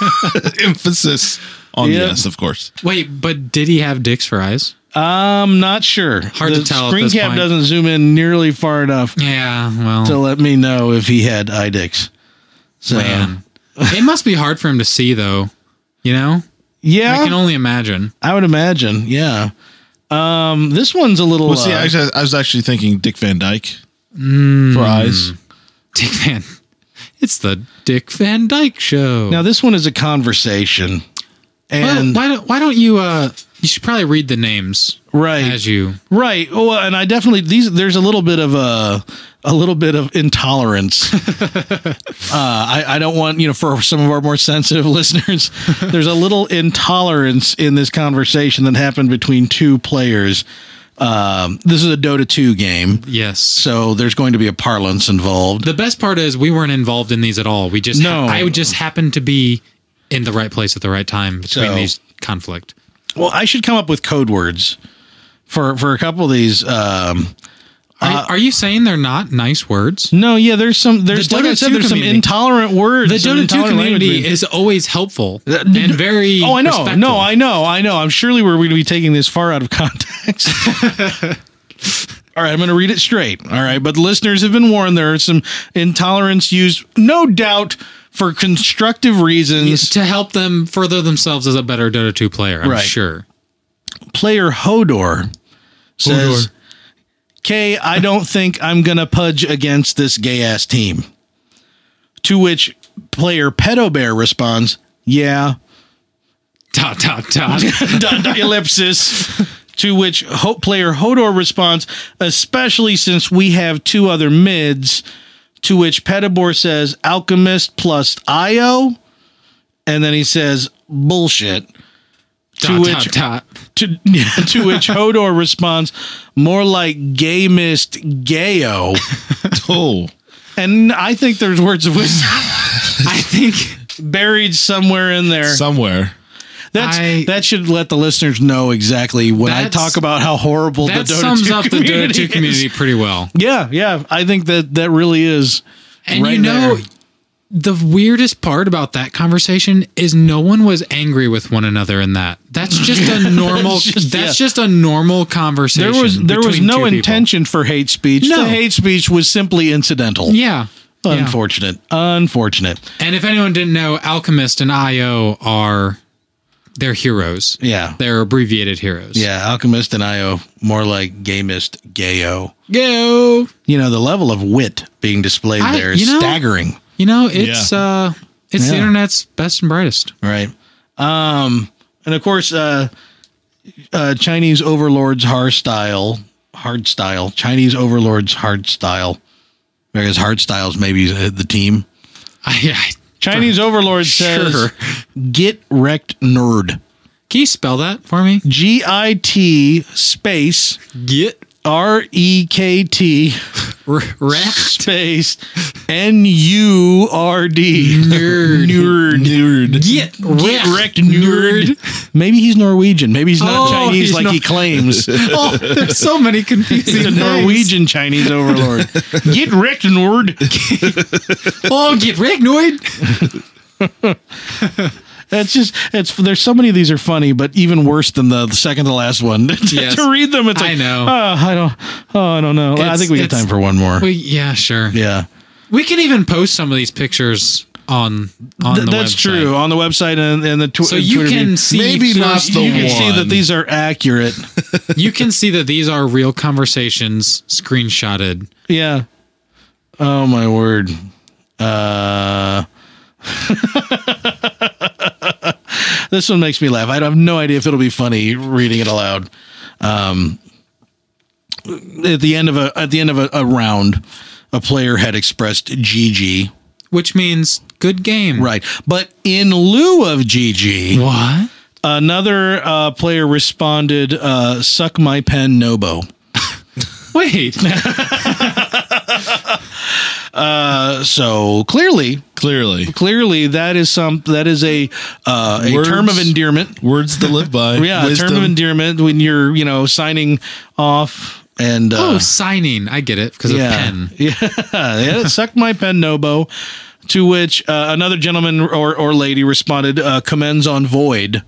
[SPEAKER 3] Emphasis on
[SPEAKER 1] Yeah.
[SPEAKER 3] yes, of course.
[SPEAKER 2] Wait, but did he have dicks for eyes?
[SPEAKER 1] I'm not sure.
[SPEAKER 2] Hard
[SPEAKER 1] the
[SPEAKER 2] to tell at
[SPEAKER 1] Screen
[SPEAKER 2] this
[SPEAKER 1] cap
[SPEAKER 2] point.
[SPEAKER 1] doesn't zoom in nearly far enough
[SPEAKER 2] Yeah. Well,
[SPEAKER 1] to let me know if he had eye dicks. So
[SPEAKER 2] man, it must be hard for him to see, though. You know, I can
[SPEAKER 1] yeah,
[SPEAKER 2] only imagine.
[SPEAKER 1] I, would imagine. Yeah. Um, this one's a little.
[SPEAKER 3] Well, see,
[SPEAKER 1] uh,
[SPEAKER 3] actually, I was actually thinking Dick Van Dyke
[SPEAKER 1] Hmm.
[SPEAKER 3] for eyes.
[SPEAKER 2] Dick Van. It's the Dick Van Dyke Show.
[SPEAKER 1] now this one is a conversation,
[SPEAKER 2] Why,
[SPEAKER 1] and
[SPEAKER 2] why don't Why don't you? Uh, you should probably read the names
[SPEAKER 1] right
[SPEAKER 2] as you.
[SPEAKER 1] Right. Oh, Well, and I definitely these. There's a little bit of a a little bit of intolerance. uh, I I don't want you know for some of our more sensitive listeners, there's a little intolerance in this conversation that happened between two players. Um, this is a Dota two game,
[SPEAKER 2] Yes.
[SPEAKER 1] so there's going to be a parlance involved.
[SPEAKER 2] The best part is we weren't involved in these at all. We just
[SPEAKER 1] No.
[SPEAKER 2] I just happened to be in the right place at the right time between
[SPEAKER 1] So-
[SPEAKER 2] these conflict.
[SPEAKER 1] Well, I should come up with code words for for a couple of these. Um,
[SPEAKER 2] Are, are you saying they're not nice words?
[SPEAKER 1] No, yeah, there's some there's
[SPEAKER 2] The
[SPEAKER 1] like I
[SPEAKER 2] Dota
[SPEAKER 1] said,
[SPEAKER 2] 2
[SPEAKER 1] there's some
[SPEAKER 2] community.
[SPEAKER 1] intolerant words.
[SPEAKER 2] The
[SPEAKER 1] some
[SPEAKER 2] Dota 2
[SPEAKER 1] intolerant
[SPEAKER 2] community
[SPEAKER 1] language.
[SPEAKER 2] is always helpful and very.
[SPEAKER 1] Oh, I know.
[SPEAKER 2] respectful.
[SPEAKER 1] No, I know. I know. I'm surely we're going to be taking this far out of context. All right, I'm going to read it straight. All right, but listeners have been warned there are some intolerance used, no doubt, for constructive reasons.
[SPEAKER 2] to help them further themselves as a better Dota 2 player. I'm
[SPEAKER 1] Right.
[SPEAKER 2] sure.
[SPEAKER 1] Player Hodor says,
[SPEAKER 2] Hodor.
[SPEAKER 1] "K, I don't think I'm going to pudge against this gay ass team." To which player Pedo Bear responds, "Yeah,
[SPEAKER 2] Dot dot dot.
[SPEAKER 1] dot, dot, ellipsis. To which ho- player Hodor responds, especially since we have two other mids. To which Pettibor says, Alchemist plus Io. And then he says, bullshit.
[SPEAKER 2] dot dot
[SPEAKER 1] which-
[SPEAKER 2] dot.
[SPEAKER 1] To, to which Hodor responds, more like gay mist gayo.
[SPEAKER 3] Oh,
[SPEAKER 1] And I think there's words of wisdom
[SPEAKER 2] I think
[SPEAKER 1] buried somewhere in there.
[SPEAKER 3] somewhere.
[SPEAKER 1] That's
[SPEAKER 2] I-
[SPEAKER 1] that should let the listeners know exactly when I
[SPEAKER 2] That's-
[SPEAKER 1] talk about how horrible the
[SPEAKER 2] that
[SPEAKER 1] Dota
[SPEAKER 2] sums
[SPEAKER 1] 2
[SPEAKER 2] up the
[SPEAKER 1] community
[SPEAKER 2] Dota 2
[SPEAKER 1] is.
[SPEAKER 2] community pretty well.
[SPEAKER 1] Yeah, yeah. I think that that really is.
[SPEAKER 2] And
[SPEAKER 1] right
[SPEAKER 2] you know,
[SPEAKER 1] there.
[SPEAKER 2] the weirdest part about that conversation is no one was angry with one another in that. That's just a normal. that's
[SPEAKER 1] just-
[SPEAKER 2] just,
[SPEAKER 1] yeah.
[SPEAKER 2] a normal conversation.
[SPEAKER 1] There was there was
[SPEAKER 2] between two
[SPEAKER 1] no
[SPEAKER 2] people.
[SPEAKER 1] intention for hate speech.
[SPEAKER 2] No.
[SPEAKER 1] The hate speech was simply incidental.
[SPEAKER 2] Yeah. yeah.
[SPEAKER 1] Unfortunate. Unfortunate.
[SPEAKER 2] And if anyone didn't know, Alchemist and IO are they're heroes.
[SPEAKER 1] Yeah.
[SPEAKER 2] They're abbreviated heroes.
[SPEAKER 1] Yeah, Alchemist and Io more like gamist gayo.
[SPEAKER 2] Go.
[SPEAKER 1] You know, the level of wit being displayed
[SPEAKER 2] I-
[SPEAKER 1] there is
[SPEAKER 2] you know-
[SPEAKER 1] staggering.
[SPEAKER 2] You know, it's
[SPEAKER 3] Yeah.
[SPEAKER 2] uh it's the
[SPEAKER 1] Yeah.
[SPEAKER 2] internet's best and brightest.
[SPEAKER 1] Right. Um and of course uh uh Chinese overlords hard style hard style. Chinese overlords hard style. I guess hard styles maybe uh, the team.
[SPEAKER 2] I, I,
[SPEAKER 1] Chinese overlord says,
[SPEAKER 2] Sure.
[SPEAKER 1] "Get wrecked, nerd."
[SPEAKER 2] can you spell that for me?
[SPEAKER 1] G I T space
[SPEAKER 2] Get
[SPEAKER 1] R E K T
[SPEAKER 2] wrecked.
[SPEAKER 1] space N U R D
[SPEAKER 2] Nerd.
[SPEAKER 1] nerd.
[SPEAKER 3] Nerd.
[SPEAKER 2] Get
[SPEAKER 1] Get wrecked, nerd. Maybe he's Norwegian. Maybe he's not
[SPEAKER 2] Oh,
[SPEAKER 1] Chinese
[SPEAKER 2] he's
[SPEAKER 1] like
[SPEAKER 2] not-
[SPEAKER 1] he claims.
[SPEAKER 2] Oh, there's so many confusing
[SPEAKER 1] He's a
[SPEAKER 2] things.
[SPEAKER 1] Norwegian Chinese overlord. Get wrecked, nerd.
[SPEAKER 2] Oh, get Ragnoid.
[SPEAKER 1] That's just it's. There's so many of these are funny, but even worse than the, the second to last one. to
[SPEAKER 2] Yes.
[SPEAKER 1] read them, it's
[SPEAKER 2] I
[SPEAKER 1] like,
[SPEAKER 2] know.
[SPEAKER 1] Oh, I don't. Oh, I don't know. I
[SPEAKER 2] It's-
[SPEAKER 1] think we got
[SPEAKER 2] it's-
[SPEAKER 1] time for one more.
[SPEAKER 2] We, yeah, sure.
[SPEAKER 1] yeah.
[SPEAKER 2] We can even post some of these pictures on on
[SPEAKER 1] Th-
[SPEAKER 2] the
[SPEAKER 1] that's
[SPEAKER 2] website.
[SPEAKER 1] true on the website and, and the tw-
[SPEAKER 2] So you
[SPEAKER 1] Twitter
[SPEAKER 2] can
[SPEAKER 1] feed.
[SPEAKER 2] see
[SPEAKER 3] Maybe
[SPEAKER 2] so
[SPEAKER 3] not the
[SPEAKER 1] you can
[SPEAKER 3] one.
[SPEAKER 1] see that these are accurate.
[SPEAKER 2] you can see that these are real conversations screenshotted.
[SPEAKER 1] yeah. Oh my word. Uh, this one makes me laugh. I have no idea if it'll be funny reading it aloud. Um, at the end of a at the end of a, a round, a player had expressed GG.
[SPEAKER 2] Which means good game.
[SPEAKER 1] Right, but in lieu of GG,
[SPEAKER 2] What?
[SPEAKER 1] Another uh, player responded, uh, "Suck my pen, Nobo."
[SPEAKER 2] Wait.
[SPEAKER 1] Uh, so clearly,
[SPEAKER 3] Clearly,
[SPEAKER 1] clearly that is some that is a uh, a
[SPEAKER 3] Words.
[SPEAKER 1] term of endearment.
[SPEAKER 3] words to live by.
[SPEAKER 1] Yeah, a term of endearment when you're you know signing off and uh,
[SPEAKER 2] oh, signing. I get it because
[SPEAKER 1] yeah,
[SPEAKER 2] of pen.
[SPEAKER 1] yeah, yeah, suck my pen, Nobo. To which uh, another gentleman or, or lady responded, uh, "Commends on void."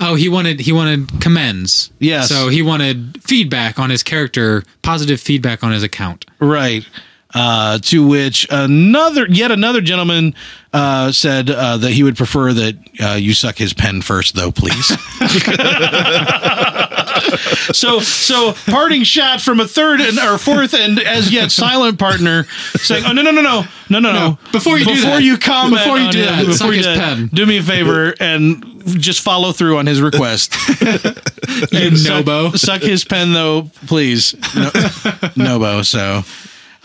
[SPEAKER 2] Oh, he wanted he wanted commends.
[SPEAKER 1] Yes.
[SPEAKER 2] So he wanted feedback on his character, positive feedback on his account.
[SPEAKER 1] Right. Uh, to which another, yet another gentleman uh, said uh, that he would prefer that uh, you suck his pen first, though, please. so, so parting shot from a third and or fourth and as yet silent partner saying, "Oh no, no, no, no, no, no, no!"
[SPEAKER 2] before you do
[SPEAKER 1] before
[SPEAKER 2] that.
[SPEAKER 1] you comment,
[SPEAKER 2] Before you
[SPEAKER 1] on
[SPEAKER 2] do
[SPEAKER 1] him,
[SPEAKER 2] that,
[SPEAKER 1] before
[SPEAKER 2] suck
[SPEAKER 1] you
[SPEAKER 2] his
[SPEAKER 1] do that,
[SPEAKER 2] pen.
[SPEAKER 1] do me a favor and just follow through on his request.
[SPEAKER 2] You
[SPEAKER 1] suck-
[SPEAKER 2] nobo.
[SPEAKER 1] Suck his pen though, please. No, Nobo. So.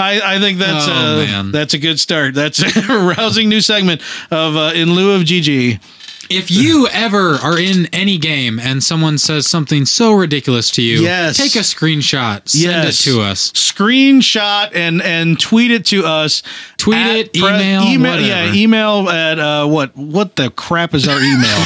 [SPEAKER 1] I, I think that's
[SPEAKER 2] Oh,
[SPEAKER 1] uh,
[SPEAKER 2] man.
[SPEAKER 1] that's a good start. That's a rousing new segment of uh, in lieu of GG.
[SPEAKER 2] If you ever are in any game and someone says something so ridiculous to you,
[SPEAKER 1] Yes.
[SPEAKER 2] take a screenshot, send
[SPEAKER 1] Yes.
[SPEAKER 2] it to us.
[SPEAKER 1] Screenshot and and tweet it to us.
[SPEAKER 2] Tweet
[SPEAKER 1] at
[SPEAKER 2] it, email, whatever.
[SPEAKER 1] yeah, email at uh, what what the crap is our email?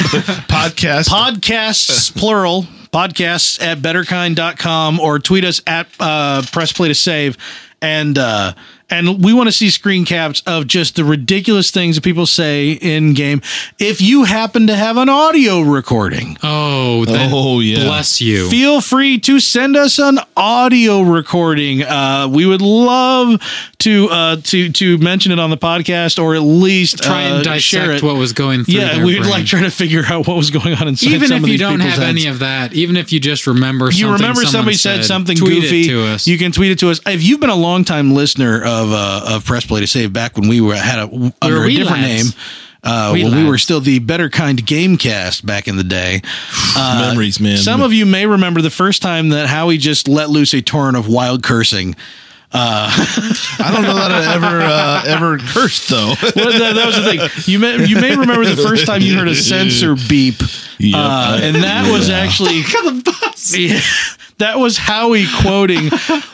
[SPEAKER 3] podcast.
[SPEAKER 1] Podcasts plural. podcasts at betterkind.com or tweet us at uh, press play to save. And uh, and we want to see screen caps of just the ridiculous things that people say in game. If you happen to have an audio recording,
[SPEAKER 2] Oh, then
[SPEAKER 3] Oh, yeah.
[SPEAKER 2] Bless you.
[SPEAKER 1] feel free to send us an audio recording. Uh, we would love to uh, to to mention it on the podcast or at least
[SPEAKER 2] Try and
[SPEAKER 1] uh, share it.
[SPEAKER 2] dissect what was going through.
[SPEAKER 1] yeah,
[SPEAKER 2] their
[SPEAKER 1] we'd
[SPEAKER 2] brain.
[SPEAKER 1] like try to figure out what was going on inside.
[SPEAKER 2] even
[SPEAKER 1] some
[SPEAKER 2] if
[SPEAKER 1] of
[SPEAKER 2] you
[SPEAKER 1] these
[SPEAKER 2] don't
[SPEAKER 1] people's
[SPEAKER 2] have
[SPEAKER 1] heads.
[SPEAKER 2] any of that, even if you just remember
[SPEAKER 1] you
[SPEAKER 2] something
[SPEAKER 1] remember
[SPEAKER 2] someone
[SPEAKER 1] somebody said, something
[SPEAKER 2] tweet
[SPEAKER 1] goofy
[SPEAKER 2] it to us.
[SPEAKER 1] you can tweet it to us if you've been a longtime listener of uh, of press play to save back when we were had a under a
[SPEAKER 2] wee
[SPEAKER 1] different
[SPEAKER 2] lads.
[SPEAKER 1] name uh,
[SPEAKER 2] Wee
[SPEAKER 1] when we were
[SPEAKER 2] lads.
[SPEAKER 1] still the better kind gamecast back in the day uh,
[SPEAKER 3] Memories, man.
[SPEAKER 1] some of you may remember the first time that howie just let loose a torrent of wild cursing
[SPEAKER 3] I don't know that I ever uh, ever cursed though.
[SPEAKER 1] well, that, that was the thing. You may you may remember the first time you heard a sensor beep,
[SPEAKER 3] Yep.
[SPEAKER 1] uh, and that was actually Yeah. that was Howie quoting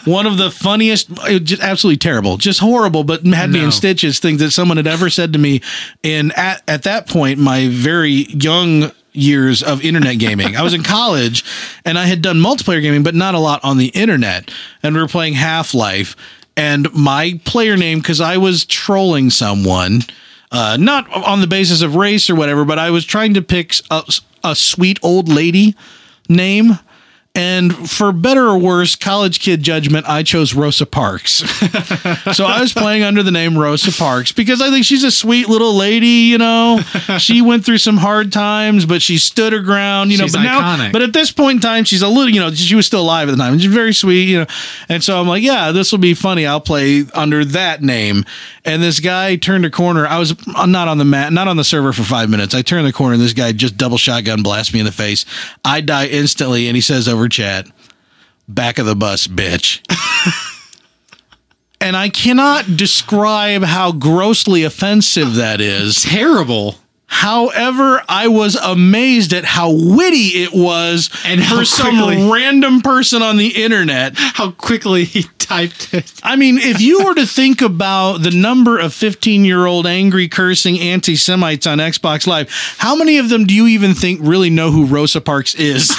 [SPEAKER 1] one of the funniest, it was just absolutely terrible, just horrible, but had me
[SPEAKER 2] No.
[SPEAKER 1] in stitches. Things that someone had ever said to me, and at at that point, my very young years of internet gaming. I was in college and I had done multiplayer gaming but not a lot on the internet and we were playing Half-Life and my player name cuz I was trolling someone uh, not on the basis of race or whatever, but I was trying to pick a, a sweet old lady name. And for better or worse, college kid judgment, I chose Rosa Parks. so I was playing under the name Rosa Parks because I think she's a sweet little lady, you know. She went through some hard times, but she stood her ground, you
[SPEAKER 2] She's
[SPEAKER 1] know. But now,
[SPEAKER 2] iconic.
[SPEAKER 1] but at this point in time, she's a little, you know, she was still alive at the time. She's very sweet, you know. And so I'm like, yeah, this will be funny. I'll play under that name. And this guy turned a corner. I was I'm not on the mat, not on the server for five minutes. I turned the corner, and this guy just double shotgun blasts me in the face. I die instantly, and he says over chat, "Back of the bus, bitch." And I cannot describe how grossly offensive that is.
[SPEAKER 2] terrible.
[SPEAKER 1] However, I was amazed at how witty it was
[SPEAKER 2] And how
[SPEAKER 1] for some
[SPEAKER 2] quickly-
[SPEAKER 1] random person on the internet.
[SPEAKER 2] How quickly he typed it.
[SPEAKER 1] I mean, if you were to think about the number of 15 year old angry, cursing anti Semites on Xbox Live, how many of them do you even think really know who Rosa Parks is?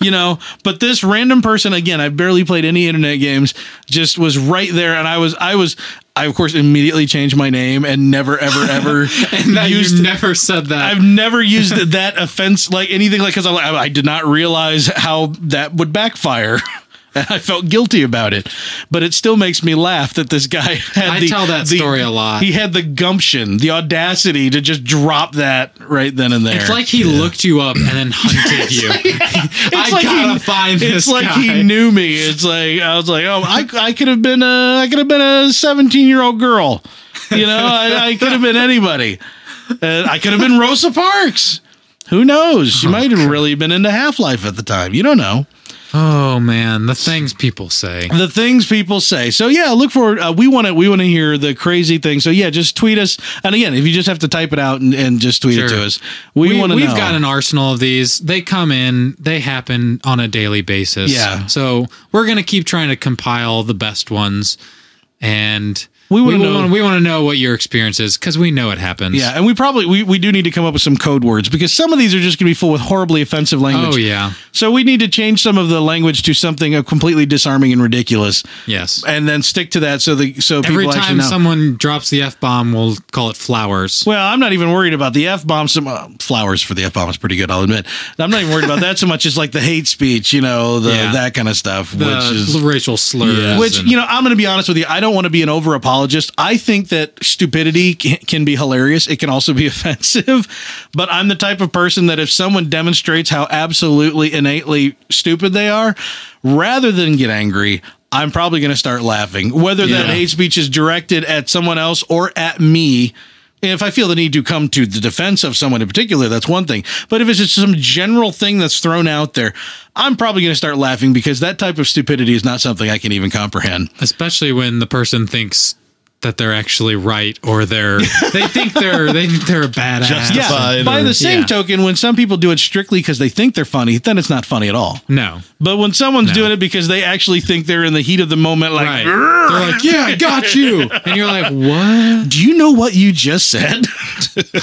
[SPEAKER 1] you know, but this random person, again, I've barely played any internet games, just was right there. And I was, I was, I of course immediately changed my name and never, ever, ever
[SPEAKER 2] And that
[SPEAKER 1] used
[SPEAKER 2] you never said that.
[SPEAKER 1] I've never used that- that offense like anything like because I, I did not realize how that would backfire. And I felt guilty about it, but it still makes me laugh that this guy had
[SPEAKER 2] I
[SPEAKER 1] the.
[SPEAKER 2] tell that
[SPEAKER 1] the-
[SPEAKER 2] story a lot.
[SPEAKER 1] He had the gumption, the audacity to just drop that right then and there.
[SPEAKER 2] it's like he looked you up and then hunted you. I
[SPEAKER 1] like
[SPEAKER 2] gotta
[SPEAKER 1] he-
[SPEAKER 2] find
[SPEAKER 1] it's
[SPEAKER 2] this
[SPEAKER 1] like
[SPEAKER 2] guy.
[SPEAKER 1] he knew me. It's like I was like, oh, I, I could have been a I could have been a seventeen year old girl, you know. I, I could have been anybody. And I could have been Rosa Parks. Who knows? She might have really been into Half Life at the time. You don't know
[SPEAKER 2] Oh man, the things people say.
[SPEAKER 1] the things people say. So yeah, look forward. Uh, we want to we want to hear the crazy things. So yeah, just tweet us. And again, if you just have to type it out and, and just tweet it
[SPEAKER 2] Sure.
[SPEAKER 1] to us, we,
[SPEAKER 2] We,
[SPEAKER 1] want to.
[SPEAKER 2] we've
[SPEAKER 1] know.
[SPEAKER 2] got an arsenal of these. They come in, they happen on a daily basis.
[SPEAKER 1] Yeah.
[SPEAKER 2] So we're gonna keep trying to compile the best ones, and
[SPEAKER 1] We wanna know-
[SPEAKER 2] know. we want to know what your experience is because we know it happens.
[SPEAKER 1] Yeah, and we probably we, we do need to come up with some code words because some of these are just going to be full with horribly offensive language.
[SPEAKER 2] Oh yeah.
[SPEAKER 1] So we need to change some of the language to something uh, completely disarming and ridiculous,
[SPEAKER 2] Yes.
[SPEAKER 1] and then stick to that so the so
[SPEAKER 2] Every
[SPEAKER 1] people actually
[SPEAKER 2] time
[SPEAKER 1] know.
[SPEAKER 2] someone drops the f bomb, we'll call it flowers.
[SPEAKER 1] well, I'm not even worried about the f bomb. Some uh, flowers for the f bomb is pretty good, I'll admit. I'm not even worried about that so much as like the hate speech, you know, the
[SPEAKER 2] Yeah.
[SPEAKER 1] that kind of stuff,
[SPEAKER 2] The
[SPEAKER 1] which is
[SPEAKER 2] racial slurs.
[SPEAKER 1] uh, Which
[SPEAKER 2] and-
[SPEAKER 1] you know, I'm going to be honest with you. I don't want to be an over apologist. I think that stupidity can, can be hilarious. It can also be offensive. But I'm the type of person that if someone demonstrates how absolutely innately stupid they are, rather than get angry. I'm probably going to start laughing, whether that
[SPEAKER 2] Yeah.
[SPEAKER 1] hate speech is directed at someone else or at me. If I feel the need to come to the defense of someone in particular, that's one thing. But if it's just some general thing that's thrown out there, I'm probably going to start laughing because that type of stupidity is not something I can even comprehend.
[SPEAKER 2] especially when the person thinks that they're actually right or they're they think they're they think they're a badass.
[SPEAKER 3] Justified.
[SPEAKER 1] Yeah.
[SPEAKER 3] Fine,
[SPEAKER 1] By
[SPEAKER 3] or-
[SPEAKER 1] the same
[SPEAKER 2] Yeah.
[SPEAKER 1] token, when some people do it strictly because they think they're funny, then it's not funny at all.
[SPEAKER 2] No.
[SPEAKER 1] But when someone's
[SPEAKER 2] No.
[SPEAKER 1] doing it because they actually think they're in the heat of the moment, like,
[SPEAKER 2] Right. They're like, yeah, I got you. And you're like, what?
[SPEAKER 1] do you know what you just said?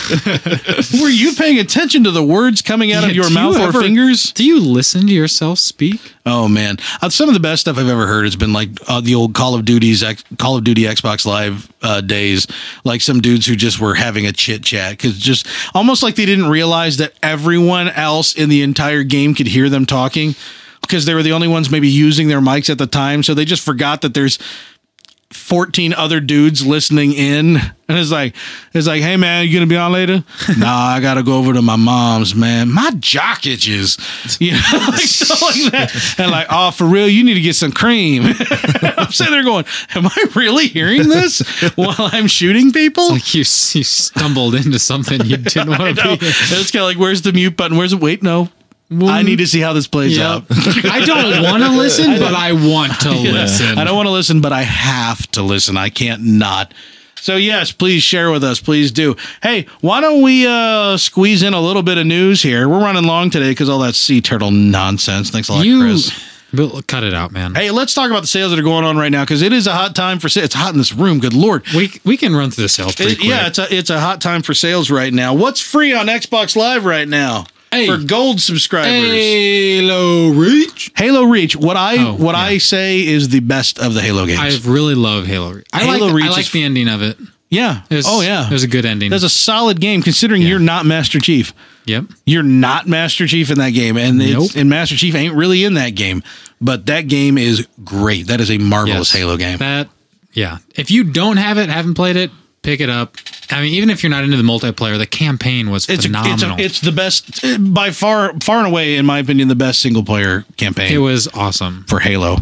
[SPEAKER 1] Were you paying attention to the words coming out
[SPEAKER 2] Yeah,
[SPEAKER 1] of your
[SPEAKER 2] do you
[SPEAKER 1] mouth or
[SPEAKER 2] ever-
[SPEAKER 1] fingers?
[SPEAKER 2] Do you listen to yourself speak?
[SPEAKER 1] Oh man, uh, some of the best stuff I've ever heard has been like uh, the old Call of Duty's X- Call of Duty Xbox Live uh, days, like some dudes who just were having a chit chat because just almost like they didn't realize that everyone else in the entire game could hear them talking because they were the only ones maybe using their mics at the time, so they just forgot that there's 14 other dudes listening in and it's like it's like hey man you gonna be on later nah i gotta go over to my mom's man my jock itches you know like stuff like that and like oh for real you need to get some cream i'm sitting there going am i really hearing this while i'm shooting people
[SPEAKER 2] Like you, you stumbled into something you didn't want
[SPEAKER 1] no.
[SPEAKER 2] to be.
[SPEAKER 1] it's kind of like where's the mute button where's the wait no Mm. i need to see how this plays
[SPEAKER 2] Yeah.
[SPEAKER 1] out
[SPEAKER 2] I don't want to listen, but I want to listen.
[SPEAKER 1] I don't want to listen, but I have to listen. I can't not. So yes, please share with us. Please do. Hey, why don't we uh, squeeze in a little bit of news here? We're running long today because all that sea turtle nonsense. Thanks a lot,
[SPEAKER 2] you
[SPEAKER 1] Chris.
[SPEAKER 2] Bill, cut it out, man.
[SPEAKER 1] Hey, let's talk about the sales that are going on right now because it is a hot time for sales. It's hot in this room. Good lord.
[SPEAKER 2] We we can run through the sales pretty
[SPEAKER 1] It-
[SPEAKER 2] quick.
[SPEAKER 1] yeah, it's a it's a hot time for sales right now. What's free on Xbox Live right now
[SPEAKER 2] Hey.
[SPEAKER 1] for gold subscribers?
[SPEAKER 2] Halo Reach.
[SPEAKER 1] Halo Reach. What I
[SPEAKER 2] Oh,
[SPEAKER 1] what
[SPEAKER 2] yeah.
[SPEAKER 1] I say is the best of the Halo games.
[SPEAKER 2] I really love Halo Reach. I
[SPEAKER 1] Halo
[SPEAKER 2] like,
[SPEAKER 1] Reach
[SPEAKER 2] I like
[SPEAKER 1] is-
[SPEAKER 2] the ending of it.
[SPEAKER 1] yeah.
[SPEAKER 2] It was-
[SPEAKER 1] oh yeah.
[SPEAKER 2] it was a good ending.
[SPEAKER 1] That's a solid game considering you're not Master Chief.
[SPEAKER 2] yep.
[SPEAKER 1] You're not Master Chief in that game, and it's,
[SPEAKER 2] Nope.
[SPEAKER 1] and Master Chief ain't really in that game. But that game is great. That is a marvelous
[SPEAKER 2] Yes.
[SPEAKER 1] Halo game.
[SPEAKER 2] That yeah. If you don't have it, haven't played it, pick it up. I mean, even if you're not into the multiplayer, the campaign was
[SPEAKER 1] It's a, it's, a,
[SPEAKER 2] phenomenal.
[SPEAKER 1] it's the best eh, by far, far and away, in my opinion, the best single player campaign
[SPEAKER 2] it was awesome.
[SPEAKER 1] for Halo.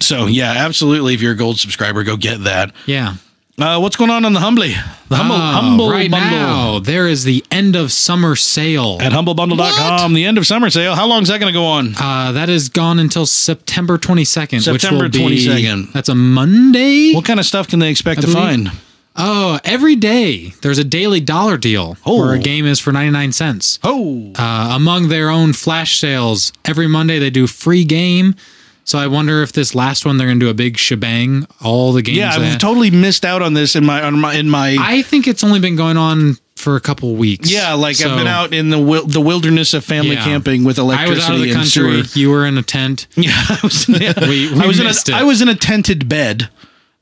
[SPEAKER 1] So yeah, absolutely. If you're a gold subscriber, go get that.
[SPEAKER 2] Yeah.
[SPEAKER 1] Uh, what's going on on the Humbly? The Humble,
[SPEAKER 2] Oh,
[SPEAKER 1] Humble
[SPEAKER 2] right
[SPEAKER 1] Bundle
[SPEAKER 2] now, there is the end of summer sale.
[SPEAKER 1] at humblebundle.com. The end of summer sale. How long is that going to go on?
[SPEAKER 2] Uh, that is gone until September 22nd.
[SPEAKER 1] September
[SPEAKER 2] which will be,
[SPEAKER 1] 22nd.
[SPEAKER 2] That's a Monday.
[SPEAKER 1] What kind of stuff can they expect to
[SPEAKER 2] believe-
[SPEAKER 1] find?
[SPEAKER 2] Oh, every day there's a daily dollar deal
[SPEAKER 1] Oh.
[SPEAKER 2] where a game is for 99 cents.
[SPEAKER 1] Oh,
[SPEAKER 2] Uh, among their own flash sales, every Monday they do free game. So I wonder if this last one they're going to do a big shebang, all the games.
[SPEAKER 1] yeah,
[SPEAKER 2] they-
[SPEAKER 1] I've totally missed out on this in my on my in my
[SPEAKER 2] I think it's only been going on for a couple weeks.
[SPEAKER 1] Yeah, like
[SPEAKER 2] So,
[SPEAKER 1] I've been out in the wil- the wilderness of family
[SPEAKER 2] yeah.
[SPEAKER 1] camping with
[SPEAKER 2] I was
[SPEAKER 1] electricity
[SPEAKER 2] out of the
[SPEAKER 1] and
[SPEAKER 2] country.
[SPEAKER 1] sewer.
[SPEAKER 2] You were in a tent.
[SPEAKER 1] Yeah, I was. yeah.
[SPEAKER 2] We- we
[SPEAKER 1] I was
[SPEAKER 2] missed
[SPEAKER 1] in
[SPEAKER 2] it.
[SPEAKER 1] a, I was in a tented bed.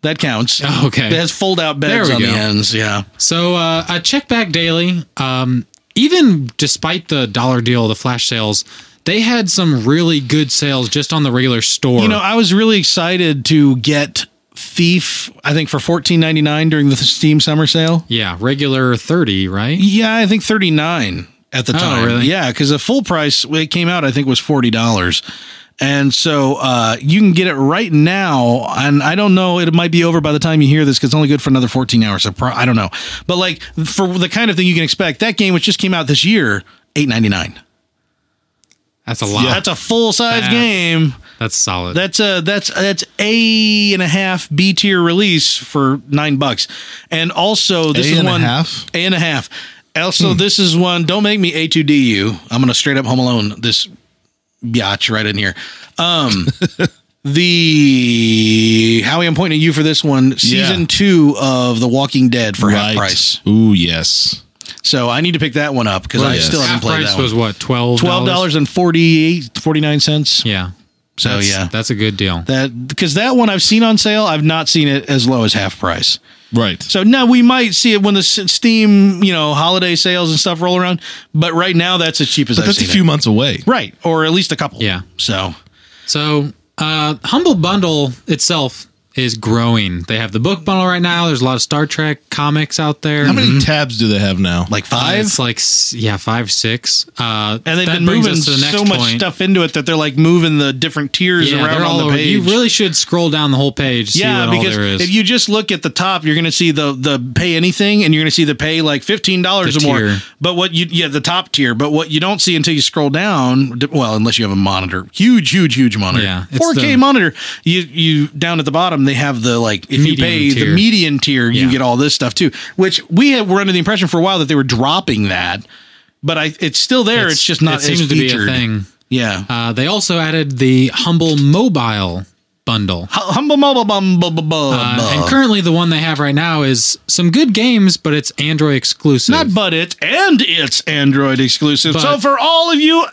[SPEAKER 1] That counts.
[SPEAKER 2] Oh, okay.
[SPEAKER 1] It has fold out
[SPEAKER 2] There
[SPEAKER 1] beds
[SPEAKER 2] we
[SPEAKER 1] on
[SPEAKER 2] go.
[SPEAKER 1] the ends. Yeah.
[SPEAKER 2] So uh, I check back daily. Um, even despite the dollar deal, the flash sales, they had some really good sales just on the regular store.
[SPEAKER 1] You know, I was really excited to get Thief. I think for fourteen ninety nine during the Steam summer sale.
[SPEAKER 2] yeah, regular thirty, right?
[SPEAKER 1] Yeah, I think thirty nine at the time.
[SPEAKER 2] really?
[SPEAKER 1] Yeah, because the full price when it came out, I think was forty dollars. And so uh, you can get it right now, and I don't know. It might be over by the time you hear this because it's only good for another fourteen hours. So pro- I don't know, but like for the kind of thing you can expect, that game which just came out this year, eight ninety nine.
[SPEAKER 2] That's a lot.
[SPEAKER 1] That's a full size
[SPEAKER 2] That's-
[SPEAKER 1] game.
[SPEAKER 2] That's solid.
[SPEAKER 1] That's a that's that's a and a half B tier release for nine bucks, and also this
[SPEAKER 3] A
[SPEAKER 1] is
[SPEAKER 3] and a
[SPEAKER 1] one
[SPEAKER 3] half? Hmm.
[SPEAKER 1] A and a half. Also, this is one. Don't make me A two D U. I'm gonna straight up Home Alone this biatch right in here. Um, the Howie, I'm pointing at you for this one. Season
[SPEAKER 3] Yeah.
[SPEAKER 1] two of The Walking Dead for half
[SPEAKER 3] right.
[SPEAKER 1] price.
[SPEAKER 3] Ooh, yes.
[SPEAKER 1] So I need to pick that one up because I
[SPEAKER 3] yes.
[SPEAKER 1] still haven't
[SPEAKER 2] Half
[SPEAKER 1] played
[SPEAKER 2] price
[SPEAKER 1] that one.
[SPEAKER 2] was what twelve.
[SPEAKER 1] Twelve dollars and forty eight forty nine cents.
[SPEAKER 2] Yeah.
[SPEAKER 1] So
[SPEAKER 2] That's-
[SPEAKER 1] yeah.
[SPEAKER 2] that's a good deal.
[SPEAKER 1] That because that one I've seen on sale, I've not seen it as low as half price.
[SPEAKER 3] Right.
[SPEAKER 1] So now we might see it when the S- Steam, you know, holiday sales and stuff roll around. But right now, that's as cheap as
[SPEAKER 3] But
[SPEAKER 1] I've
[SPEAKER 3] that's a
[SPEAKER 1] seen
[SPEAKER 3] few
[SPEAKER 1] it.
[SPEAKER 3] months away.
[SPEAKER 1] Right, or at least a couple.
[SPEAKER 2] Yeah.
[SPEAKER 1] So
[SPEAKER 2] So, uh, Humble Bundle itself is growing. They have the book bundle right now. There's a lot of Star Trek comics out there.
[SPEAKER 3] How many
[SPEAKER 1] Mm-hmm.
[SPEAKER 3] tabs do they have now?
[SPEAKER 1] like
[SPEAKER 2] Uh,
[SPEAKER 1] five,
[SPEAKER 2] It's like s- yeah, five, six. Uh,
[SPEAKER 1] and they've
[SPEAKER 2] that
[SPEAKER 1] been
[SPEAKER 2] brings
[SPEAKER 1] moving
[SPEAKER 2] us to the next
[SPEAKER 1] so much
[SPEAKER 2] point.
[SPEAKER 1] stuff into it that they're like moving the different tiers
[SPEAKER 2] Yeah,
[SPEAKER 1] around
[SPEAKER 2] they're all
[SPEAKER 1] on the
[SPEAKER 2] over.
[SPEAKER 1] page.
[SPEAKER 2] You really should scroll down the whole page.
[SPEAKER 1] yeah,
[SPEAKER 2] see what
[SPEAKER 1] because
[SPEAKER 2] all there is.
[SPEAKER 1] if you just look at the top, you're going to see the the pay anything, and you're going to see the pay like fifteen dollars or
[SPEAKER 2] The
[SPEAKER 1] more.
[SPEAKER 2] tier.
[SPEAKER 1] But what you yeah the top tier, but what you don't see until you scroll down, d- well, unless you have a monitor, huge, huge, huge monitor,
[SPEAKER 2] Yeah, it's
[SPEAKER 1] four K
[SPEAKER 2] the-
[SPEAKER 1] monitor, you you down at the bottom bottom they have the like if you
[SPEAKER 2] Medium
[SPEAKER 1] pay the
[SPEAKER 2] tier.
[SPEAKER 1] median tier, you
[SPEAKER 2] Yeah.
[SPEAKER 1] get all this stuff too. Which we had, were under the impression for a while that they were dropping that, but I it's still there. It's, just not
[SPEAKER 2] It seems
[SPEAKER 1] as
[SPEAKER 2] to
[SPEAKER 1] featured.
[SPEAKER 2] be a thing.
[SPEAKER 1] Yeah.
[SPEAKER 2] Uh, they also added the humble mobile bundle.
[SPEAKER 1] Hum- Humble mobile bum bu- bu- bu-
[SPEAKER 2] Uh,
[SPEAKER 1] bu.
[SPEAKER 2] and currently, the one they have right now is some good games, but it's Android exclusive.
[SPEAKER 1] Not but it and it's Android exclusive. so
[SPEAKER 2] But-
[SPEAKER 1] for all of you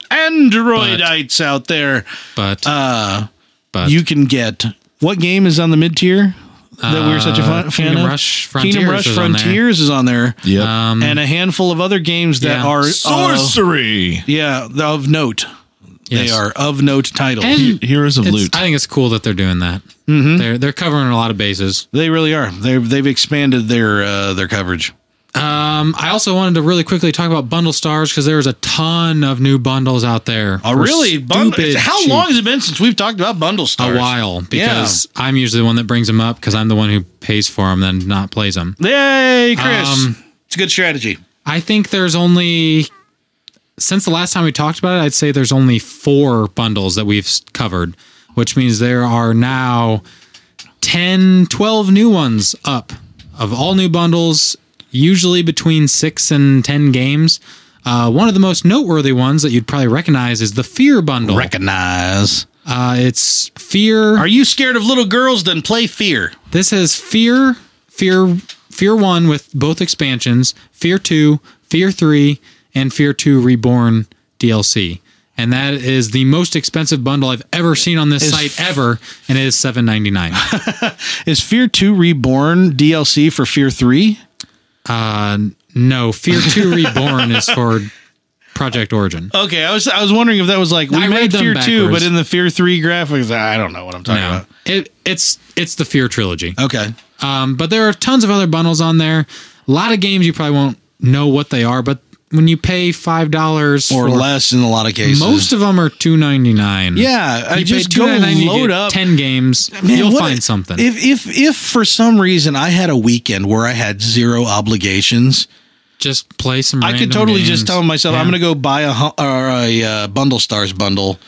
[SPEAKER 1] Androidites out there,
[SPEAKER 2] but But-
[SPEAKER 1] uh, you can get what game is on the mid tier that we were such a fan,
[SPEAKER 2] Uh,
[SPEAKER 1] fan
[SPEAKER 2] Kingdom
[SPEAKER 1] of?
[SPEAKER 2] Rush
[SPEAKER 1] Kingdom
[SPEAKER 2] Frontiers
[SPEAKER 1] Rush
[SPEAKER 2] is on there.
[SPEAKER 1] Frontiers is on there,
[SPEAKER 3] Yep.
[SPEAKER 1] and a handful of other games that
[SPEAKER 2] yeah.
[SPEAKER 1] are uh,
[SPEAKER 3] Sorcery.
[SPEAKER 1] yeah they're of note. They
[SPEAKER 2] yes.
[SPEAKER 1] are of note titles.
[SPEAKER 2] And
[SPEAKER 3] Heroes of
[SPEAKER 2] it's-
[SPEAKER 3] Loot.
[SPEAKER 2] I think it's cool that they're doing that.
[SPEAKER 1] Mm-hmm.
[SPEAKER 2] They're they're covering a lot of bases.
[SPEAKER 1] they really are. They they've expanded their uh, their coverage.
[SPEAKER 2] Um, I also wanted to really quickly talk about bundle stars because there's a ton of new bundles out there.
[SPEAKER 1] Oh,
[SPEAKER 2] for
[SPEAKER 1] really? Bund-
[SPEAKER 2] stupid
[SPEAKER 1] how
[SPEAKER 2] cheap-
[SPEAKER 1] long has it been since we've talked about bundle stars?
[SPEAKER 2] A while because I'm usually the one that brings them up because I'm the one who pays for them, then not plays them.
[SPEAKER 1] Yay, Chris!
[SPEAKER 2] Um,
[SPEAKER 1] it's a good strategy.
[SPEAKER 2] I think there's only since the last time we talked about it, I'd say there's only four bundles that we've s- covered, which means there are now 10, 12 new ones up of all new bundles, usually between six and 10 games. Uh, one of the most noteworthy ones that you'd probably recognize is the Fear Bundle.
[SPEAKER 1] Recognize.
[SPEAKER 2] uh, it's Fear.
[SPEAKER 1] Are you scared of little girls? Then play Fear.
[SPEAKER 2] This has Fear, Fear, Fear One with both expansions, Fear Two, Fear Three, and Fear Two Reborn DLC, and that is the most expensive bundle I've ever seen on this site ever, and it is seven ninety nine.
[SPEAKER 1] Is Fear 2 Reborn DLC for Fear 3?
[SPEAKER 2] no, Fear Two Reborn is for Project Origin.
[SPEAKER 1] Okay, I was I was wondering if that was like we
[SPEAKER 2] I
[SPEAKER 1] made
[SPEAKER 2] read them
[SPEAKER 1] Fear 2 but
[SPEAKER 2] backwards.
[SPEAKER 1] in the Fear 3 graphics, I don't know what I'm talking
[SPEAKER 2] No, it, it's it's the Fear trilogy.
[SPEAKER 1] about. Okay.
[SPEAKER 2] Um, but there are tons of other bundles on there. A lot of games you probably won't know what they are, but when you pay five dollars
[SPEAKER 1] Or less in a lot of cases.
[SPEAKER 2] Most of them are two ninety nine.
[SPEAKER 1] Yeah, I
[SPEAKER 2] you
[SPEAKER 1] just
[SPEAKER 2] pay
[SPEAKER 1] go
[SPEAKER 2] $2.99, you
[SPEAKER 1] load
[SPEAKER 2] get
[SPEAKER 1] up
[SPEAKER 2] ten games.
[SPEAKER 1] Man,
[SPEAKER 2] you'll
[SPEAKER 1] what-
[SPEAKER 2] find something.
[SPEAKER 1] If if if for some reason I had a weekend where I had zero obligations,
[SPEAKER 2] just play some.
[SPEAKER 1] I could
[SPEAKER 2] random
[SPEAKER 1] totally just
[SPEAKER 2] games.
[SPEAKER 1] tell myself I'm
[SPEAKER 2] Yeah.
[SPEAKER 1] going to go buy a hu- or a uh, bundle stars bundle,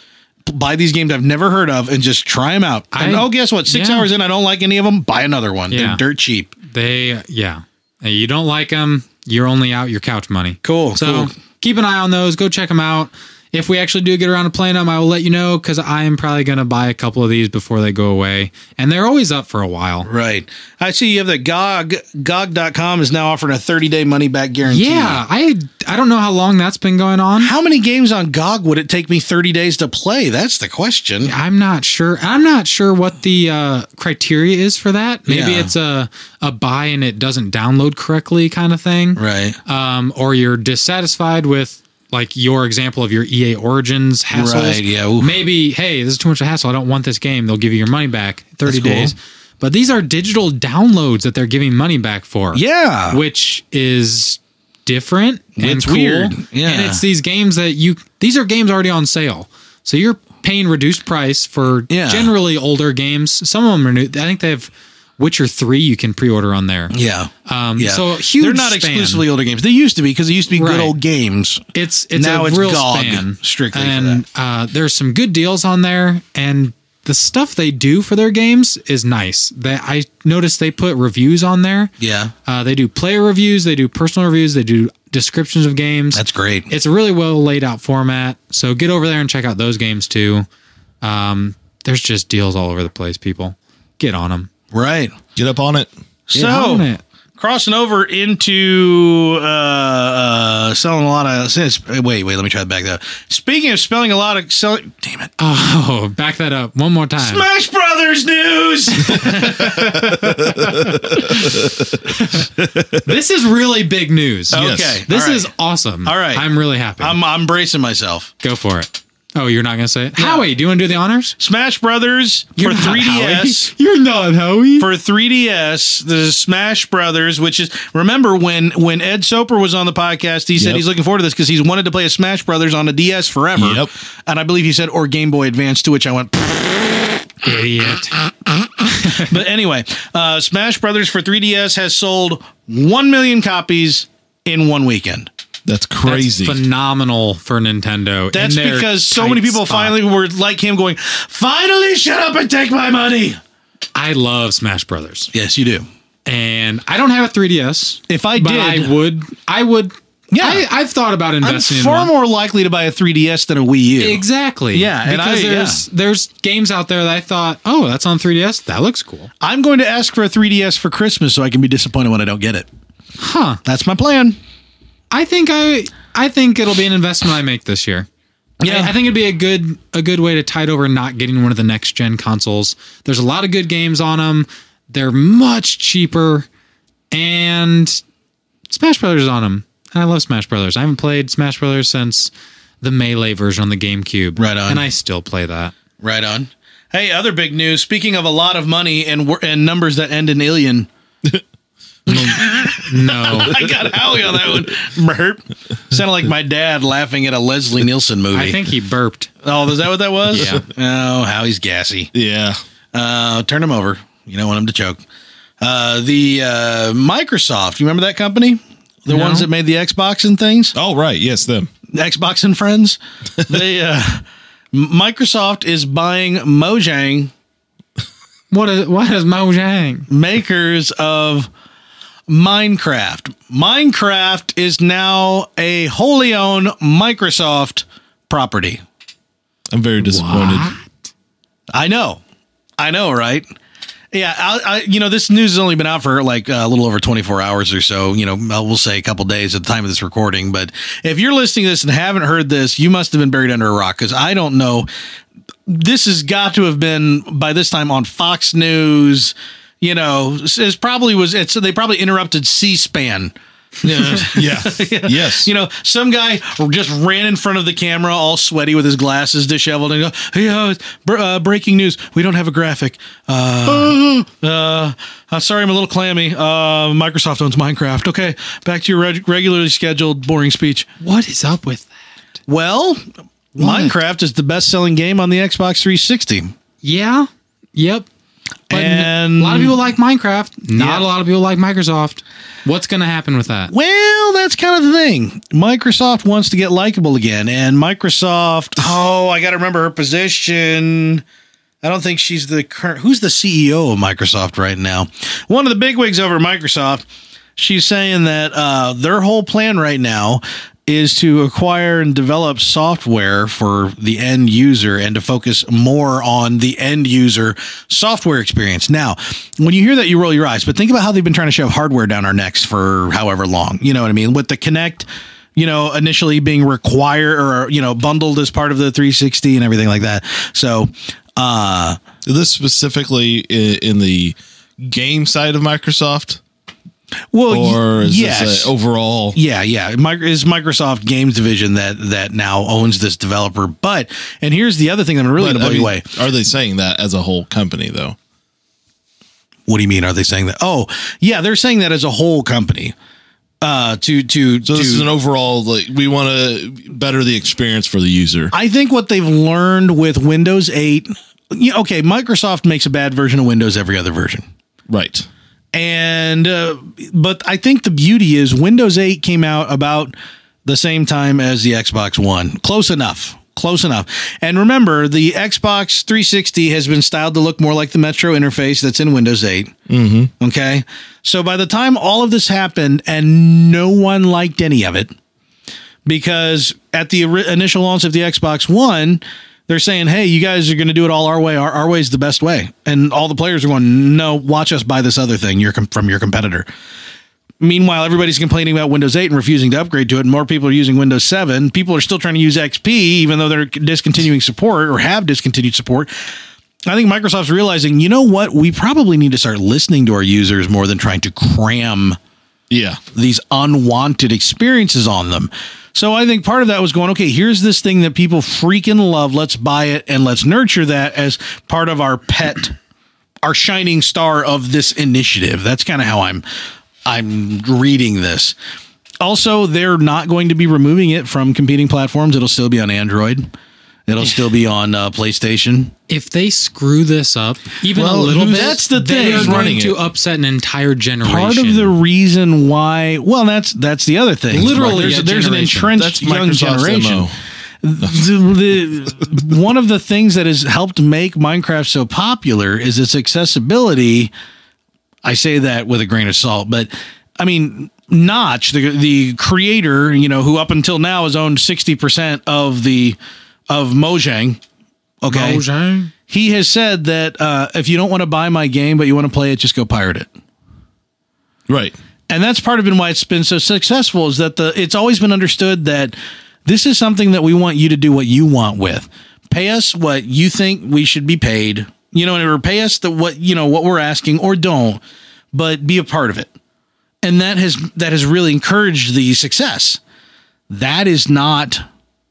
[SPEAKER 1] p- buy these games I've never heard of, and just try them out. And,
[SPEAKER 2] I-
[SPEAKER 1] oh, guess what? Six
[SPEAKER 2] yeah.
[SPEAKER 1] hours in, I don't like any of them. Buy another one.
[SPEAKER 2] Yeah.
[SPEAKER 1] They're dirt cheap.
[SPEAKER 2] They yeah. Uh, You don't like them. You're only out your couch money.
[SPEAKER 1] Cool,
[SPEAKER 2] So
[SPEAKER 1] cool.
[SPEAKER 2] keep an eye on those. Go check them out. If we actually do get around to playing them, I will let you know because I am probably going to buy a couple of these before they go away, and they're always up for a while.
[SPEAKER 1] Right. I see you have that GOG. GOG.com is now offering a 30 day money back guarantee.
[SPEAKER 2] Yeah, I I don't know how long that's been going on.
[SPEAKER 1] How many games on GOG would it take me 30 days to play? That's the question.
[SPEAKER 2] I'm not sure. I'm not sure what the uh, criteria is for that. Maybe
[SPEAKER 1] Yeah.
[SPEAKER 2] it's a a buy and it doesn't download correctly kind of thing,
[SPEAKER 1] Right.
[SPEAKER 2] um, or you're dissatisfied with like your example of your EA Origins hassles.
[SPEAKER 1] Right, yeah, oof.
[SPEAKER 2] Maybe hey, this is too much of a hassle. I don't want this game. They'll give you your money back thirty
[SPEAKER 1] That's cool.
[SPEAKER 2] days. But these are digital downloads that they're giving money back for.
[SPEAKER 1] Yeah.
[SPEAKER 2] which is different and
[SPEAKER 1] It's
[SPEAKER 2] cool.
[SPEAKER 1] weird. Yeah.
[SPEAKER 2] and it's these games that you these are games already on sale, so you're paying reduced price for
[SPEAKER 1] Yeah.
[SPEAKER 2] generally older games. Some of them are new. I think they have Witcher Three you can pre-order on there.
[SPEAKER 1] Yeah.
[SPEAKER 2] Um,
[SPEAKER 1] yeah.
[SPEAKER 2] so huge
[SPEAKER 1] They're not
[SPEAKER 2] span.
[SPEAKER 1] exclusively older games. They used to be because they used to be
[SPEAKER 2] Right.
[SPEAKER 1] good old games.
[SPEAKER 2] It's it's
[SPEAKER 1] Now
[SPEAKER 2] a
[SPEAKER 1] it's
[SPEAKER 2] real
[SPEAKER 1] GOG
[SPEAKER 2] span
[SPEAKER 1] strictly for
[SPEAKER 2] and uh, there's some good deals on there, and the stuff they do for their games is nice. That I noticed they put reviews on there.
[SPEAKER 1] Yeah.
[SPEAKER 2] Uh, they do player reviews, they do personal reviews, they do descriptions of games.
[SPEAKER 1] That's great.
[SPEAKER 2] it's a really well laid out format. So get over there and check out those games too. Um, there's just deals all over the place, people. Get on them.
[SPEAKER 1] Right.
[SPEAKER 3] Get up on it.
[SPEAKER 2] Get
[SPEAKER 1] so
[SPEAKER 2] on it.
[SPEAKER 1] crossing over into uh, uh, selling a lot of since wait wait let me try to back that up. speaking of spelling a lot of selling damn it
[SPEAKER 2] Oh, back that up one more time.
[SPEAKER 1] smash brothers news
[SPEAKER 2] This is really big news.
[SPEAKER 1] okay
[SPEAKER 2] This
[SPEAKER 1] all right.
[SPEAKER 2] is awesome.
[SPEAKER 1] All right.
[SPEAKER 2] I'm really happy.
[SPEAKER 1] I'm, I'm bracing myself
[SPEAKER 2] Go for it. Oh, you're not going to say it? Howie, do you want to do the honors?
[SPEAKER 1] smash brothers for
[SPEAKER 2] not
[SPEAKER 1] 3ds
[SPEAKER 2] Howie. You're not Howie.
[SPEAKER 1] for 3ds the smash brothers which is remember when when ed soper was on the podcast he said
[SPEAKER 3] Yep.
[SPEAKER 1] he's looking forward to this because he's wanted to play a smash brothers on a ds forever
[SPEAKER 3] Yep.
[SPEAKER 1] and i believe he said or game boy advance to which i went
[SPEAKER 2] Idiot.
[SPEAKER 1] But anyway, uh, Smash Brothers for 3DS has sold 1 million copies in one weekend.
[SPEAKER 2] That's
[SPEAKER 3] That's crazy.
[SPEAKER 2] phenomenal for Nintendo. in
[SPEAKER 1] That's
[SPEAKER 2] their
[SPEAKER 1] because so
[SPEAKER 2] tight
[SPEAKER 1] many people
[SPEAKER 2] spot.
[SPEAKER 1] finally were like him going, finally shut up and take my money.
[SPEAKER 2] I love Smash Brothers,
[SPEAKER 1] Yes, you do.
[SPEAKER 2] and I don't have a 3DS.
[SPEAKER 1] If I
[SPEAKER 2] but
[SPEAKER 1] did,
[SPEAKER 2] I would. I would.
[SPEAKER 1] Yeah.
[SPEAKER 2] I, I've thought about
[SPEAKER 1] I'm
[SPEAKER 2] investing. in
[SPEAKER 1] far
[SPEAKER 2] one.
[SPEAKER 1] more likely to buy a 3DS than a Wii U.
[SPEAKER 2] Exactly.
[SPEAKER 1] Yeah, and
[SPEAKER 2] because
[SPEAKER 1] I-
[SPEAKER 2] there's there's games out there that I thought, oh, that's on 3DS. That looks cool.
[SPEAKER 1] I'm going to ask for a 3DS for Christmas so I can be disappointed when I don't get it.
[SPEAKER 2] Huh.
[SPEAKER 1] That's my plan.
[SPEAKER 2] I think I I think it'll be an investment I make this year.
[SPEAKER 1] Yeah.
[SPEAKER 2] I, I think it'd be a good a good way to tide over not getting one of the next gen consoles. There's a lot of good games on them. They're much cheaper, and Smash Brothers is on them. And I love Smash Brothers. I haven't played Smash Brothers since the Melee version on the GameCube.
[SPEAKER 1] Right on.
[SPEAKER 2] And I still play that.
[SPEAKER 1] Right on. Hey, other big news. Speaking of a lot of money and wor- and numbers that end in alien,
[SPEAKER 2] No.
[SPEAKER 1] I got Howie on that one. Burp. Sounded like my dad laughing at a Leslie Nielsen movie.
[SPEAKER 2] I think he burped.
[SPEAKER 1] Oh, is that what that was?
[SPEAKER 2] Yeah.
[SPEAKER 1] Oh, Howie's gassy.
[SPEAKER 3] Yeah.
[SPEAKER 1] Uh, turn him over. You don't want him to choke. Uh, the uh, Microsoft. You remember that company? The ones that made the Xbox and things.
[SPEAKER 3] Oh, right. Yes, them.
[SPEAKER 1] Xbox and friends. they uh, Microsoft is buying Mojang,
[SPEAKER 2] What is what is Mojang?
[SPEAKER 1] makers of Minecraft. Minecraft is now a wholly owned Microsoft property.
[SPEAKER 3] I'm very disappointed.
[SPEAKER 1] I know, I know, right? Yeah, I, I, you know, this news has only been out for like a little over 24 hours or so. You know, I will say a couple days at the time of this recording. But if you're listening to this and haven't heard this, you must have been buried under a rock because I don't know. This has got to have been by this time on Fox News. You know, it's probably was. It's they probably interrupted C-SPAN.
[SPEAKER 3] Yeah. Yes.
[SPEAKER 1] You know, some guy just ran in front of the camera, all sweaty with his glasses disheveled, and go, "Hey, uh, br- uh, breaking news! We don't have a graphic. Uh, uh, uh, sorry, I'm a little clammy. Uh, Microsoft owns Minecraft. Okay, back to your reg- regularly scheduled boring speech.
[SPEAKER 2] What is up with that?
[SPEAKER 1] Well, Minecraft is the best-selling game on the Xbox 360.
[SPEAKER 2] Yeah. Yep. But
[SPEAKER 1] And-
[SPEAKER 2] a lot of people like Minecraft. Not
[SPEAKER 1] Yeah.
[SPEAKER 2] a lot of people like Microsoft. What's going to happen with that?
[SPEAKER 1] Well, that's kind of the thing. Microsoft wants to get likable again, and Microsoft. Oh, I got to remember her position. I don't think she's the current. Who's the CEO of Microsoft right now? One of the bigwigs over at Microsoft. She's saying that uh, their whole plan right now is to acquire and develop software for the end user and to focus more on the end user software experience. Now, when you hear that, you roll your eyes, but think about how they've been trying to shove hardware down our necks for however long. You know what I mean? With the Kinect you know, initially being required or, you know, bundled as part of the 360 and everything like that. So, uh,
[SPEAKER 3] This specifically i- in the game side of Microsoft,
[SPEAKER 1] well,
[SPEAKER 3] or
[SPEAKER 1] Oh, y-
[SPEAKER 3] is
[SPEAKER 1] yes.
[SPEAKER 3] this a overall?
[SPEAKER 1] yeah, yeah. Mic- Is Microsoft Games Division that that now owns this developer? But and here's the other thing that I'm really
[SPEAKER 3] But,
[SPEAKER 1] going to
[SPEAKER 3] I
[SPEAKER 1] blow you
[SPEAKER 3] mean,
[SPEAKER 1] away.
[SPEAKER 3] Are they saying that as a whole company though?
[SPEAKER 1] What do you mean? Are they saying that? Oh, yeah, they're saying that as a whole company. Uh, to to
[SPEAKER 3] So
[SPEAKER 1] to,
[SPEAKER 3] this is an overall like we want to better the experience for the user.
[SPEAKER 1] I think what they've learned with Windows 8. Yeah, okay, Microsoft makes a bad version of Windows every other version.
[SPEAKER 3] right.
[SPEAKER 1] and uh, but I think the beauty is Windows 8 came out about the same time as the Xbox One, close enough. Close enough. And remember, the Xbox 360 has been styled to look more like the Metro interface that's in Windows 8. Mm-hmm. Okay. So by the time all of this happened, and no one liked any of it, because at the ori- initial launch of the Xbox One, they're saying, "Hey, you guys are going to do it all our way. Our, our way is the best way." And all the players are going, "No, watch us buy this other thing. You're com- from your competitor." Meanwhile, everybody's complaining about Windows 8 and refusing to upgrade to it, and more people are using Windows 7. People are still trying to use XP, even though they're discontinuing support or have discontinued support. I think Microsoft's realizing, you know what? We probably need to start listening to our users more than trying to cram
[SPEAKER 3] Yeah.
[SPEAKER 1] these unwanted experiences on them. So I think part of that was going, okay, here's this thing that people freaking love. Let's buy it and let's nurture that as part of our pet, our shining star of this initiative. That's kind of how I'm I'm reading this. Also, they're not going to be removing it from competing platforms. It'll still be on Android. It'll still be on uh, PlayStation.
[SPEAKER 2] If they screw this up even
[SPEAKER 3] Well,
[SPEAKER 2] a little
[SPEAKER 3] who's-
[SPEAKER 2] bit,
[SPEAKER 1] that's the
[SPEAKER 2] they
[SPEAKER 1] thing.
[SPEAKER 2] are
[SPEAKER 1] Who's
[SPEAKER 2] going
[SPEAKER 3] running
[SPEAKER 2] to
[SPEAKER 3] it?
[SPEAKER 2] upset an entire generation.
[SPEAKER 1] Part of the reason why, well, that's that's the other thing.
[SPEAKER 2] Literally
[SPEAKER 1] there's,
[SPEAKER 2] a
[SPEAKER 1] there's an
[SPEAKER 2] generation.
[SPEAKER 1] entrenched
[SPEAKER 3] That's
[SPEAKER 1] young
[SPEAKER 3] Microsoft's
[SPEAKER 1] generation.
[SPEAKER 3] MO.
[SPEAKER 1] the, the, one of the things that has helped make Minecraft so popular is its accessibility. I say that with a grain of salt, but I mean, Notch, the the creator, you know, who up until now has owned sixty percent of the of Mojang. Okay,
[SPEAKER 2] Mojang.
[SPEAKER 1] he has said that uh, if you don't want to buy my game but you want to play it, just go pirate it
[SPEAKER 3] Right.
[SPEAKER 1] and that's part of been why it's been so successful is that the it's always been understood that this is something that we want you to do what you want with pay us what you think we should be paid you know or pay us the what you know what we're asking or don't but be a part of it and that has that has really encouraged the success that is not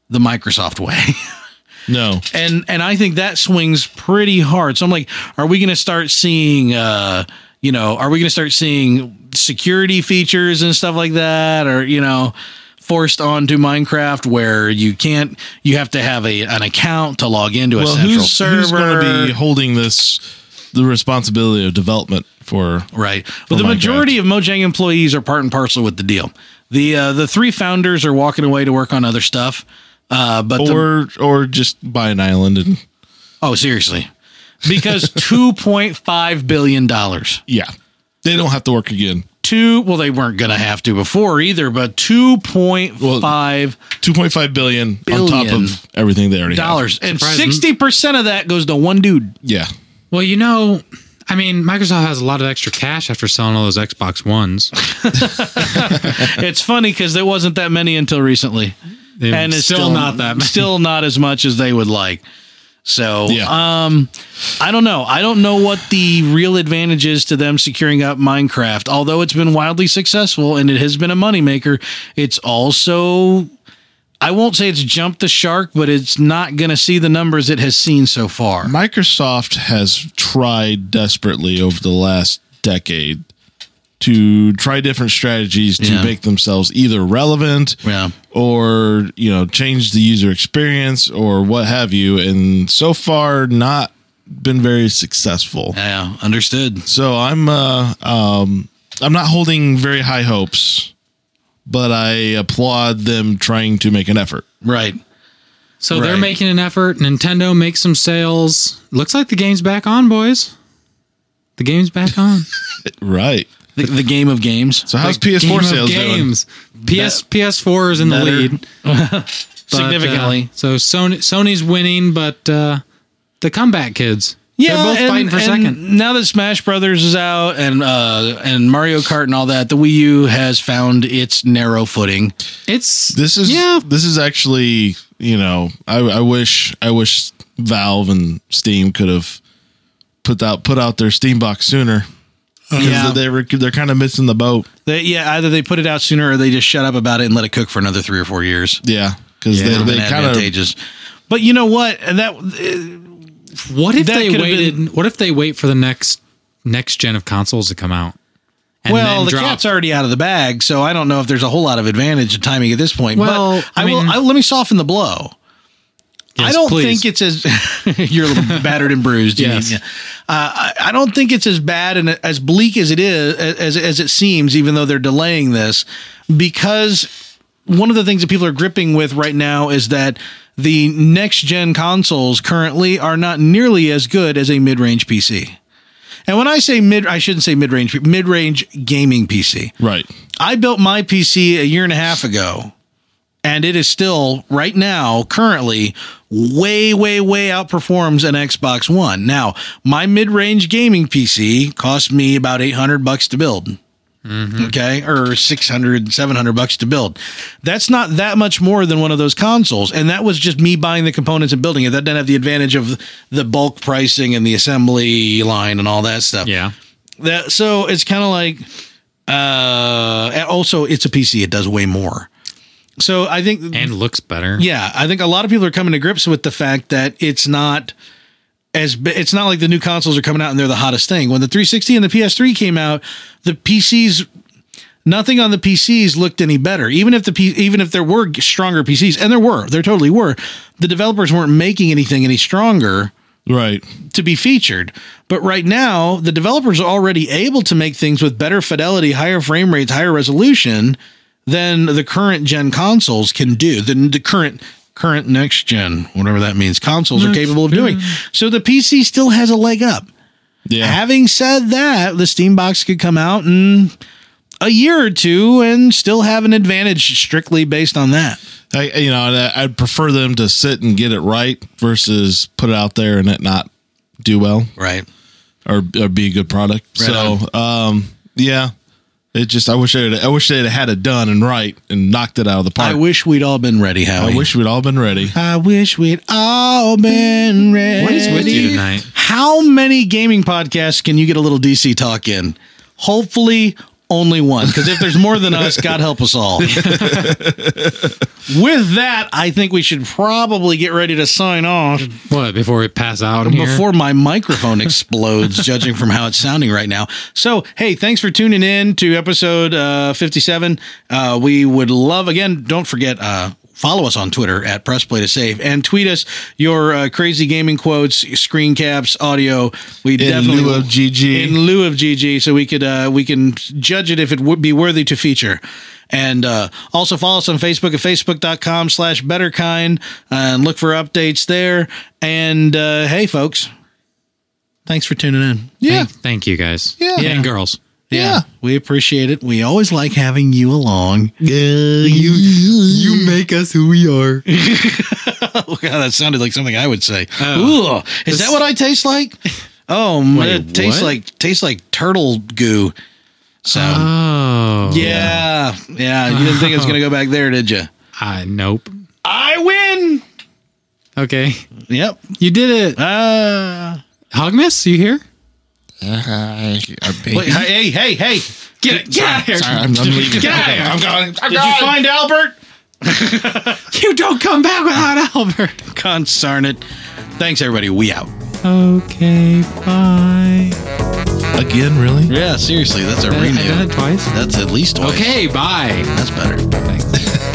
[SPEAKER 1] the microsoft way
[SPEAKER 3] No.
[SPEAKER 1] and and I think that swings pretty hard. So I'm like, are we going to start seeing, uh, you know, are we going to start seeing security features and stuff like that, or you know, forced onto Minecraft where you can't, you have to have a an account to log into a
[SPEAKER 3] Well,
[SPEAKER 1] central
[SPEAKER 3] who's,
[SPEAKER 1] server,
[SPEAKER 3] who's going to be holding this, the responsibility of development for?
[SPEAKER 1] right? But the
[SPEAKER 3] Minecraft.
[SPEAKER 1] majority of Mojang employees are part and parcel with the deal. The uh, the three founders are walking away to work on other stuff. Uh, but the
[SPEAKER 3] Or, or just buy an island and
[SPEAKER 1] Oh, seriously. Because $2.5 billion.
[SPEAKER 3] yeah, they don't have to work again.
[SPEAKER 1] Two, well, they weren't going to have to before either, but $2.5
[SPEAKER 3] Two point five billion on top
[SPEAKER 1] Billion.
[SPEAKER 3] of everything they already have.
[SPEAKER 1] dollars. And
[SPEAKER 2] Surprising.
[SPEAKER 1] 60% of that goes to one dude.
[SPEAKER 3] Yeah,
[SPEAKER 2] Well, you know, I mean, Microsoft has a lot of extra cash after selling all those Xbox Ones.
[SPEAKER 1] It's funny because there wasn't that many until recently. And it's still,
[SPEAKER 2] not that much.
[SPEAKER 1] Still not as much as they would like. So,
[SPEAKER 3] Yeah.
[SPEAKER 1] um, I don't know. I don't know what the real advantage is to them securing up Minecraft. Although it's been wildly successful and it has been a moneymaker, it's also, I won't say it's jumped the shark, but it's not going to see the numbers it has seen so far.
[SPEAKER 3] Microsoft has tried desperately over the last decade to try different strategies to
[SPEAKER 1] Yeah.
[SPEAKER 3] make themselves either relevant
[SPEAKER 1] Yeah.
[SPEAKER 3] or you know change the user experience or what have you and so far not been very successful
[SPEAKER 1] Yeah, understood.
[SPEAKER 3] so i'm uh um i'm not holding very high hopes but i applaud them trying to make an effort
[SPEAKER 1] Right.
[SPEAKER 2] So they're
[SPEAKER 1] Right.
[SPEAKER 2] making an effort. Nintendo makes some sales. Looks like the game's back on, boys. The game's back on.
[SPEAKER 3] right
[SPEAKER 1] The, the game of games.
[SPEAKER 3] so how's
[SPEAKER 2] Game
[SPEAKER 3] ps4
[SPEAKER 2] of
[SPEAKER 3] sales doing
[SPEAKER 2] PS PS4 is in the
[SPEAKER 1] better.
[SPEAKER 2] lead but, uh,
[SPEAKER 1] Significantly.
[SPEAKER 2] so Sony Sony's winning, but uh, the comeback kids. they're both
[SPEAKER 1] and-
[SPEAKER 2] fighting for
[SPEAKER 1] and
[SPEAKER 2] second.
[SPEAKER 1] Now that Smash Brothers is out and uh, and Mario Kart and all that, the Wii U has found its narrow footing.
[SPEAKER 2] It's
[SPEAKER 3] this is
[SPEAKER 2] yeah.
[SPEAKER 3] this is actually you know I, I wish I wish Valve and Steam could have put out put out their Steam box sooner. 'Cause
[SPEAKER 1] Yeah.
[SPEAKER 3] they were they're kind of missing the boat.
[SPEAKER 1] They, yeah, either they put it out sooner or they just shut up about it and let it cook for another three or four years.
[SPEAKER 3] Yeah, because
[SPEAKER 1] It would've
[SPEAKER 3] they,
[SPEAKER 1] been
[SPEAKER 3] they kind of
[SPEAKER 1] advantageous. But you know what? And that uh,
[SPEAKER 2] What if
[SPEAKER 1] That
[SPEAKER 2] they
[SPEAKER 1] could've
[SPEAKER 2] waited? what if they wait for the next next gen of consoles to come out? And
[SPEAKER 1] well, the
[SPEAKER 2] drop-
[SPEAKER 1] cat's already out of the bag, so I don't know if there's a whole lot of advantage of timing at this point.
[SPEAKER 2] Well,
[SPEAKER 1] but
[SPEAKER 2] I
[SPEAKER 1] I, will.
[SPEAKER 2] mean-
[SPEAKER 1] I, let me soften the blow. I
[SPEAKER 2] Yes,
[SPEAKER 1] don't
[SPEAKER 2] please.
[SPEAKER 1] think it's as you're a little battered and bruised. you
[SPEAKER 2] Yes.
[SPEAKER 1] mean, yeah. uh, I, I don't think it's as bad and as bleak as it is as as it seems. Even though they're delaying this, because one of the things that people are gripping with right now is that the next gen consoles currently are not nearly as good as a mid range PC. And when I say mid, I shouldn't say mid range, mid range gaming PC.
[SPEAKER 3] right.
[SPEAKER 1] I built my PC a year and a half ago, and it is still right now, currently, way, way, way outperforms an Xbox One. Now, my mid-range gaming PC cost me about eight hundred bucks to build. Okay, or 600, 700 bucks to build. That's not that much more than one of those consoles. And that was just me buying the components and building it. That didn't have the advantage of the bulk pricing and the assembly line and all that stuff
[SPEAKER 2] Yeah.
[SPEAKER 1] that so it's kind of like uh and also it's a pc it does way more so i think
[SPEAKER 2] And looks better.
[SPEAKER 1] yeah i think a lot of people are coming to grips with the fact that it's not as bi- it's not like the new consoles are coming out and they're the hottest thing when the 360 and the ps3 came out the pcs nothing on the pcs looked any better even if the P, even if there were stronger pcs and there were there totally were the developers weren't making anything any stronger
[SPEAKER 3] Right.
[SPEAKER 1] to be featured. But right now, the developers are already able to make things with better fidelity, higher frame rates, higher resolution than the current gen consoles can do, than the current current next gen, whatever that means, consoles are capable of doing. So the PC still has a leg up.
[SPEAKER 3] Yeah.
[SPEAKER 1] Having said that, the Steam Box could come out in a year or two and still have an advantage strictly based on that.
[SPEAKER 3] I, you know, and I- I'd prefer them to sit and get it right versus put it out there and it not do well
[SPEAKER 1] Right.
[SPEAKER 3] or, or be a good product. so, um, yeah, it just I wish I I wish they would had it done and right and knocked it out of the
[SPEAKER 1] I
[SPEAKER 3] park.
[SPEAKER 1] wish we'd all been ready, Howie.
[SPEAKER 3] I wish we'd all been ready.
[SPEAKER 1] I wish we'd all been ready.
[SPEAKER 2] What is with you tonight?
[SPEAKER 1] How many gaming podcasts can you get a little DC talk in? Hopefully, only one. Because if there's more than us, God help us all. With that, I think we should probably get ready to sign off
[SPEAKER 2] What before we pass out in here?
[SPEAKER 1] before my microphone explodes, judging from how it's sounding right now. So, hey, thanks for tuning in to episode uh, 57. Uh, we would love, again, don't forget, uh, follow us on Twitter at Press Play to Save and tweet us your uh, crazy gaming quotes, screen caps, audio. We
[SPEAKER 3] In
[SPEAKER 1] definitely
[SPEAKER 3] lieu of GG.
[SPEAKER 1] in lieu of GG, so we could uh, we can judge it if it would be worthy to feature. And uh, also follow us on Facebook at facebook.com slash betterkind uh, and look for updates there. And uh, hey, folks, thanks for tuning in.
[SPEAKER 3] yeah.
[SPEAKER 2] Thank, thank you guys.
[SPEAKER 3] Yeah.
[SPEAKER 2] and girls.
[SPEAKER 3] Yeah.
[SPEAKER 1] We appreciate it. We always like having you along.
[SPEAKER 2] You make us who we are.
[SPEAKER 1] Oh, God, that sounded like something I would say.
[SPEAKER 2] Oh.
[SPEAKER 1] Ooh, is that what I taste like? Oh, man,
[SPEAKER 2] Wait,
[SPEAKER 1] it tastes
[SPEAKER 2] what?
[SPEAKER 1] like tastes like turtle goo. So,
[SPEAKER 2] Oh,
[SPEAKER 1] yeah, yeah. You didn't think it was going to go back there, did you?
[SPEAKER 2] I nope.
[SPEAKER 1] I win.
[SPEAKER 2] Okay,
[SPEAKER 1] Yep.
[SPEAKER 2] you did it.
[SPEAKER 1] Uh,
[SPEAKER 2] Hogmas, you here?
[SPEAKER 1] wait, hey, hey, hey. Get it. Get out of here.
[SPEAKER 3] I'm, I'm leaving.
[SPEAKER 1] Get out of here.
[SPEAKER 3] I'm going. I'm
[SPEAKER 1] Did you find Albert?
[SPEAKER 2] You don't come back without Albert.
[SPEAKER 1] Concern it. Thanks, everybody. We out.
[SPEAKER 2] Okay, bye.
[SPEAKER 3] again, really?
[SPEAKER 1] Yeah, seriously. That's a
[SPEAKER 2] I've done
[SPEAKER 1] renew.
[SPEAKER 2] it twice.
[SPEAKER 1] That's at least twice.
[SPEAKER 2] Okay, bye.
[SPEAKER 1] That's better.
[SPEAKER 2] Thanks.